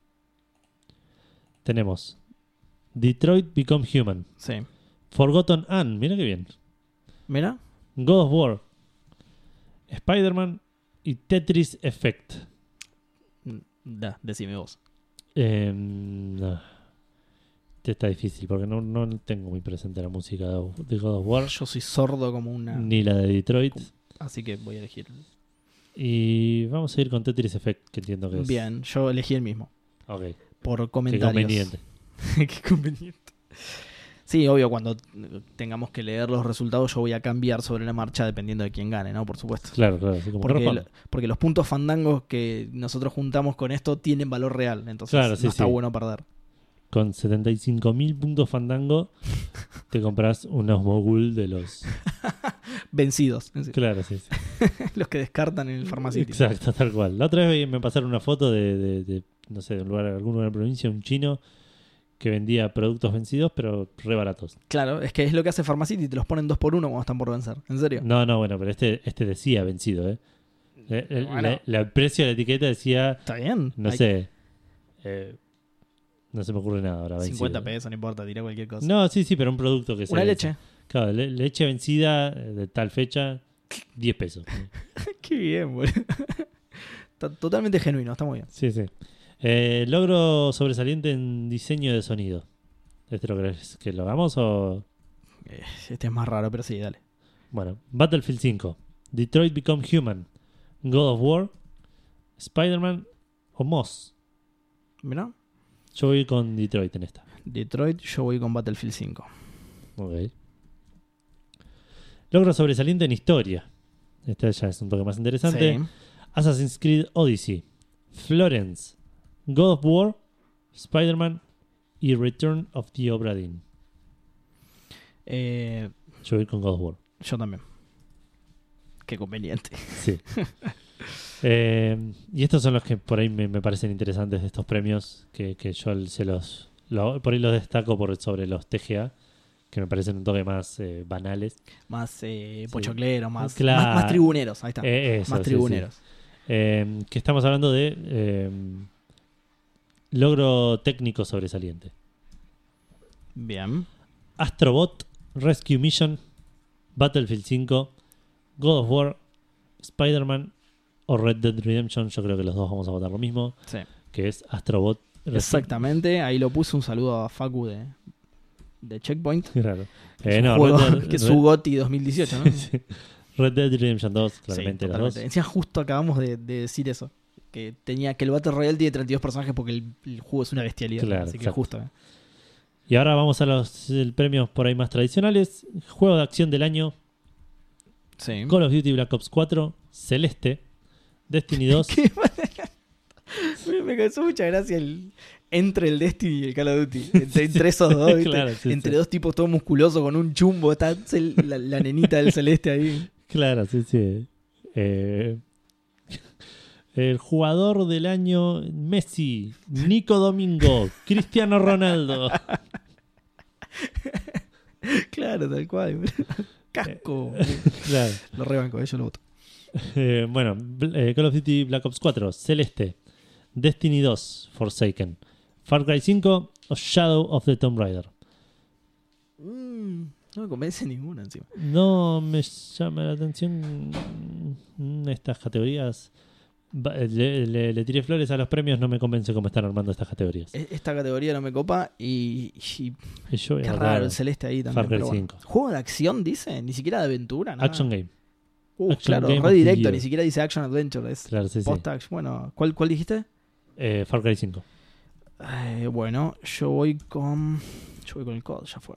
S1: Tenemos Detroit Become Human.
S2: Sí.
S1: Forgotten Anne, mira qué bien.
S2: Mira,
S1: God of War. Spider-Man y Tetris Effect.
S2: mm, da, decime vos.
S1: Eh, no. Este está difícil porque no, no tengo muy presente la música de de God of War
S2: Yo soy sordo como una.
S1: ni la de Detroit.
S2: Así que voy a elegir.
S1: Y vamos a ir con Tetris Effect, que entiendo que es.
S2: Bien, yo elegí el mismo.
S1: Ok,
S2: Por
S1: qué
S2: comentarios.
S1: conveniente.
S2: Qué conveniente. Sí, obvio, cuando tengamos que leer los resultados, yo voy a cambiar sobre la marcha dependiendo de quién gane, ¿no? Por supuesto.
S1: Claro, claro, así como
S2: Porque,
S1: corresponde.
S2: lo- porque los puntos fandangos que nosotros juntamos con esto tienen valor real. Entonces
S1: Claro,
S2: no
S1: sí,
S2: está
S1: sí.
S2: bueno perder.
S1: Con 75.000 puntos fandango, te compras unos mogul de los.
S2: Vencidos, es decir,
S1: Claro, sí, sí.
S2: los que descartan en el farmacéutico.
S1: Exacto, tal cual. La otra vez me pasaron una foto de, de- de, no sé, de un lugar, algún lugar de la provincia, un chino que vendía productos vencidos, pero re baratos.
S2: Claro, es que es lo que hace Pharmacity, te los ponen dos por uno cuando están por vencer. ¿En serio?
S1: No, no, bueno, pero este, este decía vencido, ¿eh? Le- le-
S2: Bueno.
S1: la- la- el precio de la etiqueta decía,
S2: Está bien.
S1: no
S2: Hay
S1: sé, eh, no se me ocurre nada ahora. vencido.
S2: 50 pesos, no importa, tira cualquier cosa.
S1: No, sí, sí, pero un producto que se
S2: una
S1: vence.
S2: leche.
S1: Claro, le- leche vencida eh, de tal fecha, 10 pesos.
S2: Qué bien, boludo. Está totalmente genuino, está muy bien.
S1: Sí, sí. Eh, logro sobresaliente en diseño de sonido. ¿Este lo crees que lo hagamos o...?
S2: Eh, Este es más raro, pero sí, dale.
S1: Bueno, Battlefield 5, Detroit Become Human, God of War, Spider-Man o Moss.
S2: Mira,
S1: Yo voy con Detroit en esta.
S2: Detroit, yo voy con Battlefield 5.
S1: Ok. Logro sobresaliente en historia. Esta ya es un toque más interesante.
S2: Sí.
S1: Assassin's Creed Odyssey, Florence, God of War, Spider-Man y Return of the Obra Dinn.
S2: Eh,
S1: Yo voy con God of War.
S2: Yo también. Qué conveniente.
S1: Sí. Eh, y estos son los que por ahí me, me parecen interesantes de estos premios, que, que yo se los, lo- por ahí los destaco por sobre los TGA, que me parecen un toque más eh, banales.
S2: Más eh, pochocleros, más,
S1: Claro.
S2: más, más tribuneros. Ahí está.
S1: Eh, eso,
S2: más
S1: sí, sí.
S2: tribuneros.
S1: Eh, que estamos hablando de eh, logro técnico sobresaliente.
S2: Bien.
S1: Astrobot, Rescue Mission, Battlefield 5, God of War, Spider-Man o Red Dead Redemption. Yo creo que los dos vamos a votar lo mismo,
S2: Sí.
S1: que es Astrobot. Rescue-
S2: Exactamente. Ahí lo puse un saludo a Facu de, de Checkpoint.
S1: Claro.
S2: que es
S1: Eh,
S2: un
S1: no,
S2: juego-
S1: Red Dead-
S2: que es
S1: Red-
S2: su GOTI 2018, ¿no? Sí,
S1: Sí. Red Dead Redemption 2, claramente las dos.
S2: totalmente. Encima justo acabamos de, de decir eso. Que tenía que el Battle Royale tiene 32 personajes porque el, el juego es una bestialidad.
S1: Claro,
S2: así que
S1: exacto.
S2: justo. ¿eh?
S1: Y ahora vamos a los eh, premios por ahí más tradicionales. Juego de acción del año,
S2: Sí.
S1: Call of Duty Black Ops 4, Celeste, Destiny 2.
S2: ¿Qué? me, me causó mucha gracia el, entre el Destiny y el Call of Duty. Entre, entre esos dos, ¿viste?
S1: Claro, sí,
S2: entre
S1: sí.
S2: dos tipos todo musculoso con un chumbo. Está cel- la, la nenita del celeste ahí.
S1: Claro, sí, sí. Eh, el jugador del año, Messi, Nico Domingo, Cristiano Ronaldo.
S2: Claro, tal cual. Casco.
S1: Claro.
S2: Lo rebanco, eh, yo lo voto.
S1: Eh, bueno, Bl- eh, Call of Duty Black Ops 4, Celeste, Destiny 2, Forsaken, Far Cry 5 o Shadow of the Tomb Raider.
S2: Mm, no me convence ninguno encima.
S1: No me llama la atención mm, estas categorías. Ba- Le, le- le tiré flores a los premios, no me convence cómo están armando estas categorías.
S2: E- Esta categoría no me copa y, y
S1: Y yo voy a
S2: qué
S1: votar
S2: raro el celeste ahí también.
S1: Far Cry
S2: pero bueno.
S1: 5.
S2: Juego de acción dice, ni siquiera de aventura. nada.
S1: Action Game.
S2: Uh,
S1: Action
S2: claro,
S1: Game
S2: redirecto,
S1: adquirido.
S2: ni siquiera dice Action Adventure. Es
S1: Claro, sí, sí.
S2: post action. Bueno, ¿cuál, cuál dijiste?
S1: Eh, Far Cry 5.
S2: Eh, bueno, yo voy con. Yo voy con el COD, ya fue.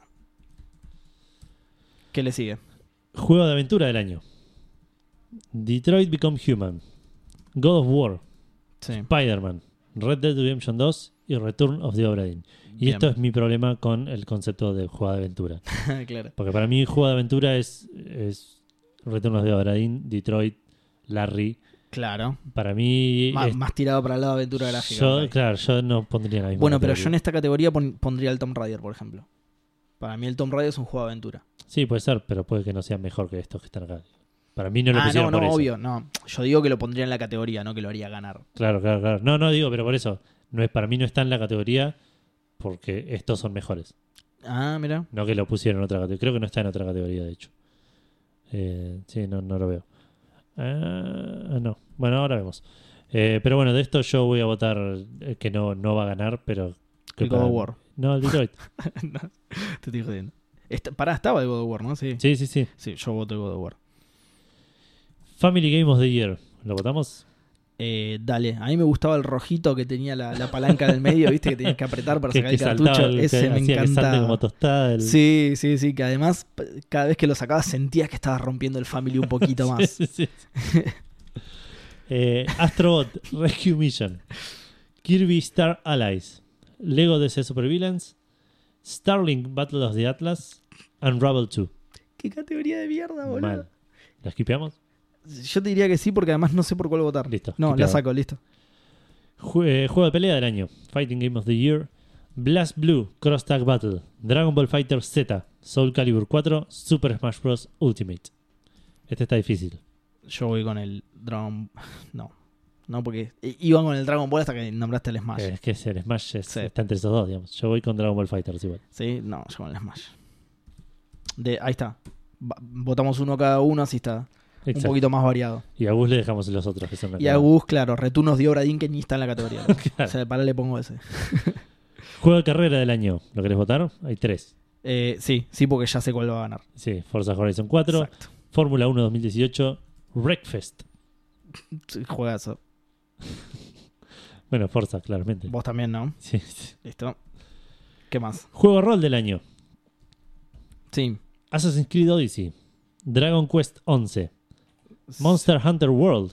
S2: ¿Qué le sigue?
S1: Juego de aventura del año. Detroit Become Human. God of War.
S2: Sí.
S1: Spider-Man, Red Dead Redemption 2 y Return of the Obra Dinn. Y esto es mi problema con el concepto de juego de aventura.
S2: claro.
S1: Porque para mí juego de aventura es, es Return of the Obra Dinn, Detroit, Larry.
S2: Claro.
S1: Para mí...
S2: Má-
S1: es-
S2: más tirado para el lado de aventura gráfica. por
S1: yo,
S2: ahí.
S1: claro, yo no pondría la misma.
S2: bueno, pero yo en
S1: categoría.
S2: esta categoría pon- pondría el Tomb Raider, por ejemplo. Para mí el Tomb Raider es un juego de aventura.
S1: Sí, puede ser, pero puede que no sea mejor que estos que están acá. Para mí no lo
S2: ah, no,
S1: pusieron
S2: no,
S1: por eso.
S2: obvio, no. Yo digo que lo pondría en la categoría, no que lo haría ganar.
S1: Claro, claro, claro. No, no digo, pero por eso. No es, para mí no está en la categoría porque estos son mejores.
S2: Ah, mira.
S1: No que lo pusieron en otra categoría. Creo que no está en otra categoría, de hecho. Eh, sí, no, no lo veo. Ah, no. Bueno, ahora vemos. Eh, pero bueno, de esto yo voy a votar eh, que no, no va a ganar, pero... que
S2: El God
S1: para-
S2: of War.
S1: No, el Detroit.
S2: No, te estoy jodiendo. Esta- pará, estaba el God of War, ¿no? Sí.
S1: sí, sí, sí.
S2: Sí, yo voto el God of War.
S1: Family Game of the Year. ¿Lo votamos?
S2: Eh, dale, a mí me gustaba el rojito que tenía la, la palanca del medio, viste, que tenías que apretar para
S1: Que-
S2: sacar
S1: que
S2: el cartucho.
S1: el-
S2: Ese
S1: que
S2: me
S1: hacía que salte como
S2: encantaba.
S1: tostada. el-
S2: Sí, sí, sí, que además p- cada vez que lo sacabas sentías que estabas rompiendo el family un poquito más.
S1: Sí, sí, sí. Eh, Astrobot Rescue Mission, Kirby Star Allies, Lego DC Supervillains, Starlink Battle of the Atlas, Unravel 2.
S2: ¿Qué categoría de mierda, Ah, boludo?
S1: Mal. ¿La skipeamos?
S2: Yo te diría que sí, porque además no sé por cuál votar.
S1: Listo,
S2: No, la
S1: quitado.
S2: saco, listo.
S1: Ju- eh, juego de pelea del año, Fighting Game of the Year, Blast Blue Cross Tag Battle, Dragon Ball Fighter Z, Soul Calibur 4, Super Smash Bros. Ultimate. Este está difícil.
S2: Yo voy con el Dragon. No, no, porque i- iba con el Dragon Ball hasta que nombraste el Smash.
S1: Eh, Es que es el Smash es-
S2: Sí.
S1: está entre esos dos, digamos. Yo voy con Dragon Ball Fighters igual.
S2: Sí, no, yo con el Smash. De, ahí está. Va- Votamos uno cada uno, así está. Un
S1: Exacto.
S2: poquito más variado.
S1: Y a Gus le dejamos los otros que son la
S2: Y a
S1: cagada.
S2: Gus, claro, retunos de obra Dinn que ni está en la categoría. ¿no?
S1: Claro.
S2: O sea, para le pongo ese.
S1: Juego de carrera del año. ¿Lo querés votar? Hay tres.
S2: Eh, sí, sí, porque ya sé cuál va a ganar.
S1: Sí, Forza Horizon 4,
S2: Exacto.
S1: Fórmula 1 2018, Breakfast.
S2: Sí, Juegazo.
S1: Bueno, Forza, claramente.
S2: Vos también, ¿no?
S1: Sí, sí.
S2: Listo. ¿Qué más?
S1: Juego rol del año.
S2: Sí.
S1: Assassin's Creed Odyssey, Dragon Quest 11, Monster Hunter World,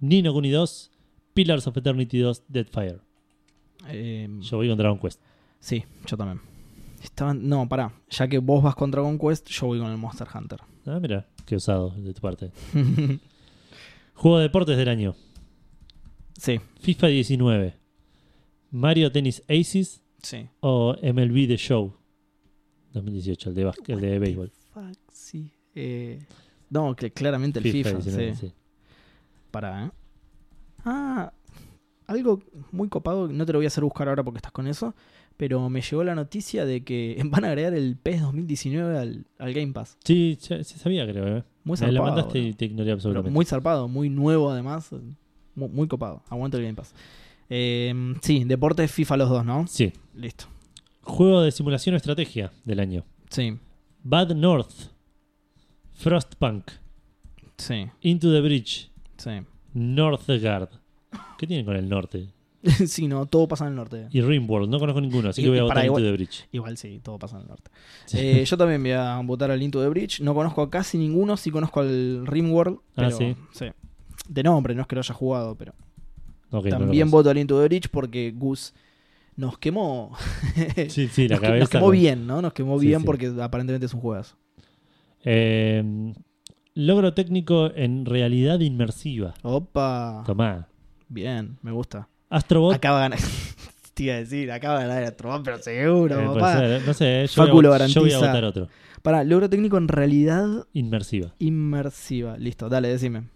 S1: Nino Kuni 2, Pillars of Eternity 2, Deadfire.
S2: Eh,
S1: Yo voy con Dragon Quest.
S2: Sí, yo también. Estaban. No, pará. Ya que vos vas contra Conquest, yo voy con el Monster Hunter.
S1: Ah, mira, qué usado de tu parte. Juego de deportes del año.
S2: sí,
S1: FIFA 19. Mario Tennis Aces
S2: sí.
S1: o MLB The Show. 2018, el de, básquet- el de béisbol.
S2: Fuck, sí. Eh, no, que claramente el FIFA. sí.
S1: sí.
S2: Pará, ¿eh? Ah, algo muy copado, no te lo voy a hacer buscar ahora porque estás con eso, pero me llegó la noticia de que van a agregar el PES 2019 al, al Game Pass.
S1: Sí, ya- se sabía, creo. ¿eh?
S2: Muy
S1: Me la
S2: zarpado.
S1: mandaste
S2: boludo.
S1: y te ignoré
S2: Pero
S1: absolutamente.
S2: muy zarpado, muy nuevo además. Muy, muy copado. Aguanta el Game Pass. Eh, sí, deportes FIFA los dos, ¿no?
S1: Sí.
S2: Listo.
S1: Juego de simulación o estrategia del año.
S2: Sí,
S1: Bad North. Frostpunk.
S2: sí,
S1: Into the Bridge.
S2: sí.
S1: Northgard. ¿Qué tienen con el norte?
S2: sí, no, todo pasa en el norte.
S1: Y Rimworld. No conozco ninguno, así
S2: Y-
S1: que voy a
S2: y
S1: votar
S2: para,
S1: Into
S2: igual-
S1: the Bridge.
S2: Igual sí, todo pasa en el norte.
S1: Sí.
S2: Eh, yo también voy a votar al Into the Bridge. No conozco a casi ninguno, sí conozco al Rimworld. Pero,
S1: Ah, sí.
S2: De nombre, no es que lo haya jugado, pero
S1: Ok, no lo
S2: también
S1: conozco.
S2: voto al Into the Bridge porque Gus nos quemó.
S1: Sí, sí, la
S2: nos, que- nos
S1: cabeza.
S2: quemó
S1: con-
S2: bien, ¿no? Nos quemó
S1: Sí,
S2: bien
S1: sí.
S2: porque aparentemente es un juegazo.
S1: Eh, logro técnico en realidad inmersiva.
S2: Opa.
S1: Tomá.
S2: Bien, me gusta.
S1: Astrobot.
S2: Acaba de ganar. Te iba a decir, acaba de ganar el Trump, pero seguro,
S1: eh, puede
S2: papá.
S1: ser, no sé, yo,
S2: Facu
S1: voy
S2: lo
S1: a, yo voy a
S2: garantiza.
S1: votar otro.
S2: Pará, logro técnico en realidad
S1: Inmersiva.
S2: inmersiva. Listo, dale, decime.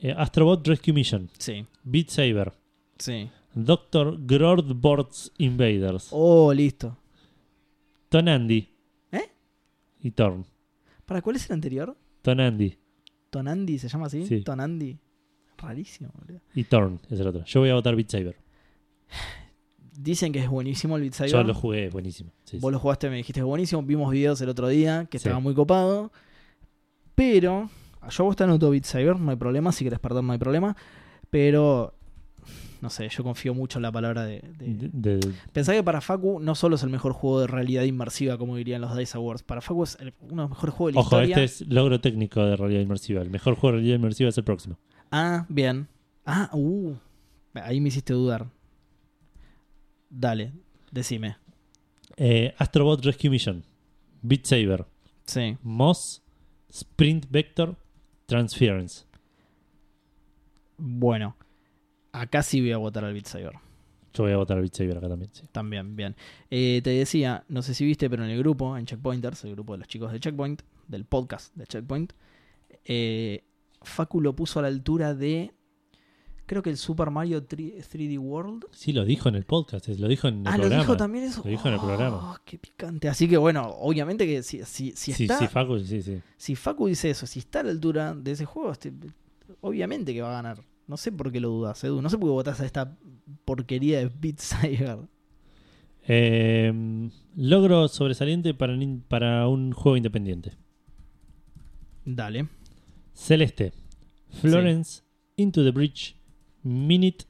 S1: Eh, Astrobot Rescue Mission.
S2: Sí,
S1: Beat Saber.
S2: sí.
S1: Doctor Grordbort's Invaders.
S2: Oh, listo.
S1: Tonandi.
S2: ¿Eh?
S1: Y Torn.
S2: ¿Para cuál es el anterior?
S1: Tonandi.
S2: Tonandi, ¿se llama así?
S1: Sí.
S2: Tonandi. Rarísimo, boludo.
S1: Y Torn es el otro. Yo voy a votar Beat Saber.
S2: Dicen que es buenísimo el Beat Saber.
S1: Yo lo jugué, es buenísimo. Sí, sí.
S2: Vos lo jugaste, me dijiste que es buenísimo. Vimos videos el otro día que
S1: Sí.
S2: estaba muy copado. Pero, yo a vos te anoto Beat Saber, no hay problema. Si querés perder, no hay problema. Pero, no sé, yo confío mucho en la palabra de. de...
S1: De- de-
S2: Pensá que para Facu no solo es el mejor juego de realidad inmersiva, como dirían los Dice Awards. Para Facu es el- uno de los mejores juegos de la
S1: Ojo,
S2: historia.
S1: este es logro técnico de realidad inmersiva. El mejor juego de realidad inmersiva es el próximo.
S2: Ah, bien. Ah, uh. Ahí me hiciste dudar. Dale, decime.
S1: Eh, Astrobot Rescue Mission, Beat Saber,
S2: Sí.
S1: Moss, Sprint Vector, Transference.
S2: Bueno, acá sí voy a votar al Beat Saber.
S1: Yo voy a votar Beat Saber acá también. sí.
S2: También, bien. Eh, te decía, no sé si viste, pero en el grupo, en Checkpointers, el grupo de los chicos de Checkpoint, del podcast de Checkpoint, eh, Facu lo puso a la altura de. Creo que el Super Mario 3, d World.
S1: Sí, lo dijo en el podcast, es- lo dijo en el
S2: ah,
S1: programa.
S2: lo dijo también eso.
S1: Lo dijo en el
S2: Oh,
S1: programa.
S2: Qué picante. Así que bueno, obviamente que si, si, si
S1: sí,
S2: está.
S1: sí, Facu, sí, sí.
S2: Si Facu dice eso, si está a la altura de ese juego, este- obviamente que va a ganar. No sé por qué lo dudas, Edu. No sé por qué votas a esta porquería de Beat Saber.
S1: Eh, logro sobresaliente para, nin- para un juego independiente.
S2: Dale.
S1: Celeste, Florence, Into the Bridge, Minute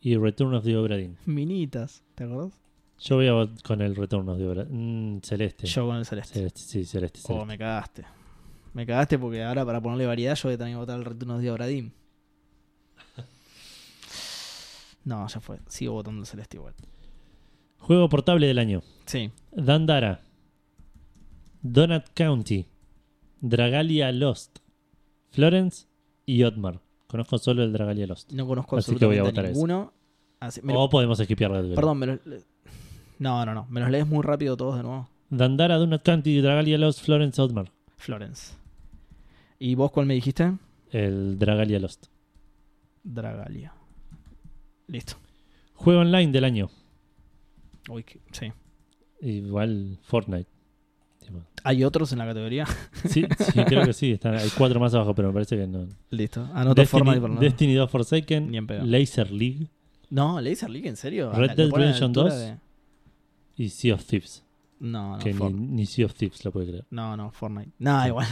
S1: y Return of the Obra Dinn.
S2: Minitas, ¿te acordás?
S1: Yo voy a votar con el Return of the Obra mm, Celeste.
S2: Yo con el Celeste.
S1: Celeste, sí, Celeste.
S2: Oh,
S1: Celeste.
S2: me cagaste. Me cagaste porque ahora para ponerle variedad yo voy a tener que votar el retorno de Obradim. No, ya fue. Sigo votando el Celeste igual.
S1: Juego portable del año.
S2: Sí.
S1: Dandara, Donut County, Dragalia Lost, Florence y Otmar. Conozco solo el Dragalia Lost.
S2: No conozco
S1: Así que voy a
S2: absolutamente
S1: votar
S2: a
S1: ese. Oh,
S2: ninguno. Así- me lo-
S1: O podemos esquipearla. del-
S2: perdón, me lo- No, no, no. Me los lees muy rápido todos de nuevo.
S1: Dandara, Donut County, Dragalia Lost, Florence, Otmar.
S2: Florence. ¿Y vos cuál me dijiste?
S1: El Dragalia Lost.
S2: Dragalia. Listo.
S1: Juego online del año.
S2: Uy, que- sí.
S1: Igual Fortnite. Tipo,
S2: ¿Hay otros en la categoría?
S1: Sí, sí, creo que sí. Están, hay cuatro más abajo, pero me parece que no.
S2: Listo. Anoto forma de
S1: Destiny, Destiny 2 Forsaken,
S2: Ni en pedo.
S1: Laser League
S2: No, Laser League, ¿en serio?
S1: Red
S2: ¿Lo
S1: Dead
S2: ponen a la
S1: Redemption
S2: altura
S1: 2?
S2: de-
S1: y Sea of Thieves.
S2: No, no,
S1: que ni,
S2: Ah, Fortnite.
S1: ni Sea of Thieves lo puede creer.
S2: No, no, Fortnite. No, igual,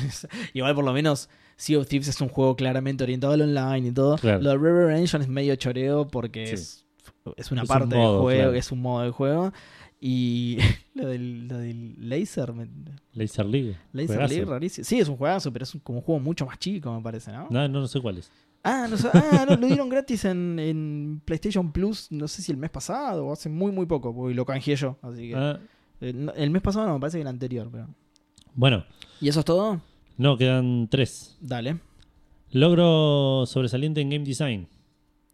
S2: igual por lo menos Sea of Thieves es un juego claramente orientado al online y todo.
S1: Claro.
S2: Lo de River Engine es medio choreo porque
S1: Sí.
S2: es, es una
S1: Es un
S2: parte del
S1: modo,
S2: juego,
S1: claro.
S2: es un modo de juego. Y lo del, lo del Laser, me-
S1: Laser League.
S2: Laser
S1: juegazo.
S2: League, rarísimo. Sí, es un juegazo, pero es un, como un juego mucho más chico, me parece, ¿no?
S1: No, no, no sé cuál es.
S2: Ah, no, sé- ah, no, lo dieron gratis en, en PlayStation Plus, no sé si el mes pasado o hace muy, muy poco, porque lo canjeé yo. Así que
S1: Ah,
S2: Eh, no- El mes pasado no, me parece que el anterior, pero.
S1: Bueno,
S2: ¿Y eso es todo?
S1: no, quedan tres.
S2: Dale.
S1: Logro sobresaliente en Game Design.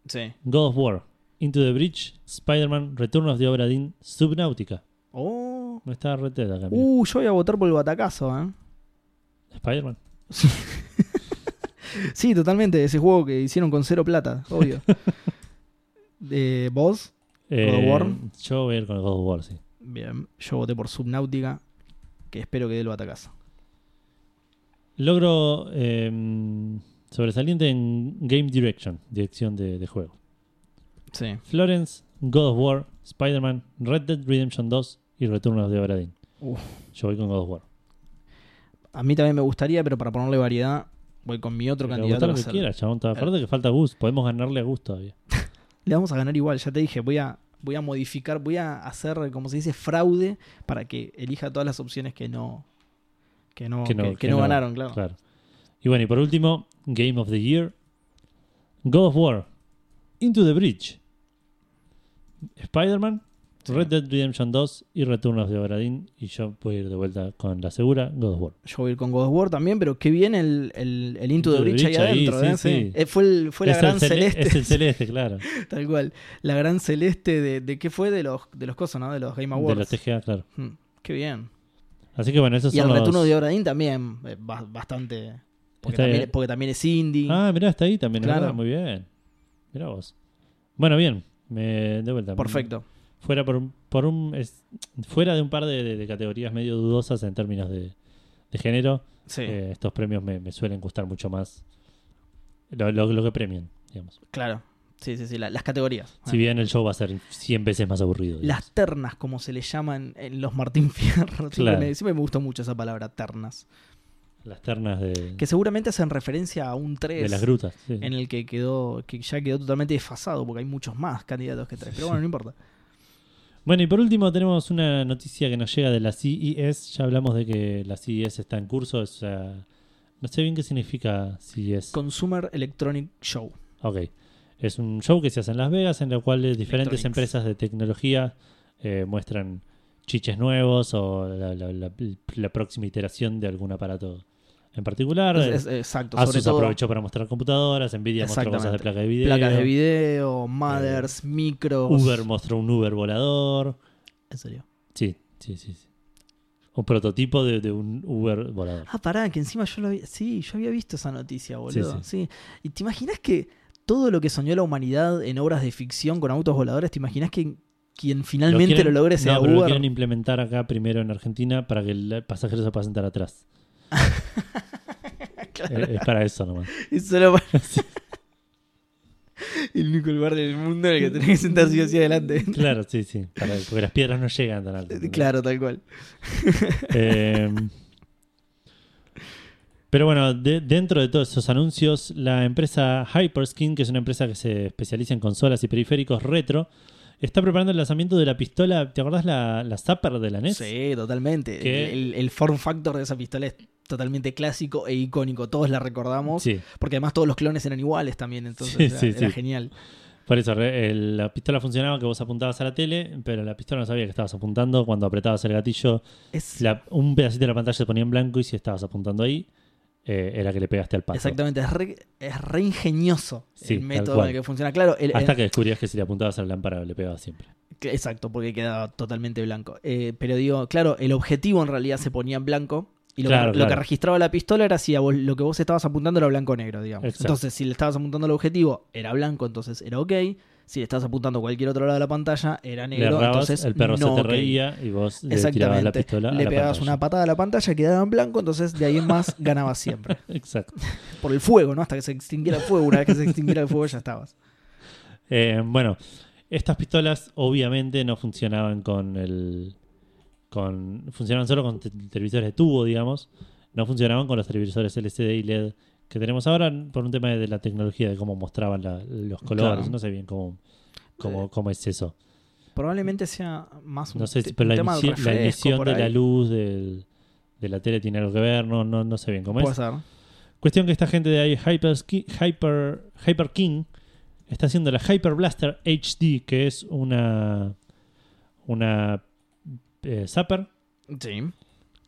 S2: Sí.
S1: God of War, Into the Breach, Spider-Man, Return of the Obra Dinn, Subnautica.
S2: Oh.
S1: No está Red Dead acá, mira.
S2: Uh, yo voy a votar por el batacazo, ¿eh?
S1: Spider-Man.
S2: Sí, totalmente. Ese juego que hicieron con cero plata, obvio. Eh, ¿Vos?
S1: Eh,
S2: of War.
S1: Yo voy a ir con God of War, sí.
S2: Bien. Yo voté por Subnautica, que espero que dé el batacazo.
S1: Logro eh, sobresaliente en Game Direction, dirección de, de juego.
S2: Sí.
S1: Florence, God of War, Spider-Man, Red Dead Redemption 2 y Return of the Obra Dinn.
S2: Uf.
S1: Yo voy con God of War.
S2: A mí también me gustaría, pero para ponerle variedad, voy con mi otro
S1: Pero votá
S2: candidato.
S1: lo
S2: que
S1: que
S2: es el-
S1: quieras, chabón. Te acuerdas que falta Gus. Podemos ganarle a Gus todavía.
S2: Le vamos a ganar igual, ya te dije, voy a, voy a modificar, voy a hacer, como se dice, fraude para que elija todas las opciones que no. Que no, que
S1: Que no-
S2: que
S1: que
S2: no
S1: no,
S2: ganaron, claro.
S1: Claro. Y bueno, y por último, Game of the Year. God of War, Into the Bridge, Spider-Man,
S2: Sí.
S1: Red Dead Redemption 2 y Return of the Obra Dinn. Y yo voy a ir de vuelta con la segura, God of War.
S2: Yo voy a ir con God of War también, pero qué bien el, el, el
S1: Into
S2: Into the
S1: the
S2: Breach ahí
S1: Breach ahí,
S2: adentro,
S1: sí,
S2: ¿eh?
S1: sí.
S2: Eh, Fue, el- fue la
S1: Es el
S2: gran
S1: cele-
S2: celeste.
S1: Es el celeste, claro.
S2: Tal cual. La gran celeste de, de qué fue de los de los cosas, ¿no? De los Game Awards.
S1: de los TGA, claro.
S2: Mm, qué bien.
S1: Así que bueno, esos
S2: Y el
S1: son los...
S2: retorno de Obradín también, eh, ba- bastante. Porque
S1: Está
S2: también,
S1: bien.
S2: porque también es indie.
S1: Ah, mirá, está ahí también. es
S2: Claro.
S1: verdad, muy bien. Mirá vos. Bueno, bien. Me, de vuelta.
S2: Perfecto.
S1: Fuera, por, un- por un, es- fuera de un par de, de- de categorías medio dudosas en términos de, de género,
S2: Sí,
S1: eh, estos premios me, me suelen gustar mucho más. Lo, lo- lo que premian, digamos.
S2: claro. Sí, sí, sí. la- las categorías. Ah.
S1: Si bien el show va a ser 100 veces más aburrido. digamos.
S2: Las ternas, como se le llaman en los Martín Fierro. Siempre,
S1: Claro.
S2: me, siempre me gustó mucho esa palabra, ternas.
S1: Las ternas de,
S2: Que seguramente hacen referencia a un 3
S1: de las grutas. sí.
S2: en el que quedó, que ya quedó totalmente desfasado, porque hay muchos más candidatos que tres. Pero bueno, no importa.
S1: Bueno, y por último tenemos una noticia que nos llega de la CES. Ya hablamos de que la CES está en curso. o sea, no sé bien qué significa E CES.
S2: Consumer Electronic Show.
S1: Ok. Es un show que se hace en Las Vegas en el cual eh, diferentes
S2: Electronics.
S1: empresas de tecnología eh, muestran chiches nuevos o la, la- la- la próxima iteración de algún aparato en particular.
S2: Es- es- exacto. sobre
S1: Asus
S2: todo,
S1: aprovechó para mostrar computadoras, Nvidia mostró cosas de
S2: Exactamente.
S1: placa de video,
S2: Placas de video, mothers, micros.
S1: Eh, Uber mostró un Uber volador.
S2: En serio.
S1: Sí, sí, sí. sí. Un prototipo de, de un Uber volador.
S2: Ah, pará, que encima yo lo había. Sí, yo había visto esa noticia, boludo.
S1: sí.
S2: Sí. ¿Y te imaginas que todo lo que soñó la humanidad en obras de ficción con autos voladores, te imaginas que quien finalmente lo,
S1: quieren-
S2: logre
S1: no,
S2: sea
S1: pero Lo
S2: Uber?
S1: quieren implementar acá primero en Argentina para que el pasajero se pueda sentar atrás.
S2: Claro,
S1: Eh, es para eso nomás.
S2: es solo para- El único lugar del mundo en el que tenés que sentarse así adelante.
S1: Claro, sí, sí. para- porque las piedras no llegan tan alto. ¿entendés?
S2: claro, tal cual.
S1: Eh, pero bueno, de- dentro de todos esos anuncios, la empresa Hyperskin, que es una empresa que se especializa en consolas y periféricos retro, está preparando el lanzamiento de la pistola. ¿Te acordás la, la Zapper de la E NES?
S2: Sí, totalmente.
S1: Que-
S2: El, el form factor de esa pistola es totalmente clásico e icónico. Todos la recordamos.
S1: Sí.
S2: Porque además todos los clones eran iguales también, entonces
S1: Sí,
S2: era,
S1: sí,
S2: era
S1: sí.
S2: genial.
S1: Por eso, re- el- la pistola funcionaba que vos apuntabas a la tele, pero la pistola no sabía que estabas apuntando. Cuando apretabas el gatillo,
S2: Es
S1: la- un pedacito de la pantalla se ponía en blanco y si estabas apuntando ahí, eh, era que le pegaste al paso.
S2: Exactamente, es re, es re ingenioso
S1: Sí,
S2: el
S1: tal
S2: método en
S1: cual.
S2: el que funciona. Claro, el-
S1: Hasta
S2: el-
S1: que descubrías que si le apuntabas a la lámpara le pegaba siempre.
S2: que- exacto, porque quedaba totalmente blanco. Eh, pero digo, claro, el objetivo en realidad se ponía en blanco. Y lo,
S1: Claro,
S2: que, lo que
S1: claro.
S2: registraba la pistola era si a vos- lo que vos estabas apuntando era blanco-negro, digamos.
S1: Exacto.
S2: Entonces, si le estabas apuntando al objetivo, era blanco, entonces era ok. Si le estabas apuntando a cualquier otro lado de la pantalla, era
S1: le
S2: negro,
S1: errabas,
S2: entonces
S1: el perro
S2: no
S1: se te
S2: ok.
S1: reía y vos le tirabas la
S2: Exactamente.
S1: pistola. a
S2: le
S1: la
S2: pegabas
S1: pantalla.
S2: una patada a la pantalla, quedaba en blanco, entonces de ahí en más ganabas siempre.
S1: Exacto.
S2: Por el fuego, ¿no? Hasta que se extinguiera el fuego. Una vez que se extinguiera el fuego ya estabas.
S1: Eh, bueno, estas pistolas obviamente no funcionaban con el. con Funcionaban solo con te- televisores de tubo, digamos. No funcionaban con los televisores LCD y LED que tenemos ahora por un tema de la tecnología, de cómo mostraban la- los colores.
S2: Claro.
S1: No sé bien cómo, cómo,
S2: Eh,
S1: cómo es eso.
S2: Probablemente sea más un,
S1: No sé,
S2: te-
S1: si- pero
S2: un
S1: la
S2: tema
S1: emisión, la
S2: refresco
S1: emisión
S2: por
S1: de la
S2: ahí.
S1: luz del- de la tele tiene algo que ver. No, no, no sé bien cómo es.
S2: Puede ser.
S1: Cuestión que esta gente de ahí, Hyperski- Hyper, Hyper King, está haciendo la Hyper Blaster HD, que es una, una eh, Zapper,
S2: Sí.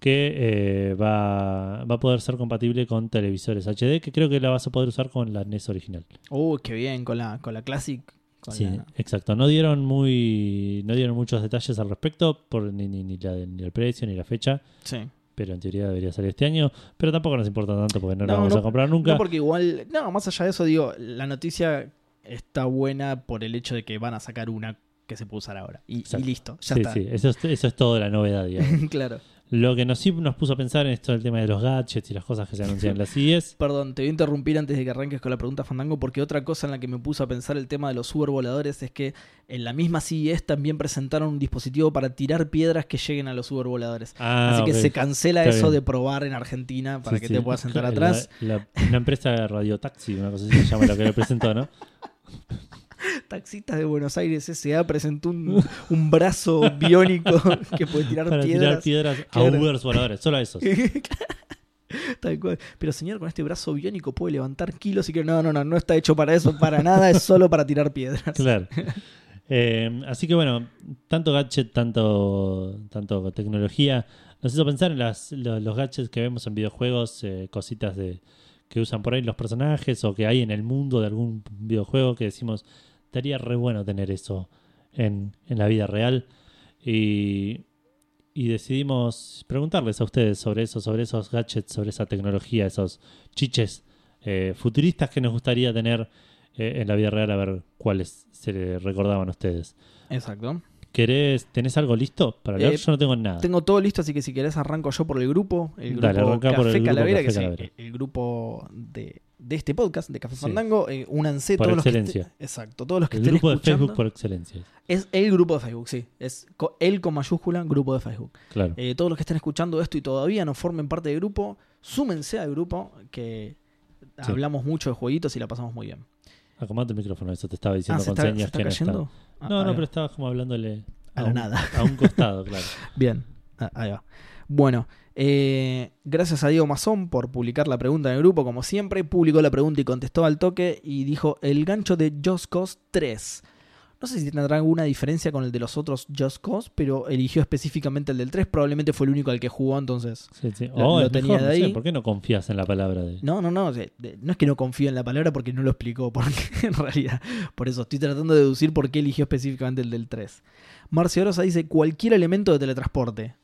S1: que eh, va, va a poder ser compatible con televisores HD, que creo que la vas a poder usar con la NES original.
S2: Oh, qué bien, con la, con la Classic. con
S1: Sí,
S2: la- E
S1: exacto. No dieron muy, no dieron muchos detalles al respecto, por ni, ni, ni la- ni el precio ni la fecha,
S2: sí.
S1: pero en teoría debería salir este año. Pero tampoco nos importa tanto porque no, la
S2: No,
S1: vamos
S2: no,
S1: a comprar nunca.
S2: No, porque igual. No, más allá de eso, digo, la noticia está buena por el hecho de que van a sacar una que se puede usar ahora. Y, y
S1: Exacto.
S2: listo, ya
S1: sí,
S2: está.
S1: sí, eso es, eso es todo la novedad, digamos.
S2: claro.
S1: Lo que nos, sí nos puso a pensar en esto del tema de los gadgets y las cosas que se anuncian en E las IES.
S2: Perdón, te voy a interrumpir antes de que arranques con la pregunta Fandango, porque otra cosa en la que me puso a pensar el tema de los supervoladores es que en la misma CES también presentaron un dispositivo para tirar piedras que lleguen a los supervoladores.
S1: Ah,
S2: Así que
S1: ok.
S2: se cancela
S1: Está
S2: eso
S1: bien.
S2: de probar en Argentina para
S1: Sí,
S2: que
S1: sí.
S2: te puedas sentar
S1: La-
S2: atrás.
S1: la- una empresa de radiotaxi, una cosa así se llama lo que le presentó, ¿no?
S2: Taxistas de Buenos Aires S.A. presentó un, un brazo biónico que puede tirar
S1: Para tirar
S2: piedras.
S1: piedras a
S2: Claro.
S1: Ubers voladores, solo a esos.
S2: Tal cual. Pero señor, con este brazo biónico puede levantar kilos y que no, no, no, no está hecho para eso, para nada, es solo para tirar piedras.
S1: Claro. Eh, así que bueno, tanto gadget, tanto, tanto tecnología, nos hizo pensar en las, lo- los gadgets que vemos en videojuegos, eh, cositas de que usan por ahí los personajes o que hay en el mundo de algún videojuego que decimos, estaría re bueno tener eso en, en la vida real. Y, y decidimos preguntarles a ustedes sobre eso, sobre esos gadgets, sobre esa tecnología, esos chiches eh, futuristas que nos gustaría tener eh, en la vida real, a ver cuáles se le recordaban a ustedes.
S2: Exacto.
S1: ¿Querés, ¿Tenés algo listo para hablar?
S2: Eh,
S1: Yo no tengo nada.
S2: Tengo todo listo, así que si querés arranco yo por el grupo. El grupo
S1: Ah. Dale, arranca
S2: Café
S1: por el grupo
S2: Calavera,
S1: Café
S2: que es el-
S1: Calavera.
S2: El, grupo de, de este podcast, de Café
S1: Sí.
S2: Fandango. Eh, únanse
S1: Por
S2: todos los
S1: excelencia.
S2: que estén- Exacto, todos los que
S1: El
S2: estén
S1: grupo de
S2: escuchando.
S1: Facebook por excelencia.
S2: Es el grupo de Facebook, sí. Es co- el con mayúscula, grupo de Facebook.
S1: Claro.
S2: Eh, todos los que estén escuchando esto y todavía no formen parte del grupo, súmense al grupo, que
S1: Sí.
S2: hablamos mucho de jueguitos y la pasamos muy bien.
S1: Acomodate el micrófono, eso te estaba
S2: Ah,
S1: diciendo
S2: ¿se
S1: con
S2: está, se
S1: señas
S2: está
S1: que no estaba.
S2: cayendo? Ah,
S1: No,
S2: ahí
S1: no,
S2: va.
S1: pero estabas como hablándole
S2: A la
S1: un-
S2: nada.
S1: a un costado, claro.
S2: Bien, ah, ahí va. Bueno, eh, gracias a Diego Mazón por publicar la pregunta en el grupo, como siempre. Publicó la pregunta y contestó al toque y dijo: El gancho de Just Cause 3. No sé si tendrá alguna diferencia con el de los otros Just Cause, pero eligió específicamente el del 3. Probablemente fue el único al que jugó, entonces.
S1: Sí, sí.
S2: Lo-
S1: Oh,
S2: lo
S1: es
S2: tenía
S1: mejor,
S2: de
S1: no sé,
S2: ahí.
S1: ¿Por qué no confías en la palabra de.?
S2: No, no, no. de- de- No es que no confío en la palabra porque no lo explicó, porque en realidad. Por eso estoy tratando de deducir por qué eligió específicamente el del 3. Marcio Rosa dice: cualquier elemento de teletransporte.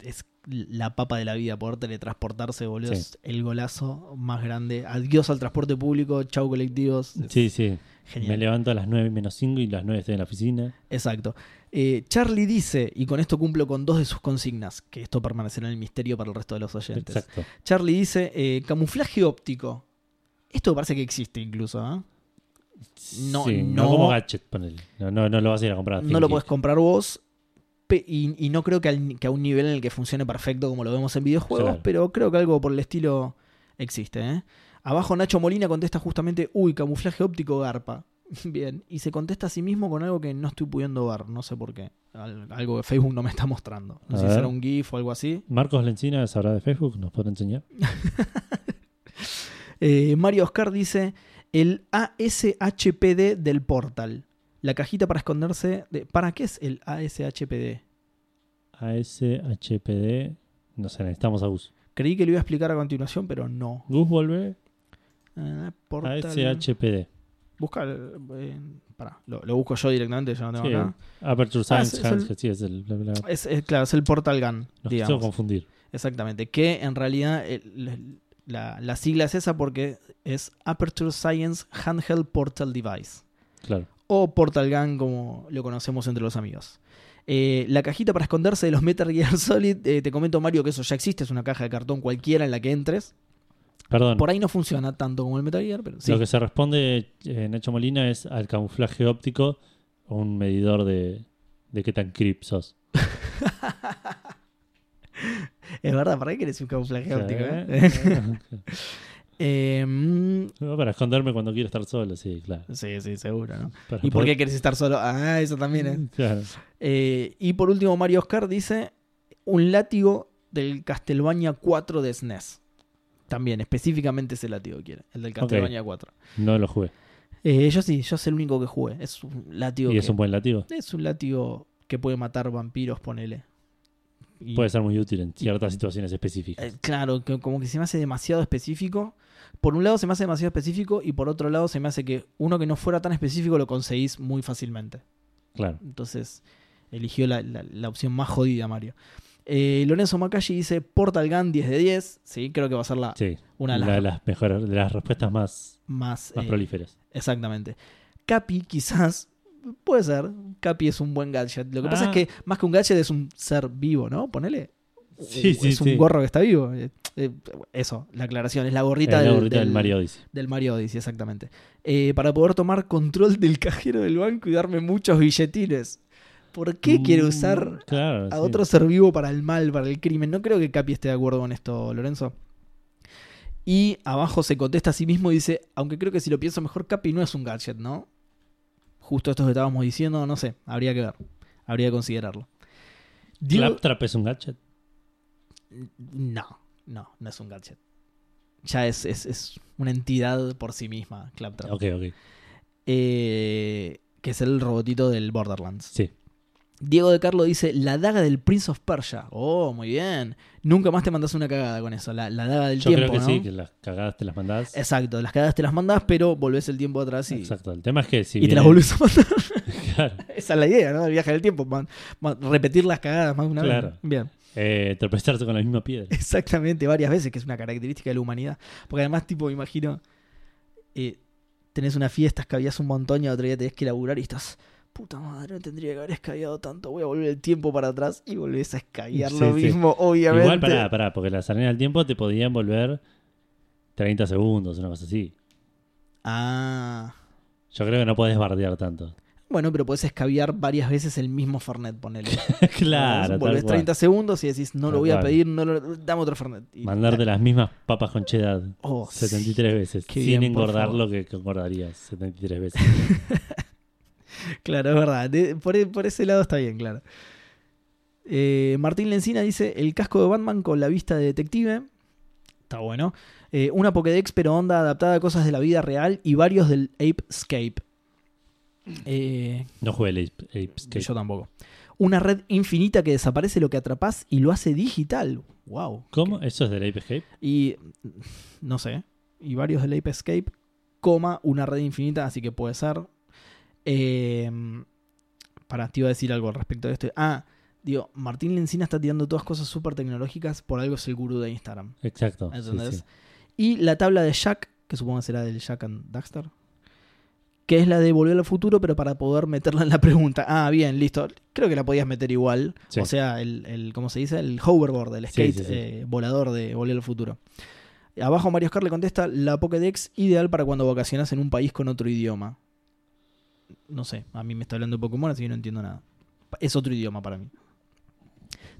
S2: Es la papa de la vida, poder teletransportarse, boludo.
S1: Sí.
S2: Es el golazo más grande. Adiós al transporte público, chau colectivos. Es
S1: Sí, sí. Me
S2: Mm. Genial.
S1: levanto a las 9 menos 5 y a las 9 estoy en la oficina.
S2: Exacto. Eh, Charlie dice, y con esto cumplo con dos de sus consignas, que esto permanecerá en el misterio para el resto de los oyentes.
S1: Exacto.
S2: Charlie dice, eh, camuflaje óptico. Esto parece que existe incluso, ¿ah? No,
S1: Sí,
S2: no.
S1: como gadget, ponele. No, no, no lo vas a ir a comprar. a
S2: no lo
S1: Finky.
S2: podés comprar vos. pe- Y, y no creo que, al- que a un nivel en el que funcione perfecto como lo vemos en videojuegos,
S1: Claro.
S2: pero creo que algo por el estilo existe. ¿eh? Abajo Nacho Molina contesta justamente, uy, camuflaje óptico garpa. Bien, y se contesta a sí mismo con algo que no estoy pudiendo ver, no sé por qué. Al- algo que Facebook no me está mostrando. No
S1: A
S2: sé si
S1: ver.
S2: será un GIF o algo así.
S1: Marcos Lencina sabrá de Facebook, nos podrá enseñar.
S2: Eh, Mario Oscar dice el ASHPD del portal. La cajita para esconderse. de- ¿Para qué es el ASHPD?
S1: ASHPD. No sé, necesitamos a Gus.
S2: Creí que lo iba a explicar a continuación, pero no.
S1: Gus vuelve.
S2: Ah, portal.
S1: ASHPD.
S2: Busca. eh, pará, lo, lo busco yo directamente, yo no tengo
S1: Sí,
S2: nada.
S1: Aperture Ah, Science,
S2: Ah, es el-
S1: Hans, que sí, es el. bla, bla, bla.
S2: Es, es- claro, es el Portal Gun,
S1: Nos quiso
S2: digamos.
S1: confundir.
S2: Exactamente. Que en realidad el- la, la sigla es esa porque es Aperture Science Handheld Portal Device.
S1: Claro.
S2: o Portal Gun como lo conocemos entre los amigos. Eh, la cajita para esconderse de los Metal Gear Solid, eh, te comento Mario que eso ya existe, es una caja de cartón cualquiera en la que entres.
S1: Perdón.
S2: Por ahí no funciona tanto como el Metal Gear, pero sí.
S1: Lo que se responde eh, Nacho Molina es al camuflaje óptico, un medidor de, de qué tan creep sos.
S2: Es verdad, ¿para qué querés un camuflaje óptico? eh?
S1: ¿eh?
S2: Eh, mm,
S1: Para esconderme cuando quiero estar solo, sí, claro.
S2: sí, sí, seguro, ¿no?
S1: Para
S2: ¿Y por qué
S1: poder-
S2: querés estar solo? Ah, eso también es.
S1: Claro.
S2: Eh, y por último, Mario Oscar dice: Un látigo del Castlevania 4 de SNES. También, específicamente ese látigo quiere, el del Castlevania 4.
S1: No lo jugué.
S2: Eh, yo sí, yo es el único que jugué. Es un látigo.
S1: ¿Y
S2: que-
S1: es un buen latigo?
S2: es un látigo que puede matar vampiros, ponele. y-
S1: Puede ser muy útil en ciertas situaciones específicas.
S2: eh, claro, que como que se me hace demasiado específico. Por un lado se me hace demasiado específico y por otro lado se me hace que uno que no fuera tan específico lo conseguís muy fácilmente.
S1: Claro.
S2: Entonces eligió la, la- la opción más jodida, Mario. Eh, Lorenzo Macalli dice Portal Gun 10 de 10. Sí, creo que va a ser la
S1: Sí.
S2: una de las
S1: la de las mejores, de las respuestas más,
S2: más,
S1: más
S2: eh,
S1: prolíferas.
S2: Exactamente. Capi, quizás, puede ser. Capi es un buen gadget. Lo que pasa
S1: Ah.
S2: es que más que un gadget es un ser vivo, ¿no? Ponele. Uh,
S1: Sí, sí,
S2: es un
S1: sí.
S2: gorro que está vivo. Eh, eh, Eso, la aclaración. Es la gorrita,
S1: Es la
S2: del,
S1: gorrita del
S2: del-
S1: Mario Odyssey.
S2: del Mario Odyssey, exactamente. Eh, para poder tomar control del cajero del banco y darme muchos billetines. ¿Por qué quiere
S1: Mm,
S2: usar
S1: claro,
S2: a
S1: sí.
S2: otro ser vivo para el mal, para el crimen? No creo que Capi esté de acuerdo con esto, Lorenzo. Y abajo se contesta a sí mismo y dice, aunque creo que si lo pienso mejor, Capi no es un gadget, ¿no? Justo esto que estábamos diciendo, no sé, habría que ver, habría que considerarlo. Diego-
S1: Claptrap es un gadget.
S2: no, no, no es un gadget. Ya es, es, es una entidad por sí misma, Claptrap.
S1: Ok, ok.
S2: Eh, que es el robotito del Borderlands.
S1: Sí.
S2: Diego de Carlo dice, la daga del Prince of Persia. Oh, muy bien. Nunca más te mandas una cagada con eso, la, la daga del
S1: Yo
S2: tiempo.
S1: creo que
S2: ¿no?
S1: sí, que las cagadas te las mandás.
S2: Exacto, las cagadas te las mandas, pero volvés el tiempo atrás y,
S1: Exacto. El tema es que si
S2: y te
S1: viene-
S2: las volvés a mandar.
S1: Claro.
S2: Esa es la idea, ¿no? El viaje del tiempo, man- man- repetir las cagadas más de una vez.
S1: Claro.
S2: Bien,
S1: Eh, tropezarse con la misma piedra.
S2: exactamente, varias veces, que es una característica de la humanidad. Porque además, tipo, me imagino, eh, tenés una fiesta, escabias un montón y al otro día tenés que laburar y estás... Puta madre, no tendría que haber escabiado tanto. Voy a volver el tiempo para atrás y volvés a escabiar
S1: Sí,
S2: lo
S1: sí.
S2: mismo, obviamente.
S1: Igual, pará, pará, porque las arenas del tiempo te podían volver 30 segundos, una cosa así.
S2: Ah.
S1: Yo creo que no podés bardear tanto.
S2: Bueno, pero puedes escabiar varias veces el mismo Fernet, ponele.
S1: claro, tal
S2: Volvés
S1: cual.
S2: 30 segundos y decís, no lo
S1: Tal
S2: voy a
S1: cual.
S2: pedir, no lo- dame otro Fernet. Y-
S1: Mandarte las mismas papas con cheddar
S2: Oh,
S1: 73 veces,
S2: Qué
S1: sin
S2: bien, por
S1: engordar
S2: favor.
S1: lo que que engordarías 73 veces.
S2: sí. Claro, es verdad. De- por, e- por ese lado está bien, claro. Eh, Martín Lencina dice, el casco de Batman con la vista de detective. Está bueno. Eh, una Pokédex pero onda adaptada a cosas de la vida real y varios del Apescape. Eh,
S1: No jugué el Ape- Apescape.
S2: Yo tampoco. Una red infinita que desaparece lo que atrapás y lo hace digital. Wow.
S1: ¿Cómo? ¿Eso es del Apescape?
S2: Y no sé. Y varios del Ape Escape, coma, una red infinita, así que puede ser. Eh, para, te iba a decir algo al respecto de esto. Ah, digo, Martín Lencina está tirando todas cosas súper tecnológicas, por algo es el gurú de Instagram.
S1: Exacto. Oh, sí,
S2: ¿Entendés?
S1: sí.
S2: Y la tabla de Jack, que supongo que será del Jack and Daxter, que es la de volver al futuro, pero para poder meterla en la pregunta. Ah, bien, listo. Creo que la podías meter igual.
S1: Sí.
S2: O sea, el, el, ¿cómo se dice? El hoverboard, el
S1: Sí,
S2: skate
S1: sí, sí.
S2: eh, volador de volver al futuro. Abajo Mario Oscar le contesta, la Pokédex ideal para cuando vacacionas en un país con otro idioma. No sé, a mí me está hablando Pokémon, así que no entiendo nada. Es otro idioma para mí.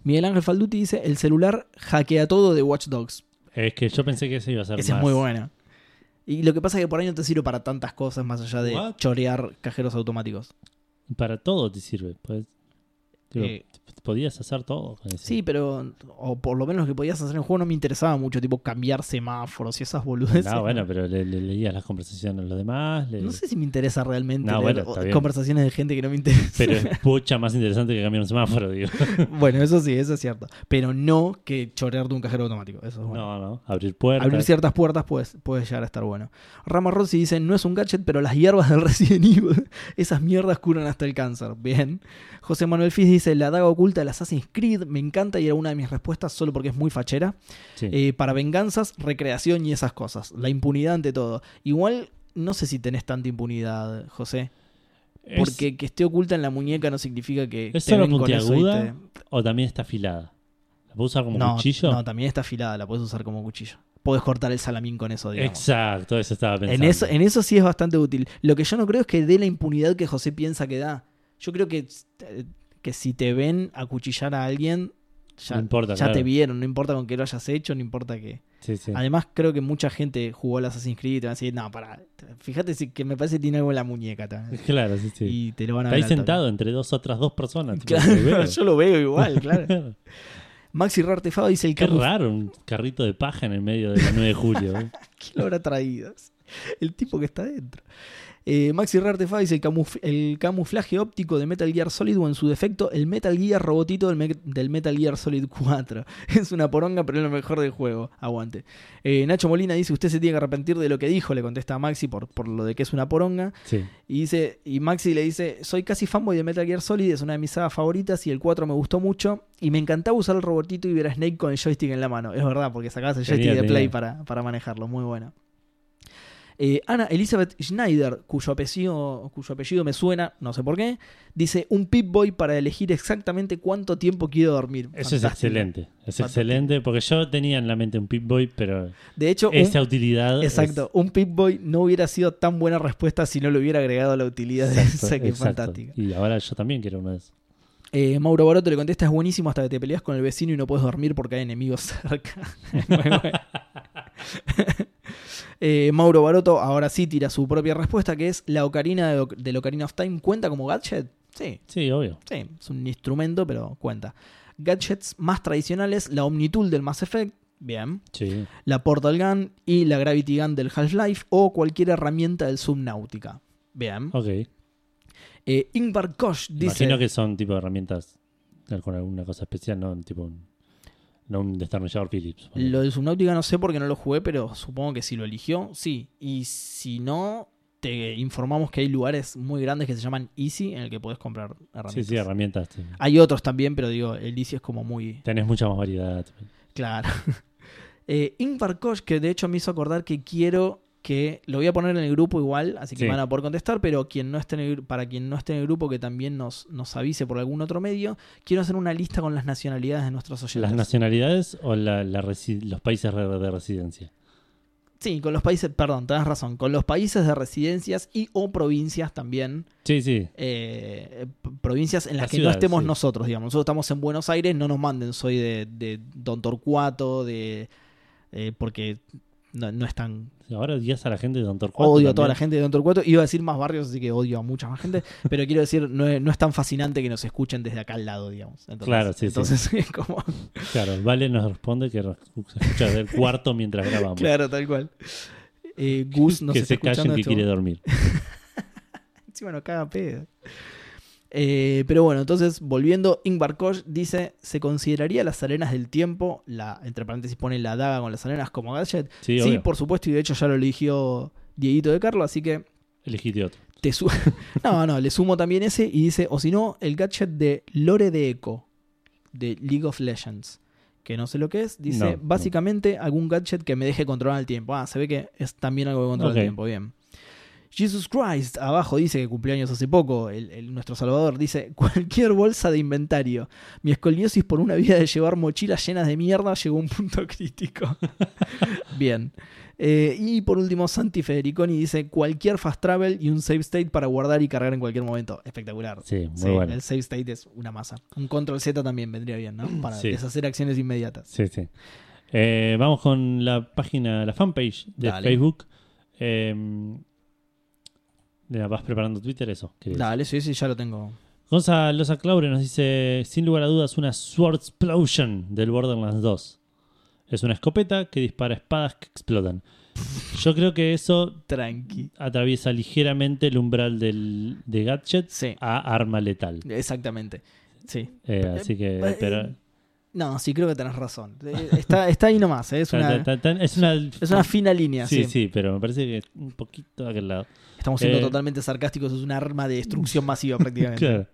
S2: Miguel Ángel Falduti dice, el celular hackea todo de Watch Dogs.
S1: Es que yo pensé que ese iba a ser
S2: Ese
S1: más-
S2: es muy bueno. Y lo que pasa es que por ahí no te sirve para tantas cosas más allá de
S1: What?
S2: chorear cajeros automáticos.
S1: Para todo te sirve. Pues, digo,
S2: Eh.
S1: p- podías hacer todo con ese.
S2: Sí, pero. O por lo menos lo que podías hacer en el juego no me interesaba mucho, tipo cambiar semáforos y esas boludeces.
S1: No, bueno, pero le, le leías las conversaciones a los demás. le-
S2: pues, No sé si me interesa realmente
S1: No,
S2: leer
S1: bueno, está
S2: o-
S1: bien.
S2: conversaciones de gente que no me interesa.
S1: Pero es mucha más interesante que cambiar un semáforo, digo.
S2: bueno, eso sí, eso es cierto. Pero no que chorear de un cajero automático. Eso es bueno.
S1: No, no. Abrir puertas.
S2: Abrir ciertas puertas pues, puede llegar a estar bueno. Rama Rossi dice, no es un gadget, pero las hierbas del Resident Evil, esas mierdas curan hasta el cáncer. Bien. José Manuel Fiz dice, la daga oculta del Assassin's Creed me encanta y era una de mis respuestas solo porque es muy fachera.
S1: Sí.
S2: Eh, para venganzas, recreación y esas cosas. La impunidad ante todo. Igual, no sé si tenés tanta impunidad, José.
S1: Es-
S2: Porque que esté oculta en la muñeca no significa que...
S1: ¿Es
S2: te
S1: solo
S2: ven con eso y
S1: puntiaguda?
S2: te-
S1: O también está afilada. ¿La puedo usar como
S2: No,
S1: cuchillo?
S2: no, también está afilada, la puedes usar como cuchillo. Podés cortar el salamín con eso, digamos.
S1: Exacto, eso estaba pensando.
S2: En eso, en eso sí es bastante útil. Lo que yo no creo es que dé la impunidad que José piensa que da. Yo creo que, eh, que si te ven acuchillar a alguien, ya,
S1: No importa,
S2: ya te
S1: claro.
S2: vieron, no importa con qué lo hayas hecho, no importa qué.
S1: Sí, sí.
S2: Además, creo que mucha gente jugó al Assassin's Creed y te van a decir, no, pará, fíjate si, que me parece que tiene algo en la muñeca. te van a decir.
S1: Claro, sí, sí.
S2: Y te lo van a
S1: Está ahí
S2: ver al toque.
S1: sentado entre dos otras dos personas. tipo, te
S2: Claro,
S1: veo.
S2: yo lo veo igual, claro. Maxi Rartefado dice el
S1: Qué
S2: carro
S1: raro, un carrito de paja en el medio de la 9 de julio. ¿eh?
S2: ¿Quién lo habrá traído? El tipo que está dentro. Eh, Maxi Rartefa dice el, camuf- el camuflaje óptico de Metal Gear Solid o en su defecto el Metal Gear robotito del, me- del Metal Gear Solid 4. Es una poronga pero es lo mejor del juego. Aguante. Eh, Nacho Molina dice usted se tiene que arrepentir de lo que dijo, le contesta a Maxi por, por lo de que es una poronga.
S1: Sí.
S2: Y, dice, y Maxi le dice, soy casi fanboy de Metal Gear Solid, es una de mis sagas favoritas y el 4 me gustó mucho. Y me encantaba usar el robotito y ver a Snake con el joystick en la mano. Es verdad, porque sacabas el
S1: Tenía,
S2: joystick de
S1: tenía.
S2: Play para, para manejarlo, muy bueno. Eh, Ana Elizabeth Schneider, cuyo apellido, cuyo apellido me suena, no sé por qué, dice un Pip-Boy para elegir exactamente cuánto tiempo quiero dormir.
S1: Eso es
S2: Fantástico.
S1: excelente. Es
S2: Fantástico.
S1: excelente porque yo tenía en la mente un Pip-Boy, pero
S2: De hecho, un-
S1: esa utilidad. es-
S2: Exacto, un Pip-Boy no hubiera sido tan buena respuesta si no le hubiera agregado la utilidad de
S1: exacto,
S2: esa que es
S1: exacto.
S2: fantástica.
S1: Y ahora yo también quiero una de esas.
S2: Eh, Mauro Baroto le contesta, es buenísimo hasta que te peleas con el vecino y no puedes dormir porque hay enemigos cerca. Muy bueno. Eh, Mauro Baroto ahora sí tira su propia respuesta, que es, ¿la ocarina de, del Ocarina of Time cuenta como gadget? Sí,
S1: Sí, obvio.
S2: sí, es un instrumento, pero cuenta. Gadgets más tradicionales, la Omnitool del Mass Effect, bien.
S1: Sí.
S2: La Portal Gun y la Gravity Gun del Half-Life o cualquier herramienta del Subnautica. Bien.
S1: Ok.
S2: Eh, Ingvar Koch dice...
S1: Imagino que son tipo herramientas con alguna cosa especial, no tipo un, no un destornillador Phillips. ponele.
S2: Lo del Subnautica no sé porque no lo jugué, pero supongo que si lo eligió, sí. Y si no, te informamos que hay lugares muy grandes que se llaman Easy en el que podés comprar herramientas.
S1: sí, sí, herramientas. sí.
S2: Hay otros también, pero digo, el Easy es como muy
S1: Tenés mucha más variedad.
S2: claro. Eh, Ingvar Koch, que de hecho me hizo acordar que quiero que lo voy a poner en el grupo igual, así que
S1: Sí.
S2: van a poder contestar, pero quien no esté en el gru- para quien no esté en el grupo que también nos, nos avise por algún otro medio, quiero hacer una lista con las nacionalidades de nuestros oyentes.
S1: ¿Las nacionalidades o la- la resi- los países re- de residencia?
S2: Sí, con los países, perdón, tenés razón, con los países de residencias y o provincias también,
S1: Sí, sí.
S2: eh, p- provincias en las
S1: Las
S2: que
S1: ciudades,
S2: no estemos
S1: sí.
S2: nosotros, digamos. Nosotros estamos en Buenos Aires, no nos manden, soy de, de Don Torcuato, de eh, porque no, no es tan...
S1: Ahora odias a la gente de Don Torcuato.
S2: Odio a toda la
S1: también.
S2: gente de Don Torcuato, iba a decir más barrios, así que odio a mucha más gente, pero quiero decir, no es, no es tan fascinante que nos escuchen desde acá al lado, digamos. Entonces,
S1: Claro, sí, sí.
S2: Entonces, es como...
S1: Claro, Vale nos responde que nos escucha del cuarto mientras grabamos.
S2: Claro, tal cual. Eh, Gus nos
S1: que
S2: está
S1: se callen
S2: escuchando
S1: que
S2: en este
S1: quiere dormir.
S2: Encima no caga pedo. Eh, pero bueno, entonces volviendo, Ingvar Koch dice: ¿Se consideraría las arenas del tiempo? La, entre paréntesis pone la daga con las arenas como gadget.
S1: Sí,
S2: Sí,
S1: obvio.
S2: por supuesto, y de hecho ya lo eligió Dieguito de Carlo, así que
S1: Elegiste otro.
S2: te su- No, no, le sumo también ese y dice: O si no, el gadget de Lore de Echo de League of Legends. Que no sé lo que es,
S1: No,
S2: dice
S1: no.
S2: básicamente algún gadget que me deje controlar el tiempo. Ah, se ve que es también algo que controla
S1: Ok.
S2: el tiempo, bien. Jesus Christ, abajo dice que cumpleaños hace poco, el, el- nuestro Salvador dice, cualquier bolsa de inventario. Mi escoliosis por una vida de llevar mochilas llenas de mierda llegó a un punto crítico. Bien. Eh, y por último, Santi Federiconi dice, cualquier fast travel y un save state para guardar y cargar en cualquier momento. Espectacular.
S1: Sí, muy
S2: Sí,
S1: bueno.
S2: El save state es una masa. Un control Z también vendría bien, ¿no? Para
S1: Sí.
S2: deshacer acciones inmediatas.
S1: Sí, sí. Eh, vamos con la página, la fanpage de
S2: Dale.
S1: Facebook. Eh, la vas preparando Twitter, eso. querés.
S2: Dale, sí, sí, ya lo tengo.
S1: Gonzalosa Claure nos dice, sin lugar a dudas, una Sword Explosion del Borderlands 2. Es una escopeta que dispara espadas que explotan. Yo creo que eso
S2: Tranqui.
S1: atraviesa ligeramente el umbral del, de gadget
S2: Sí,
S1: a arma letal.
S2: exactamente. Sí.
S1: Eh, así que,
S2: eh,
S1: pero-
S2: No, sí, creo que tenés razón. Eh, Está, está ahí nomás, eh, es,
S1: tan-
S2: una,
S1: tan- tan- es una...
S2: es una fina línea.
S1: sí,
S2: Sí,
S1: sí, pero me parece que un poquito de aquel lado.
S2: Estamos siendo
S1: Eh,
S2: totalmente sarcásticos, es un arma de destrucción masiva prácticamente.
S1: Claro.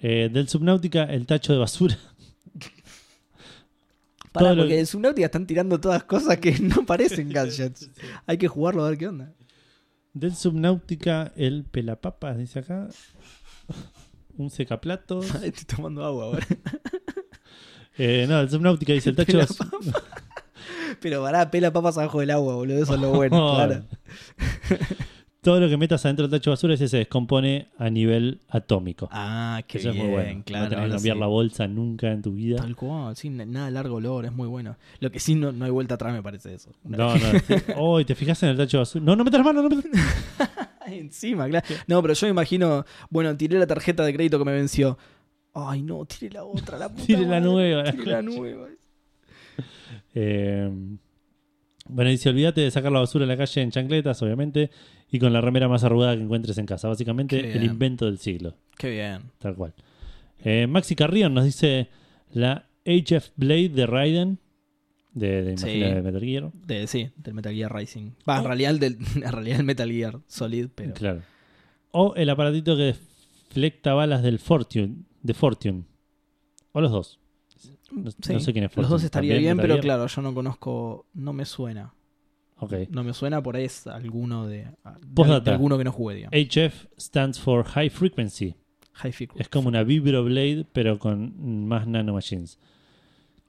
S1: Eh, del Subnautica, el tacho de basura.
S2: Pará,
S1: todo lo-
S2: porque en Subnautica están tirando todas cosas que no parecen gadgets. Hay que jugarlo a ver qué onda.
S1: Del Subnautica, el pelapapas, dice acá. Un secaplato.
S2: Estoy tomando agua ahora.
S1: Eh, no, del Subnautica dice el tacho de basura.
S2: Pero pará, pela papas abajo del agua, boludo. Eso es lo bueno, claro.
S1: Oh. Todo lo que metas adentro del tacho de basura ese se descompone a nivel atómico.
S2: Ah, qué
S1: Eso
S2: bien,
S1: es muy bueno.
S2: claro.
S1: no tenés que
S2: ahora
S1: cambiar
S2: sí.
S1: la bolsa nunca en tu vida.
S2: Tal cual, sí, nada largo olor, es muy bueno. Lo que sí, no, no hay vuelta atrás, me parece eso.
S1: No, no. sí. Oh, y te fijas en el tacho de basura. No, no metas la mano, no metas.
S2: Encima, claro. No, pero yo me imagino, bueno, tiré la tarjeta de crédito que me venció. Ay, no, tiré la otra, la puta
S1: Tiré la
S2: madre,
S1: nueva, la
S2: Tiré la nueva.
S1: Eh, Bueno, dice, olvídate de sacar la basura a la calle en chancletas, obviamente, y con la remera más arrugada que encuentres en casa.
S2: Qué
S1: Básicamente, el
S2: bien.
S1: invento del siglo.
S2: Qué bien.
S1: Tal cual. Eh, Maxi Carrión nos dice la HF Blade de Raiden. De, de,
S2: Sí.
S1: imagino de Metal Gear.
S2: De, sí, del Metal Gear Rising. Va, en realidad, el del, en realidad el Metal Gear Solid, pero.
S1: Claro. O el aparatito que deflecta balas del Fortune. De Fortune. O los dos. No,
S2: Sí.
S1: no sé quién es Fortune.
S2: Los dos estaría
S1: ¿También
S2: bien,
S1: Metal
S2: pero
S1: Gear?
S2: claro, yo no conozco. No me suena.
S1: Ok.
S2: No me suena, por ahí es alguno de. ah, de-
S1: Postdata.
S2: de alguno que no jugué, digamos.
S1: HF stands for High Frequency.
S2: High Frequency.
S1: Eh, Es como una Vibroblade, pero con más nanomachines.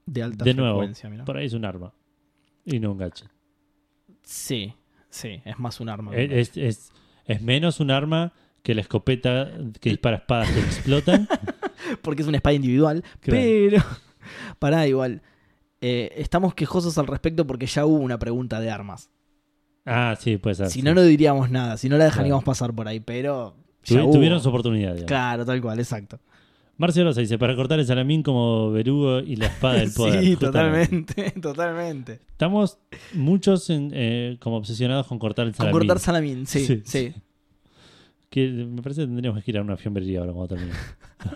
S2: De alta
S1: de nuevo,
S2: frecuencia, mirá.
S1: Por ahí es un arma. Y no un gadget.
S2: Sí, sí, es más un arma. que un
S1: Eh, Es, es- es- es menos un arma que la escopeta que dispara espadas que explotan.
S2: porque es una espada individual.
S1: eh. Claro.
S2: Pero, pará, igual. eh, estamos quejosos al respecto porque ya hubo una pregunta de armas.
S1: Ah, sí, puede ser.
S2: si
S1: sí.
S2: no, no diríamos nada, si no la dejaríamos
S1: Claro.
S2: pasar por ahí, pero.
S1: Tuvi-
S2: ya hubo.
S1: tuvieron su oportunidad. digamos.
S2: Claro, tal cual, exacto.
S1: Marcio Rosa dice: para cortar el salamín como verugo y la espada del poder.
S2: sí,
S1: Justamente.
S2: totalmente, totalmente.
S1: Estamos muchos en, eh, como obsesionados con cortar el
S2: Con
S1: salamín.
S2: cortar salamín, sí,
S1: Sí,
S2: sí.
S1: Que me parece que tendríamos que ir a una fiambrería ahora cuando termine.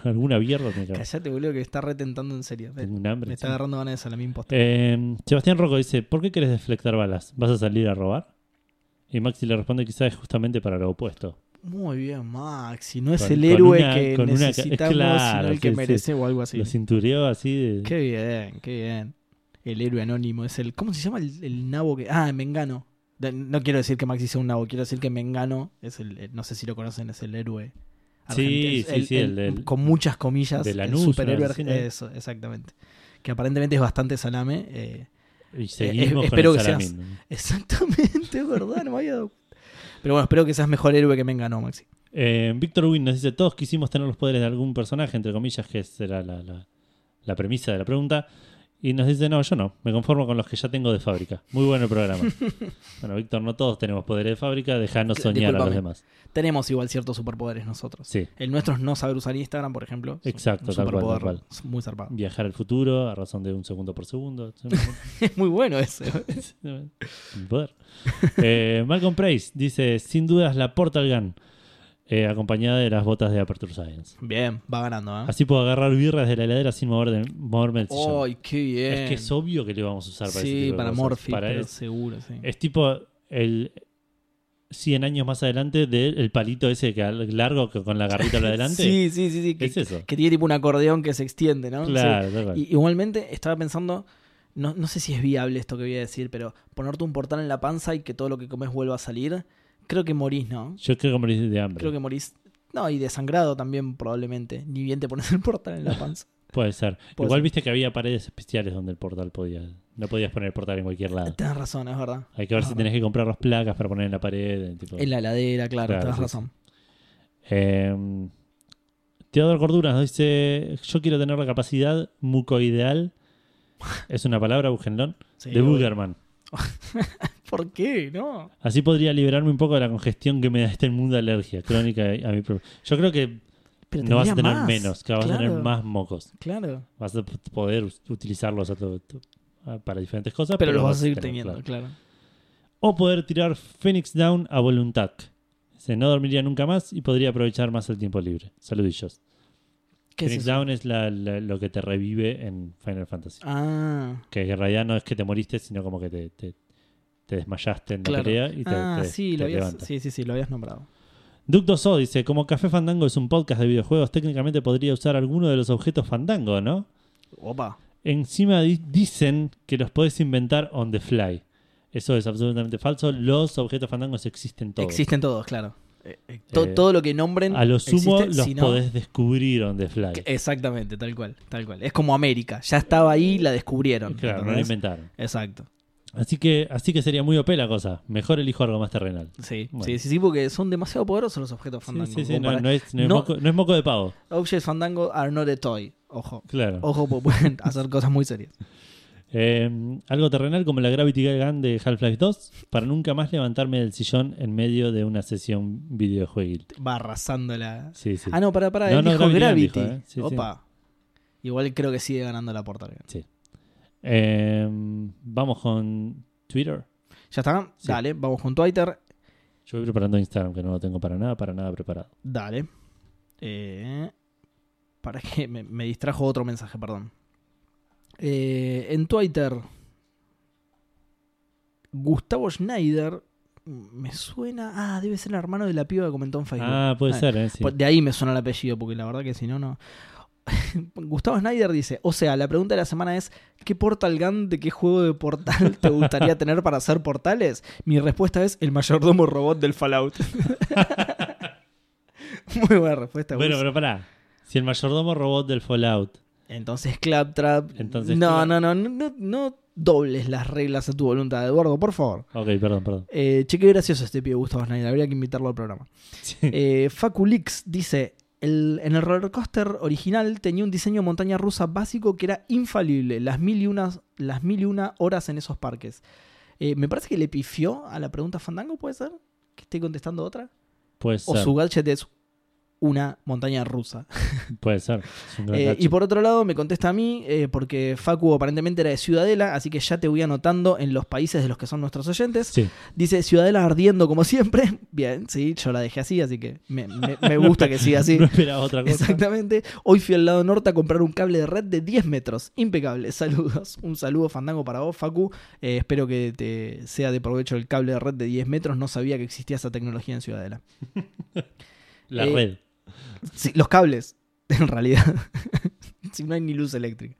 S1: Alguna mierda tiene que haber.
S2: Callate, boludo, que está retentando en serio. Me,
S1: Tengo un hambre.
S2: me está
S1: sí.
S2: agarrando ganas de salamín posta.
S1: Eh, Sebastián Rocco dice: ¿Por qué querés deflectar balas? ¿Vas a salir a robar? Y Maxi le responde: quizás es justamente para lo opuesto.
S2: Muy bien, Maxi. No es
S1: con-
S2: el
S1: con
S2: héroe
S1: una-
S2: que
S1: con una ca-
S2: necesitamos,
S1: claro,
S2: sino el que
S1: sí, sí.
S2: merece o algo así.
S1: Lo cintureó así. de-
S2: Qué bien, qué bien. El héroe anónimo es el. ¿Cómo se llama el, el nabo que.? Ah, Mengano. De- No quiero decir que Maxi sea un nabo, quiero decir que Mengano es el. el- No sé si lo conocen, es el héroe.
S1: Sí,
S2: argentino,
S1: sí, sí, el del-
S2: Con muchas comillas.
S1: de
S2: el
S1: Lanús,
S2: superhéroe.
S1: una vez así, ¿no?
S2: arge- Eso, exactamente. Que aparentemente es bastante salame. eh,
S1: Y seguimos con
S2: espero
S1: el
S2: que seas-
S1: salamín.
S2: exactamente, es verdad, no me había dado. Pero bueno, espero que seas mejor héroe que Mengano, Maxi.
S1: Eh, Víctor Win nos dice: Todos quisimos tener los poderes de algún personaje, entre comillas, que será la, la- la premisa de la pregunta. Y nos dice: No, yo no, me conformo con los que ya tengo de fábrica. Muy bueno el programa. bueno, Víctor, no todos tenemos poderes de fábrica, dejanos
S2: Que-
S1: soñar a los
S2: discúlpame.
S1: demás.
S2: Tenemos igual ciertos superpoderes nosotros.
S1: Sí,
S2: El nuestro es no saber usar Instagram, por ejemplo. es un-
S1: Exacto,
S2: un
S1: tal cual, tal
S2: superpoder
S1: cual.
S2: muy zarpado.
S1: viajar al futuro a razón de un segundo por segundo.
S2: Es muy bueno ese.
S1: Un poder. Eh, Malcolm Price dice: Sin dudas, la Portal Gun, eh, acompañada de las botas de Aperture Science.
S2: Bien, va ganando, ¿eh?
S1: Así puedo agarrar birras de la heladera sin mover de- moverme el sillón.
S2: ¡Ay, qué Oh, bien!
S1: Es que es obvio que lo íbamos a usar para ese tipo
S2: Sí,
S1: de
S2: para
S1: cosas.
S2: Morphy,
S1: Para
S2: pero
S1: es,
S2: seguro, sí.
S1: es tipo el 100 años más adelante del el palito ese que al- largo que con la garrita para adelante.
S2: Sí, sí, sí, sí. Que,
S1: Es eso.
S2: que tiene tipo un acordeón que se extiende, ¿no?
S1: Claro, tal
S2: Sí.
S1: cual.
S2: Y, igualmente estaba pensando, no, no sé si es viable esto que voy a decir, pero ponerte un portal en la panza y que todo lo que comes vuelva a salir, creo que morís, ¿no?
S1: Yo creo que morí de hambre.
S2: Creo que morís. No, y desangrado también probablemente. Ni bien te pones el portal en la panza.
S1: Puede ser.
S2: Puede
S1: Igual
S2: ser.
S1: viste que había paredes especiales donde el portal podía. No podías poner el portal en cualquier lado.
S2: Tenés razón, es verdad.
S1: Hay que ver
S2: Ah,
S1: si
S2: no.
S1: tenés que comprar las placas para poner en la pared. eh, tipo.
S2: En la heladera, claro,
S1: Claro,
S2: tenés
S1: sí,
S2: razón.
S1: Eh, Teodoro Corduras nos dice: Yo quiero tener la capacidad mucoideal. Es una palabra, Bugenlón.
S2: Sí,
S1: de
S2: obvio.
S1: Bugerman.
S2: ¿Por qué? No.
S1: Así podría liberarme un poco de la congestión que me da esta inmunda alergia crónica a mi propio. Yo creo que
S2: Pero
S1: no vas a
S2: tendría
S1: tener
S2: más.
S1: menos, que vas a tener
S2: Claro,
S1: más mocos.
S2: Claro.
S1: Vas a p- poder us- utilizarlos a todo- to- a- para diferentes cosas,
S2: Pero los vas a seguir
S1: tener,
S2: teniendo,
S1: claro.
S2: claro.
S1: O poder tirar Phoenix Down a voluntad. Dice, no dormiría nunca más y podría aprovechar más el tiempo libre. Saludillos.
S2: ¿Qué es
S1: Phoenix
S2: eso?
S1: Down es la- la- lo que te revive en Final Fantasy.
S2: Ah,
S1: Que en realidad no es que te moriste, sino como que te, te- te desmayaste en la
S2: Claro.
S1: pelea y te,
S2: ah
S1: te-
S2: sí, lo
S1: te
S2: habías,
S1: levanta.
S2: sí, sí, sí, lo habías nombrado.
S1: Ducto So dice, como Café Fandango es un podcast de videojuegos, técnicamente podría usar alguno de los objetos Fandango, ¿no?
S2: Opa.
S1: Encima di- dicen que los podés inventar on the fly. Eso es absolutamente falso. Los objetos Fandangos existen todos.
S2: Existen todos, claro. Eh, eh, to-
S1: Eh,
S2: todo lo que nombren.
S1: A lo sumo
S2: existe,
S1: los
S2: si no-
S1: podés descubrir on the fly.
S2: que- eh, Exactamente, tal cual, tal cual. Es como América. Ya estaba ahí, la descubrieron.
S1: Claro, no lo
S2: ¿entendés?
S1: inventaron.
S2: Exacto.
S1: Así que, así que sería muy OP la cosa. Mejor elijo algo más terrenal.
S2: Sí,
S1: Bueno.
S2: sí, sí, sí, porque son demasiado poderosos los objetos
S1: Sí,
S2: fandango.
S1: sí, sí,
S2: como
S1: no,
S2: para-
S1: no es, no es
S2: no-
S1: moco, no es moco de pavo.
S2: Objects fandango are not a toy. Ojo.
S1: Claro.
S2: Ojo, porque pueden hacer cosas muy serias.
S1: Eh, algo terrenal como la Gravity Gun de Half-Life 2 para nunca más levantarme del sillón en medio de una sesión videojueguil.
S2: Va arrasando la.
S1: Sí, sí.
S2: Ah, no, para, para.
S1: No,
S2: él
S1: no,
S2: dijo
S1: Gravity
S2: Gravity.
S1: dijo, eh. Sí, sí.
S2: Opa. Igual creo que sigue ganando la porta.
S1: Eh, vamos Em, con Twitter.
S2: ¿Ya está?
S1: Sí.
S2: Dale, vamos con Twitter.
S1: Yo voy preparando Instagram, que no lo tengo para nada, para nada preparado.
S2: Dale. Eh, para que me, me distrajo otro mensaje, perdón. Eh, en Twitter, Gustavo Schneider me suena. Ah, debe ser el hermano de la piba que comentó en Facebook.
S1: Ah, puede
S2: Ah,
S1: ser, ¿eh? Sí.
S2: Pues De ahí me suena el apellido, porque la verdad que si no, no. Gustavo Snyder dice, o sea, la pregunta de la semana es, ¿qué portal gun de qué juego de portal te gustaría tener para hacer portales? Mi respuesta es el mayordomo robot del Fallout. Muy buena respuesta.
S1: Bueno,
S2: Gus.
S1: pero pará. Si el mayordomo robot del Fallout.
S2: Entonces, Claptrap...
S1: Entonces,
S2: no,
S1: Clap-
S2: no, no, no, no, no dobles las reglas a tu voluntad, Eduardo, por favor.
S1: Ok, perdón, perdón.
S2: Eh, che, qué gracioso este pibe Gustavo Snyder, habría que invitarlo al programa.
S1: Sí.
S2: Eh, Faculix dice: "El- En el roller coaster original tenía un diseño montaña rusa básico que era infalible, las mil y unas, las mil y una horas en esos parques. Eh, me parece que le pifió a la pregunta Fandango, ¿puede ser? Que esté contestando otra.
S1: Puede
S2: O
S1: ser.
S2: su gadget es una montaña rusa.
S1: Puede ser. Es un gran
S2: Eh,
S1: gadget.
S2: y por otro lado, me contesta a mí, eh, porque Facu aparentemente era de Ciudadela, así que ya te voy anotando en los países de los que son nuestros oyentes.
S1: Sí.
S2: Dice Ciudadela ardiendo como siempre. Bien, sí, yo la dejé así, así que me, me- me gusta que siga así.
S1: No esperaba otra cosa.
S2: Exactamente. Hoy fui al lado norte a comprar un cable de red de 10 metros. Impecable. Saludos. Un saludo fandango para vos, Facu. Eh, espero que te sea de provecho el cable de red de 10 metros. No sabía que existía esa tecnología en Ciudadela.
S1: La
S2: Eh,
S1: red.
S2: Sí, los cables, en realidad. si no hay ni luz eléctrica.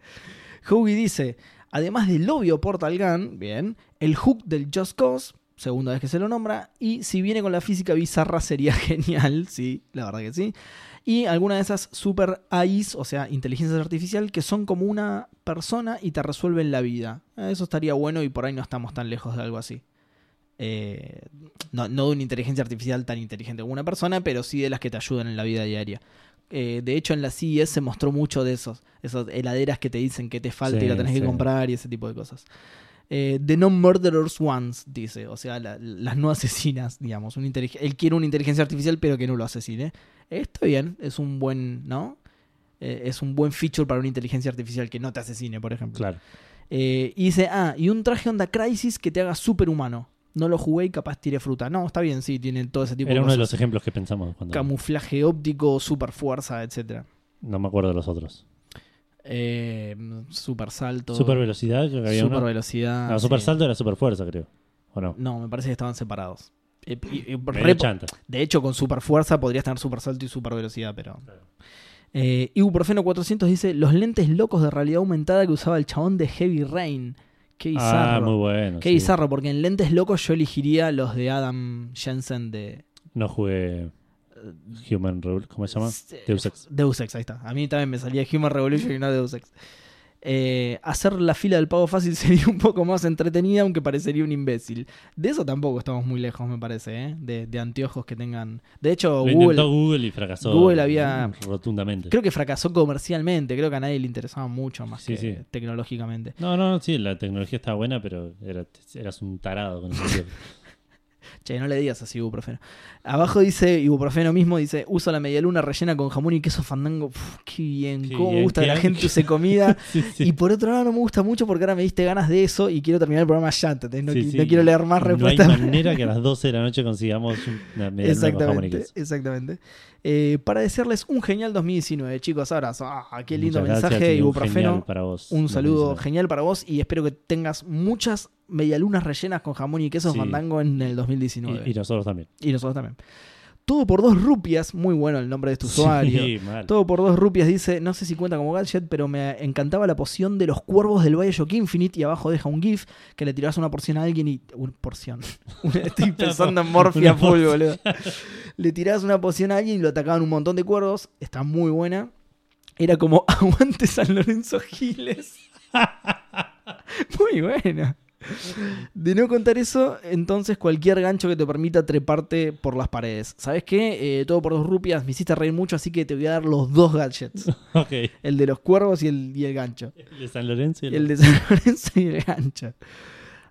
S2: Howie dice, además del obvio Portal Gun, bien, el hook del Just Cause, segunda vez que se lo nombra, y si viene con la física bizarra sería genial, sí, la verdad que sí. Y alguna de esas super AIs, o sea, inteligencias artificial, que son como una persona y te resuelven la vida. Eh, Eso estaría bueno y por ahí no estamos tan lejos de algo así. Eh, no, no de una inteligencia artificial tan inteligente como una persona, pero sí de las que te ayudan en la vida diaria. Eh, de hecho, en la CES se mostró mucho de esos, esas heladeras que te dicen que te falta y
S1: Sí,
S2: la tenés
S1: sí.
S2: que comprar y ese tipo de cosas. Eh, The No Murderers Ones, dice, o sea, la- las no asesinas, digamos. Un intelig- Él quiere una inteligencia artificial, pero que no lo asesine. Eh, está bien, es un buen, ¿no? Eh, es un buen feature para una inteligencia artificial que no te asesine, por ejemplo.
S1: Claro.
S2: Eh, y dice, ah, y un traje onda Crisis que te haga superhumano. No lo jugué y capaz tiré fruta. No, está bien, sí, tienen todo ese tipo
S1: Era
S2: de
S1: uno de
S2: cosas.
S1: los ejemplos que pensamos cuando.
S2: Camuflaje óptico, super fuerza, etc.
S1: No me acuerdo de los otros.
S2: Eh, super salto.
S1: Super velocidad, creo que había uno.
S2: velocidad.
S1: no, super salto era super fuerza, creo. ¿O no?
S2: No, me parece que estaban separados. Eh, y- y-
S1: Medio
S2: re-
S1: chanta.
S2: de hecho, con super fuerza podrías tener super salto y super velocidad, pero. Eh, Ibuprofeno 400 dice: Los lentes locos de realidad aumentada que usaba el chabón de Heavy Rain. Qué bizarro.
S1: Ah, muy bueno.
S2: Qué
S1: sí.
S2: bizarro, porque en lentes locos yo elegiría los de Adam Jensen de.
S1: No jugué Human Rule, ¿cómo se llama?
S2: eh,
S1: Deus Ex.
S2: Deus Ex, ahí está. A mí también me salía Human Revolution y no Deus Ex. Eh, hacer la fila del pago fácil sería un poco más entretenida, aunque parecería un imbécil. De eso tampoco estamos muy lejos, me parece, ¿eh? de, de anteojos que tengan. De hecho,
S1: Lo
S2: Google.
S1: intentó Google y fracasó.
S2: Google había-
S1: Rotundamente.
S2: Creo que fracasó comercialmente, creo que a nadie le interesaba mucho más
S1: Sí,
S2: que
S1: sí.
S2: tecnológicamente.
S1: No, no, sí, la tecnología estaba buena, pero era- eras un tarado con ese tío.
S2: Che, no le digas así, ibuprofeno. Abajo dice, ibuprofeno mismo, dice, uso la medialuna rellena con jamón y queso fandango. Uf, qué bien,
S1: Qué
S2: cómo me
S1: bien,
S2: gusta que
S1: qué
S2: la
S1: bien.
S2: gente use comida.
S1: Sí, sí.
S2: Ah, Y por otro lado no me gusta mucho porque ahora me diste ganas de eso y quiero terminar el programa ya, ¿entendés? No,
S1: Sí,
S2: qui-
S1: sí.
S2: no quiero leer más respuestas.
S1: No hay manera que a las 12 de la noche consigamos una media
S2: Exactamente, exactamente. Eh, para desearles un genial 2019, chicos, abrazo. Ah, qué lindo mensaje, ibuprofeno.
S1: para vos.
S2: Un saludo
S1: Buenísimo.
S2: genial para vos y espero que tengas muchas medialunas rellenas con jamón y queso
S1: Sí.
S2: fandango en el
S1: Y,
S2: 2019.
S1: y nosotros también.
S2: Y nosotros también. Todo por dos rupias, muy bueno el nombre de este usuario.
S1: Sí, mal.
S2: Todo por dos rupias dice, no sé si cuenta como gadget, pero me encantaba la poción de los cuervos del Bioshock Infinite y abajo deja un GIF que le tirás una porción a alguien y... Una porción. Estoy pensando en Morphia
S1: Una
S2: full,
S1: porción.
S2: boludo. Le tirás una poción a alguien y lo atacaban un montón de cuervos. Está muy buena. Era como aguante San Lorenzo Giles. muy buena. De no contar eso, entonces cualquier gancho que te permita treparte por las paredes. ¿Sabes qué? Eh, todo por dos rupias, me hiciste reír mucho, así que te voy a dar los dos gadgets.
S1: Ok.
S2: El de los cuervos y el, y el gancho.
S1: El de San Lorenzo y el-
S2: El de San Lorenzo y el gancho.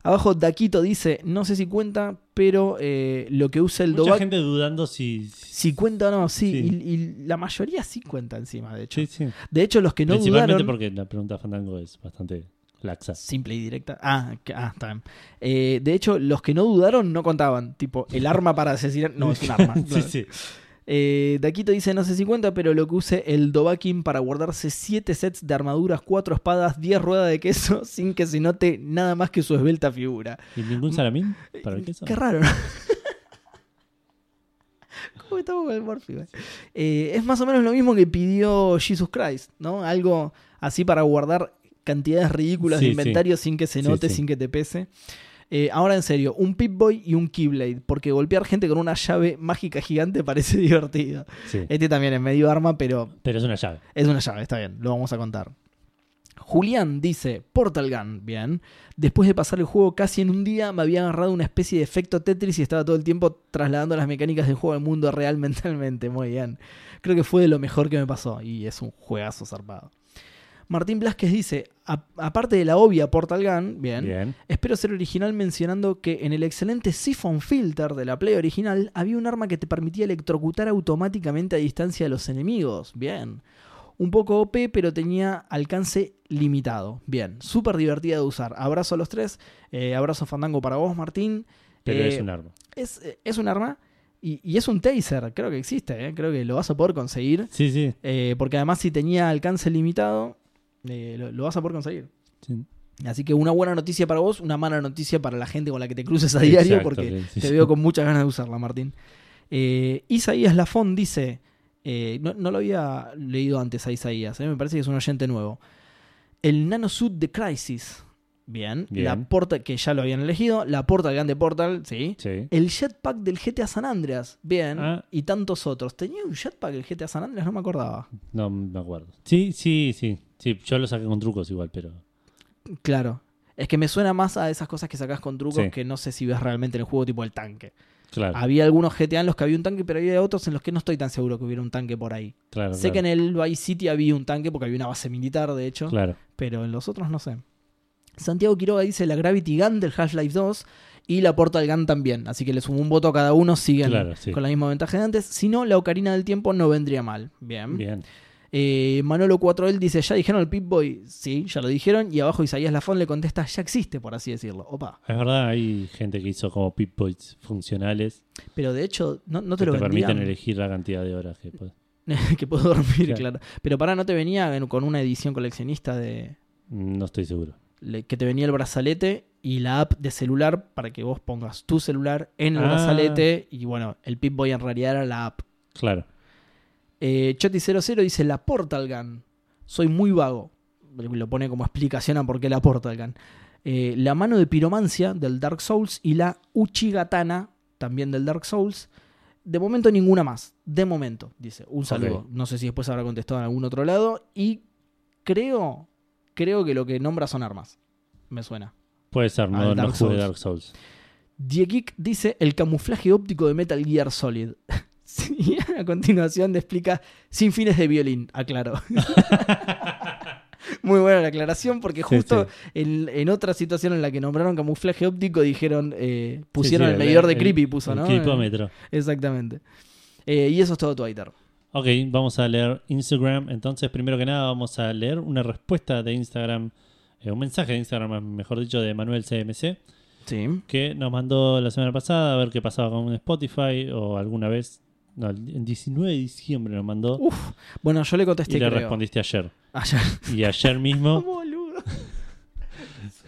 S2: Abajo Daquito dice, no sé si cuenta, pero eh, lo que usa el
S1: Mucha
S2: Dovac...
S1: gente dudando si. si-
S2: Si cuenta o no, sí.
S1: Sí.
S2: Y, y la mayoría sí cuenta encima, de hecho.
S1: sí, sí.
S2: De hecho, los que no
S1: Principalmente
S2: dudaron...
S1: porque la pregunta Fandango es bastante laxa.
S2: Simple y directa. Ah, que- ah, está bien. Eh, de hecho, los que no dudaron no contaban. Tipo, el arma para asesinar. No, es un arma.
S1: sí, sí.
S2: Eh, Daquito dice, no sé si cuenta, pero lo que use el Dobakin para guardarse 7 sets de armaduras, 4 espadas, 10 ruedas de queso, sin que se note nada más que su esbelta figura.
S1: ¿Y
S2: Mm,
S1: ningún salamín para el queso?
S2: Qué raro, ¿no? ¿Cómo estamos con el Morphy, güey? Eh, es más o menos lo mismo que pidió Jesus Christ, ¿no? Algo así para guardar cantidades ridículas
S1: Sí,
S2: de
S1: sí.
S2: inventario sin que se
S1: Sí,
S2: note,
S1: sí.
S2: sin que te pese. Eh, ahora en serio, un Pip-Boy y un Keyblade, porque golpear gente con una llave mágica gigante parece divertido.
S1: Sí.
S2: Este también es medio arma, pero
S1: Pero es una llave.
S2: es una llave, está bien, lo vamos a contar. Julián dice, Portal Gun, bien. Después de pasar el juego casi en un día, me había agarrado una especie de efecto Tetris y estaba todo el tiempo trasladando las mecánicas del juego al mundo real mentalmente. Muy bien. Creo que fue de lo mejor que me pasó y es un juegazo zarpado. Martín Blasquez dice, "A- aparte de la obvia Portal Gun, bien,
S1: Bien.
S2: Espero ser original mencionando que en el excelente Siphon Filter de la Play original había un arma que te permitía electrocutar automáticamente a distancia de los enemigos. Bien. Un poco OP, pero tenía alcance limitado. Bien. Súper divertida de usar. Abrazo a los tres. Eh, abrazo Fandango para vos, Martín.
S1: Pero
S2: Eh,
S1: es un arma.
S2: Es, es un arma y, y es un taser. Creo que existe. eh. Creo que lo vas a poder conseguir.
S1: Sí, sí.
S2: Eh, porque además si tenía alcance limitado, eh, lo- lo vas a poder conseguir.
S1: sí.
S2: Así que una buena noticia para vos, una mala noticia para la gente con la que te cruces a
S1: Exacto,
S2: diario, porque
S1: sí, sí,
S2: te
S1: sí.
S2: veo con muchas ganas de usarla, Martín. Eh, Isaías Lafón dice, eh, no, no lo había leído antes a Isaías, eh, me parece que es un oyente nuevo. El Nanosuit de Crisis, bien,
S1: Bien.
S2: La porta, que ya lo habían elegido, la Portal Grande Portal, sí.
S1: Sí.
S2: El jetpack del GTA San Andreas, bien,
S1: Ah.
S2: y tantos otros. ¿Tenía un jetpack el GTA San Andreas? No me acordaba.
S1: No me acuerdo. Sí, sí, sí. Sí, yo lo saqué con trucos igual, pero.
S2: Claro. Es que me suena más a esas cosas que sacás con trucos
S1: Sí.
S2: que no sé si ves realmente en el juego, tipo el tanque.
S1: Claro,
S2: Había algunos GTA en los que había un tanque, pero había otros en los que no estoy tan seguro que hubiera un tanque por ahí.
S1: claro.
S2: Sé
S1: claro.
S2: que en el Vice City había un tanque porque había una base militar, de hecho,
S1: Claro.
S2: pero en los otros no sé. Santiago Quiroga dice la Gravity Gun del Half-Life 2 y la Portal Gun también, así que le sumo un voto a cada uno, siguen
S1: Claro, sí.
S2: con la misma ventaja de antes. Si no, la Ocarina del Tiempo no vendría mal. Bien.
S1: Bien.
S2: Eh, Manolo 4L dice, ya dijeron el Pip-Boy. Sí, ya lo dijeron. Y abajo Isaías Lafon le contesta, ya existe, por así decirlo. Opa.
S1: Es verdad, hay gente que hizo como Pip-Boys funcionales
S2: Pero de hecho, no, no te
S1: que
S2: lo
S1: te permiten
S2: vendían.
S1: elegir la cantidad de horas que puedes.
S2: que puedo dormir,
S1: Claro.
S2: claro. Pero para no te venía en- con una edición coleccionista de
S1: Mm, No estoy seguro.
S2: le- que te venía el brazalete y la app de celular para que vos pongas tu celular en el
S1: Ah.
S2: brazalete. Y bueno, el Pip-Boy en realidad era la app.
S1: Claro.
S2: Eh, Choti00 dice la Portal Gun. Soy muy vago. Lo pone como explicación a por qué la Portal Gun. Eh, la mano de piromancia del Dark Souls y la Uchigatana, también del Dark Souls. De momento ninguna más. De momento, dice. Un saludo.
S1: Ok.
S2: No sé si después habrá contestado en algún otro lado. Y creo, creo que lo que nombra son armas. Me suena.
S1: Puede ser,
S2: Ah,
S1: no,
S2: el
S1: no
S2: Dark
S1: jugué
S2: Souls.
S1: Dark Souls.
S2: Diegeek dice el camuflaje óptico de Metal Gear Solid. Sí, a continuación te explica sin fines de violín, aclaro. Muy buena la aclaración porque
S1: Sí,
S2: justo
S1: sí.
S2: En, en otra situación en la que nombraron camuflaje óptico dijeron, eh, pusieron
S1: Sí, sí,
S2: el medidor de creepy, puso,
S1: el
S2: ¿no? Eh,
S1: Creepómetro.
S2: Exactamente. Eh, y eso es todo Twitter.
S1: Ok, vamos a leer Instagram. Entonces, primero que nada, vamos a leer una respuesta de Instagram, eh, un mensaje de Instagram, mejor dicho, de Manuel CMC,
S2: Sí.
S1: que nos mandó la semana pasada a ver qué pasaba con Spotify o alguna vez. No, el 19 de diciembre nos mandó
S2: Uf, Bueno, yo le contesté
S1: y le
S2: Uh, este creo.
S1: respondiste ayer.
S2: Ayer.
S1: Y ayer mismo,
S2: Boludo.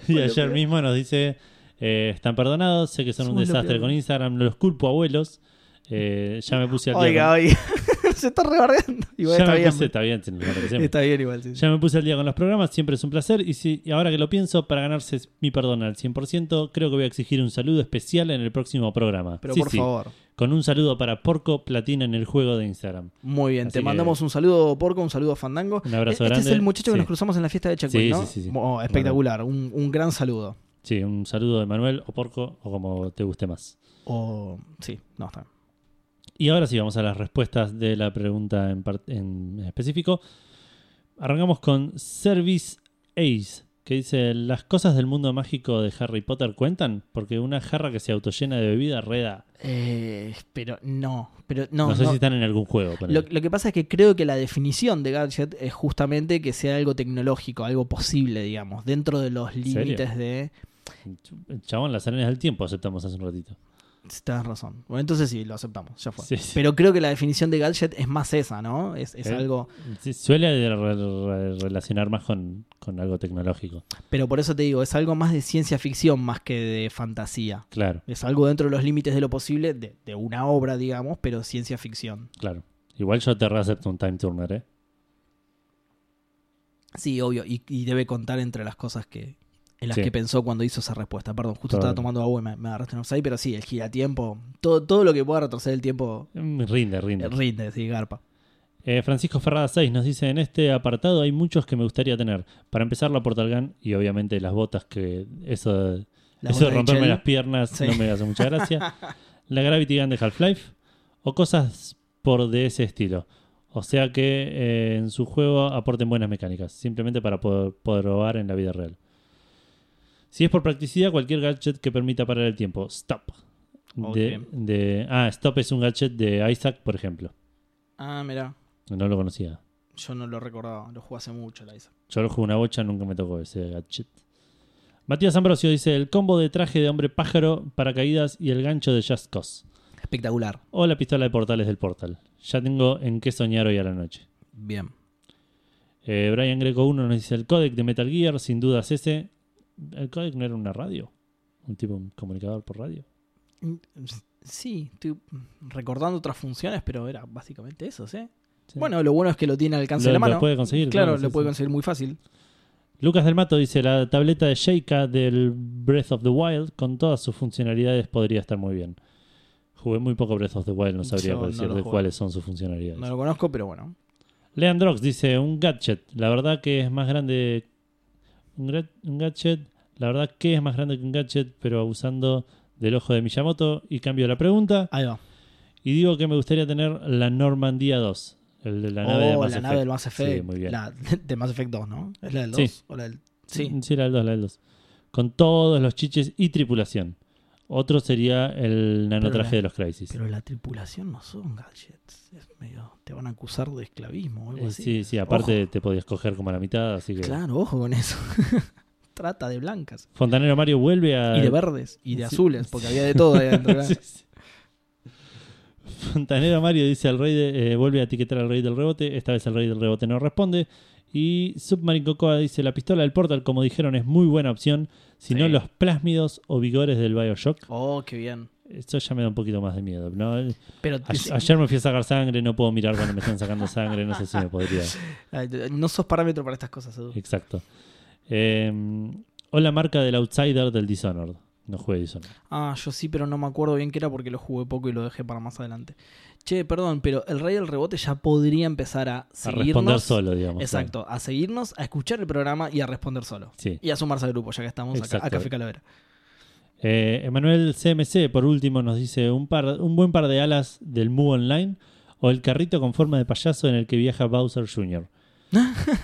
S1: y
S2: Bueno,
S1: ayer
S2: pero-
S1: mismo nos dice: eh, Están perdonados, sé que son un
S2: Somos lo
S1: desastre
S2: peor.
S1: con Instagram, no los culpo, abuelos. Eh, ya me puse al día.
S2: Oiga,
S1: con-
S2: oiga. Se está rebardeando. Igual
S1: ya
S2: está
S1: me
S2: bien.
S1: puse, está bien, sin- lo agradecemos.
S2: Está bien igual, sí. sí.
S1: Ya me puse al día con los programas, siempre es un placer. Y, si, y ahora que lo pienso, para ganarse mi perdón al 100%, creo que voy a exigir un saludo especial en el próximo programa.
S2: Pero
S1: Sí,
S2: por
S1: sí,
S2: favor.
S1: Con un saludo para Porco Platina en el juego de Instagram.
S2: Muy bien,
S1: Así
S2: te
S1: que-
S2: mandamos un saludo Porco, un saludo Fandango.
S1: Un abrazo
S2: este
S1: grande.
S2: es el muchacho que
S1: Sí.
S2: nos cruzamos en la fiesta de Checkpoint,
S1: Sí,
S2: ¿no?
S1: sí, sí, sí.
S2: Oh, espectacular, un, un gran saludo.
S1: Sí, un saludo de Manuel o Porco o como te guste más.
S2: O sí, no está. bien.
S1: Y ahora sí, vamos a las respuestas de la pregunta en, par- en específico. Arrancamos con Service Ace, que dice, las cosas del mundo mágico de Harry Potter cuentan, porque una jarra que se autollena de bebida reda.
S2: Eh, pero no, pero no.
S1: No, sé
S2: no.
S1: si están en algún juego. ponele.
S2: Lo, lo que pasa es que creo que la definición de gadget es justamente que sea algo tecnológico, algo posible, digamos, dentro de los
S1: serio?
S2: límites de...
S1: Chabón, las arenas del tiempo aceptamos hace un ratito.
S2: Tienes razón. Bueno, entonces sí, lo aceptamos, ya fue.
S1: Sí, sí.
S2: Pero creo que la definición de gadget es más esa, ¿no? Es, es
S1: ¿Eh?
S2: algo...
S1: Sí, Suele re- re- relacionar más con, con algo tecnológico.
S2: Pero por eso te digo, es algo más de ciencia ficción más que de fantasía.
S1: Claro,
S2: Es algo dentro de los límites de lo posible, de, de una obra, digamos, pero ciencia ficción.
S1: claro. Igual yo te reacepto un time turner, ¿eh?
S2: Sí, obvio, y, y debe contar entre las cosas que en las
S1: Sí.
S2: que pensó cuando hizo esa respuesta. Perdón, justo estaba
S1: Probable.
S2: tomando agua y me, me agarraste en offside, pero sí, el giratiempo, todo, todo lo que pueda retroceder el tiempo
S1: Mm, Rinde, rinde.
S2: eh, rinde, sí, garpa.
S1: Eh, Francisco Ferrada 6 nos dice, en este apartado hay muchos que me gustaría tener. Para empezar la Portalgan y obviamente las botas que eso,
S2: La
S1: eso de
S2: bota
S1: romperme
S2: Shell,
S1: las piernas
S2: Sí.
S1: no me hace mucha gracia. la Gravity Gun de Half-Life o cosas por de ese estilo. O sea que eh, en su juego aporten buenas mecánicas, simplemente para poder, poder probar en la vida real. Si es por practicidad, cualquier gadget que permita parar el tiempo. Stop.
S2: Ok.
S1: De- de- ah, Stop es un gadget de Isaac, por ejemplo.
S2: Ah, mira,
S1: No lo conocía.
S2: yo no lo recordaba, lo jugué hace mucho, la hice.
S1: Yo lo jugué una bocha, nunca me tocó ese gadget. Matías Ambrosio dice: el combo de traje de hombre pájaro, paracaídas y el gancho de Just Cause.
S2: Espectacular.
S1: O la pistola de portales del portal. Ya tengo en qué soñar hoy a la noche.
S2: Bien.
S1: Eh, Brian Greco 1 nos dice: el codec de Metal Gear, sin duda es ese. ¿El codec no era una radio? ¿Un tipo un comunicador por radio?
S2: Mm, Sí, estoy recordando otras funciones, pero era básicamente eso, ¿sí?
S1: Sí.
S2: Bueno, lo bueno es que lo tiene al alcance
S1: lo,
S2: de la
S1: lo
S2: mano.
S1: puede conseguir.
S2: claro,
S1: sí,
S2: lo puede
S1: sí.
S2: conseguir muy fácil.
S1: Lucas del Mato dice: La tableta de Sheikah del Breath of the Wild, con todas sus funcionalidades, podría estar muy bien. Jugué muy poco Breath of the Wild, no sabría
S2: Yo no
S1: decir
S2: lo
S1: de
S2: jugué.
S1: cuáles son sus funcionalidades.
S2: No lo conozco, pero bueno.
S1: Leandrox dice: Un gadget. La verdad que es más grande. Un, gra- un gadget. La verdad que es más grande que un gadget, pero abusando del ojo de Miyamoto. Y cambio la pregunta.
S2: Ahí va.
S1: Y digo que me gustaría tener la Normandía 2. El de la nave de
S2: oh,
S1: Mass
S2: la
S1: Effect.
S2: nave del Mass Effect.
S1: Sí, muy bien.
S2: La de Mass Effect 2, ¿no? ¿Es la del 2?
S1: Sí.
S2: ¿O la del... Sí.
S1: Mm, Sí, la del 2, la del 2. Con todos los chiches y tripulación. Otro sería el nanotraje
S2: Pero la-
S1: de los Crisis.
S2: Pero la tripulación no son gadgets. Es medio... Te van a acusar de esclavismo o algo
S1: Eh,
S2: así.
S1: sí, sí, aparte
S2: Ojo.
S1: te podías coger como a la mitad, así que...
S2: Claro, ojo con eso. Trata de blancas.
S1: Fontanero Mario vuelve a...
S2: Y de verdes. Y de
S1: sí.
S2: azules, porque había de todo ahí adentro. ¿verdad?
S1: Sí, sí. Fontanero Mario dice al rey de- eh, vuelve a etiquetar al rey del rebote, esta vez el rey del rebote no responde. Y Submarine Cocoa dice, la pistola del portal, como dijeron, es muy buena opción, si no
S2: Sí.
S1: los plásmidos o vigores del Bioshock.
S2: Oh, qué bien.
S1: Eso ya me da un poquito más de miedo, ¿no?
S2: Pero
S1: Ay- Ayer me fui a sacar sangre, no puedo mirar cuando me están sacando sangre, no sé si me podría.
S2: Ay, no sos parámetro para estas cosas, Edu.
S1: Exacto. Eh, o la marca del Outsider del Dishonored. No jugué Dishonored.
S2: Ah, yo sí, pero no me acuerdo bien qué era porque lo jugué poco y lo dejé para más adelante. Che, perdón, pero el rey del rebote ya podría empezar a
S1: A
S2: seguirnos.
S1: responder solo, digamos.
S2: Exacto, a seguirnos, a escuchar el programa y a responder solo.
S1: Sí.
S2: Y a sumarse al grupo, ya que estamos acá,
S1: Exacto.
S2: a Café Calavera.
S1: Eh, Emanuel CMC, por último, nos dice un, par, un buen par de alas del Mu Online o el carrito con forma de payaso en el que viaja Bowser Jr.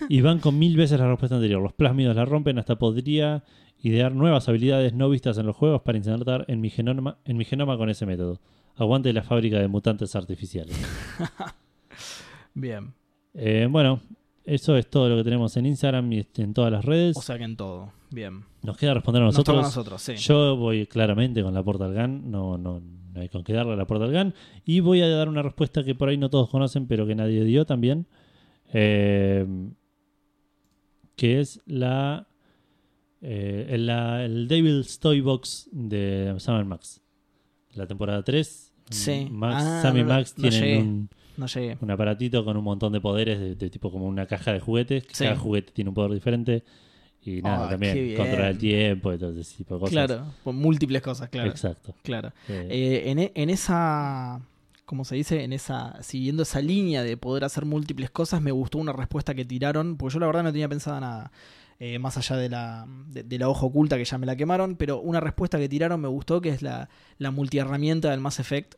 S1: y van con mil veces la respuesta anterior. Los plásmidos la rompen, hasta podría idear nuevas habilidades no vistas en los juegos para insertar en mi genoma, en mi genoma con ese método. Aguante la fábrica de mutantes artificiales.
S2: Bien,
S1: Eh, bueno, eso es todo lo que tenemos en Instagram y este, en todas las redes.
S2: o sea que en todo. Bien.
S1: Nos queda responder a
S2: Nos toca a
S1: nosotros.
S2: nosotros, sí.
S1: Yo voy claramente con la Portal Gun, no, no, no hay con qué darle a la Portal Gun. Y voy a dar una respuesta que por ahí no todos conocen, pero que nadie dio también. eh, que es la, eh, el- la- el Devil's Toy Box de Sam Max. La temporada 3.
S2: Sí.
S1: Max,
S2: Ah,
S1: Sam y
S2: no lo-
S1: Max
S2: no llegué.
S1: tienen un,
S2: No llegué.
S1: un aparatito con un montón de poderes, de, de tipo como una caja de juguetes. que
S2: Sí.
S1: Cada juguete tiene un poder diferente. Y nada,
S2: Ah, qué
S1: también
S2: bien.
S1: controlar el tiempo y todo ese tipo de cosas.
S2: Claro, por múltiples cosas, claro.
S1: Exacto.
S2: Claro.
S1: Eh,
S2: Eh, en, e- en esa. ¿Cómo se dice? En esa. Siguiendo esa línea de poder hacer múltiples cosas, me gustó una respuesta que tiraron. Porque yo la verdad no tenía pensada nada. eh, más allá de la, de, de la hoja oculta que ya me la quemaron. Pero una respuesta que tiraron me gustó, que es la, la multiherramienta del Mass Effect.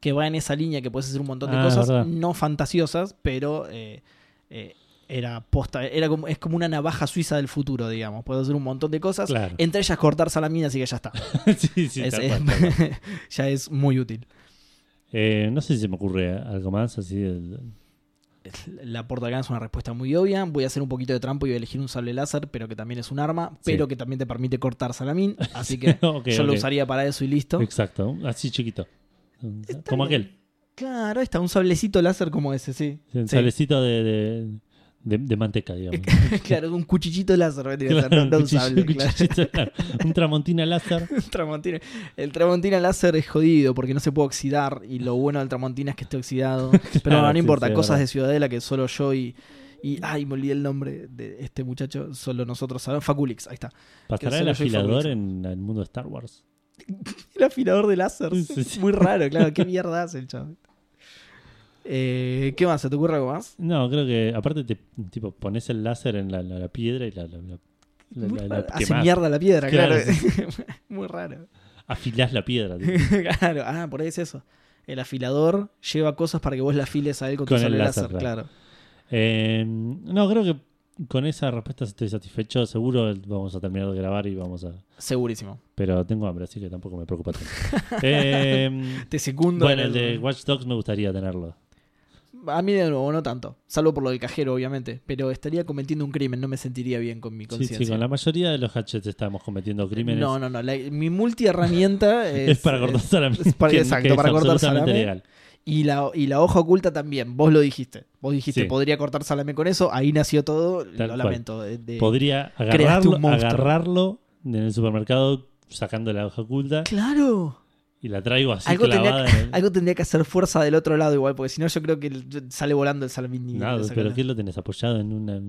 S2: Que va en esa línea que puedes hacer un montón de
S1: Ah, es
S2: cosas
S1: verdad.
S2: no fantasiosas, pero eh, eh, era posta, era como, es como una navaja suiza del futuro, digamos. Puedes hacer un montón de cosas,
S1: Claro.
S2: entre ellas cortar salamina, así que ya está.
S1: sí, sí,
S2: Es-
S1: tal
S2: es-
S1: cual, tal cual.
S2: ya es muy útil.
S1: Eh, no sé si se me ocurre algo más así. del-
S2: La porta acá es una respuesta muy obvia. Voy a hacer un poquito de trampo y voy a elegir un sable láser, pero que también es un arma, pero que también te permite cortar salamín. Así que
S1: Ok,
S2: yo lo
S1: ok.
S2: usaría para eso y listo.
S1: Exacto, así chiquito.
S2: Está
S1: Como
S2: bien.
S1: aquel.
S2: Claro, ahí está, un sablecito láser como ese, sí.
S1: El
S2: Sí.
S1: salecito de, de, de- de manteca, digamos.
S2: claro, un cuchichito láser, ¿verdad? Iba a ser,
S1: Claro,
S2: no, no un
S1: cuchillo-
S2: sable, claro.
S1: cuchillito, claro. Un tramontina láser.
S2: Tramontina. El tramontina láser es jodido porque no se puede oxidar y lo bueno del tramontina es que esté oxidado. Pero no, no
S1: Ah, sí,
S2: importa,
S1: sí, es
S2: cosas
S1: verdad.
S2: de Ciudadela que solo yo y, y... Ay, me olvidé el nombre de este muchacho, solo nosotros sabemos. Faculix, ahí está.
S1: Pasará
S2: Que
S1: el
S2: solo soy
S1: afilador
S2: favorito.
S1: en el mundo de Star Wars.
S2: El afilador de láser.
S1: Sí, sí.
S2: Muy raro, claro. ¿Qué mierda hace el chavo? Eh, ¿Qué más? ¿Se te ocurre algo más?
S1: No, creo que aparte te tipo pones el láser en la, la- la piedra y la, la, la- la-
S2: Muy
S1: la- la
S2: raro. Hace
S1: quemás.
S2: mierda la piedra, claro.
S1: Claro,
S2: Muy raro.
S1: Afilás la piedra tipo,
S2: claro, ah, por ahí es eso. El afilador lleva cosas para que vos la afiles a él con,
S1: Con
S2: tu
S1: el
S2: sable
S1: láser,
S2: láser,
S1: claro.
S2: claro.
S1: Eh, no, creo que con esa respuesta estoy satisfecho. Seguro vamos a terminar de grabar y vamos a.
S2: Segurísimo.
S1: Pero tengo hambre, así que tampoco me preocupa tanto. Eh,
S2: Te secundo.
S1: bueno,
S2: en
S1: el de Watch Dogs me gustaría tenerlo.
S2: A mí de nuevo no tanto, salvo por lo del cajero obviamente, pero estaría cometiendo un crimen, no me sentiría bien con mi
S1: Sí,
S2: conciencia.
S1: sí, con la mayoría de los hatchets estamos cometiendo crímenes.
S2: No, no, no, la- mi multiherramienta es,
S1: es, para cortar
S2: es-
S1: salame.
S2: es para-
S1: que-
S2: exacto,
S1: que es
S2: para cortar
S1: absolutamente
S2: salame.
S1: legal.
S2: y la y la hoja oculta también, vos lo dijiste. Vos dijiste,
S1: Sí.
S2: podría cortar salame con eso, ahí nació todo,
S1: Tal
S2: lo
S1: cual.
S2: lamento. eh, de-
S1: Podría
S2: creaste un
S1: agarrarlo,
S2: monstruo.
S1: agarrarlo en el supermercado sacando la hoja oculta
S2: Claro.
S1: y la traigo así
S2: algo,
S1: clavada
S2: tendría,
S1: en el...
S2: algo tendría que hacer fuerza del otro lado igual, porque si no yo creo que el- sale volando el salamín. y-
S1: Nada,
S2: esa
S1: pero
S2: cosa.
S1: ¿qué lo tenés apoyado en una...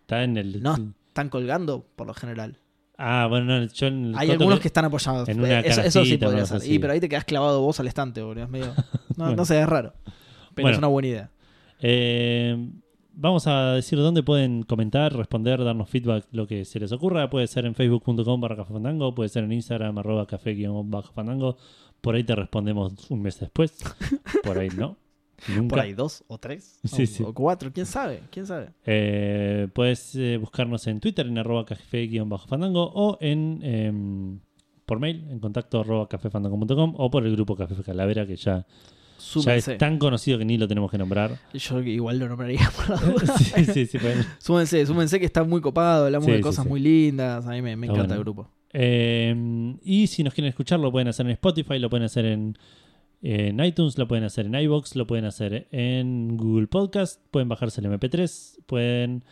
S1: Está en el...
S2: No. Están colgando, por lo general.
S1: Ah, bueno, no, yo en el
S2: Hay
S1: coto
S2: algunos
S1: que-
S2: que están apoyados.
S1: en una
S2: Eh, eso, eso sí
S1: canastita, una
S2: podría
S1: cosa
S2: ser.
S1: así.
S2: Y, pero ahí te quedas clavado vos al estante, boludo. Es medio... No,
S1: Bueno.
S2: no sé, es raro. Pero
S1: Bueno.
S2: es una buena idea.
S1: Eh, vamos a decir dónde pueden comentar, responder, darnos feedback, lo que se les ocurra. Puede ser en facebook.com barra Café Fandango, puede ser en Instagram arroba café guión bajo fandango. Por ahí te respondemos un mes después. Por ahí no. Nunca.
S2: Por ahí dos o tres.
S1: Sí,
S2: o,
S1: sí.
S2: o cuatro, quién sabe, quién sabe.
S1: Eh, puedes eh, buscarnos en Twitter en arroba café guión bajo fandango o en em, por mail en contacto arroba cafefandango.com o por el grupo Café Calavera que ya, ya
S2: Súmense.
S1: es tan conocido que ni lo tenemos que nombrar.
S2: Yo igual lo nombraría por la duda.
S1: sí, sí, sí. pueden-
S2: Súmense, súmense que está muy copado, hablamos
S1: Sí,
S2: de
S1: sí,
S2: cosas
S1: sí.
S2: muy lindas. A mí me, me
S1: Está
S2: encanta
S1: bueno.
S2: el grupo.
S1: Eh, y si nos quieren escuchar, lo pueden hacer en Spotify, lo pueden hacer en, en iTunes, lo pueden hacer en iBox, lo pueden hacer en Google Podcast, pueden bajarse el MP3, pueden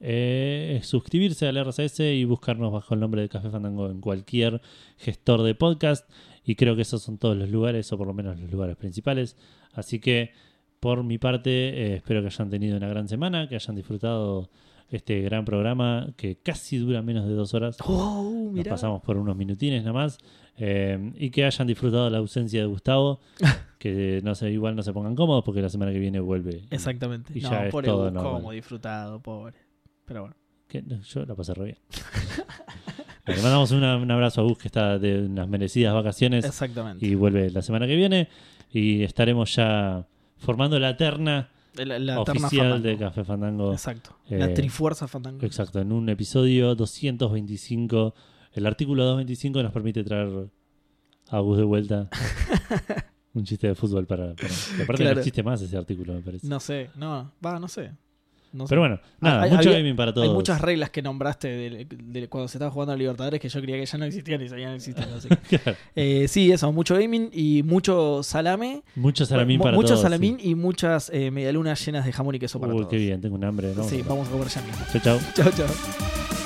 S1: eh, suscribirse al RSS y buscarnos bajo el nombre de Café Fandango en cualquier gestor de podcast. Y creo que esos son todos los lugares, o por lo menos los lugares principales. Así que, por mi parte, eh, espero que hayan tenido una gran semana, que hayan disfrutado este gran programa que casi dura menos de dos horas.
S2: Oh,
S1: Nos
S2: mirá.
S1: pasamos por unos minutines nada más. eh, y que hayan disfrutado la ausencia de Gustavo. que no sé, igual no se pongan cómodos porque la semana que viene vuelve.
S2: Exactamente.
S1: Y
S2: no,
S1: ya es
S2: pobre
S1: todo
S2: Gus,
S1: normal.
S2: cómo disfrutado, pobre. Pero bueno.
S1: Que no, yo la pasé re bien. Le mandamos una- un abrazo a Gus que está de unas merecidas vacaciones.
S2: Exactamente.
S1: Y vuelve la semana que viene. Y estaremos ya formando la terna
S2: la la terna
S1: oficial
S2: Fandango.
S1: de Café Fandango.
S2: Exacto. la
S1: Eh,
S2: trifuerza fandango.
S1: Exacto, en un episodio 225. El artículo 225 nos permite traer a Gus de vuelta. un chiste de fútbol para. para- que aparte
S2: Claro.
S1: no existe más ese artículo, me parece.
S2: No sé, no, va, no sé. No sé.
S1: Pero bueno, nada,
S2: hay-
S1: mucho
S2: había-
S1: gaming para todos.
S2: Hay muchas reglas que nombraste de, de cuando se estaba jugando a Libertadores que yo creía que ya no existían y sabían existiendo. así que-
S1: Claro,
S2: Eh, sí, eso, mucho gaming y mucho salame.
S1: mucho salamín
S2: Mu-
S1: para
S2: mucho
S1: todos.
S2: salamín y muchas eh, medialunas llenas de jamón y queso
S1: sí.
S2: para
S1: Uy,
S2: todos.
S1: qué bien, tengo un hambre. ¿no?
S2: Sí, vamos a comer ya mismo.
S1: Chao, chao.
S2: Chao, chao.